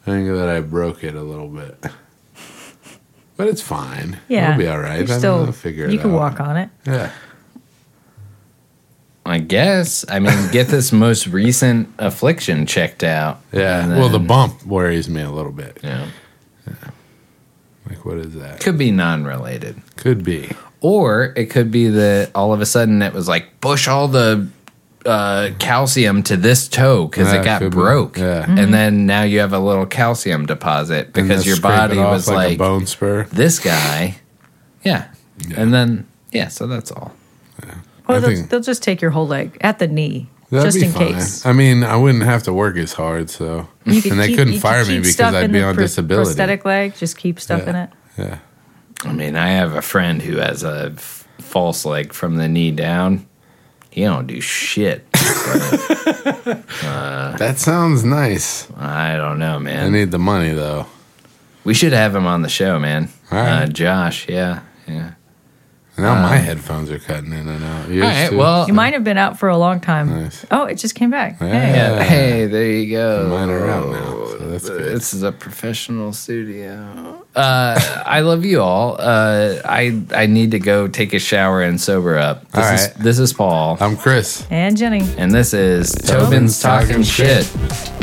S2: I think that I broke it a little bit, but it's fine.
S3: yeah,
S2: it'll be all right.
S3: You're
S2: I'm
S3: still,
S2: gonna figure it
S3: you can
S2: out.
S3: walk on it.
S2: Yeah,
S1: I guess. I mean, get this most recent affliction checked out.
S2: yeah.
S1: and
S2: well, the
S1: then-
S2: bump worries me a little bit.
S1: yeah.
S2: Like, what is that?
S1: could be non-related.
S2: Could be.
S1: Or it could be that all of a sudden it was like push all the uh, calcium to this toe because
S2: Yeah,
S1: it got
S2: could be.
S1: broke,
S2: Yeah.
S1: and then now you have a little calcium deposit
S2: And
S1: because
S2: then
S1: your
S2: scrape
S1: body
S2: it off
S1: was
S2: a
S1: like,
S2: bone spur.
S1: this guy, yeah. and then yeah. So that's all.
S2: I
S3: Or they'll,
S2: think-
S3: they'll just take your whole leg at the knee,
S2: That'd
S3: just
S2: be
S3: in
S2: fine.
S3: case.
S2: I mean, I wouldn't have to work as hard, so
S3: You could
S2: and they
S3: keep-
S2: couldn't
S3: you could
S2: fire me
S3: keep
S2: because
S3: stuff
S2: I'd
S3: in
S2: be
S3: the
S2: on
S3: pros-
S2: disability.
S3: Prosthetic leg, just keep stuff
S2: Yeah.
S3: in it.
S2: Yeah,
S1: I mean, I have a friend who has a f- false leg from the knee down. He don't do shit.
S2: that sounds nice.
S1: I don't know,
S2: I
S1: man.
S2: need the money though.
S1: we should have him on the show, man.
S2: All right.
S1: Uh, Josh, yeah, yeah.
S2: Now
S3: Uh,
S2: my headphones are cutting in and out. Yours
S1: All right,
S2: too?
S1: well,
S3: You might have been out for a long time.
S2: Nice.
S3: Oh, it just came back. Hey.
S2: Yeah.
S1: Yeah, hey, there you go.
S2: Mine are Uh, out now, so that's good.
S1: This is a professional studio. Uh, I love you all. Uh, I I need to go take a shower and sober up. This
S2: All
S1: is
S2: right.
S1: this is Paul,
S2: I'm Chris.
S3: And Jenny.
S1: and this is Tobin's,
S2: Tobin's Talking
S1: talking shit.
S2: Shit.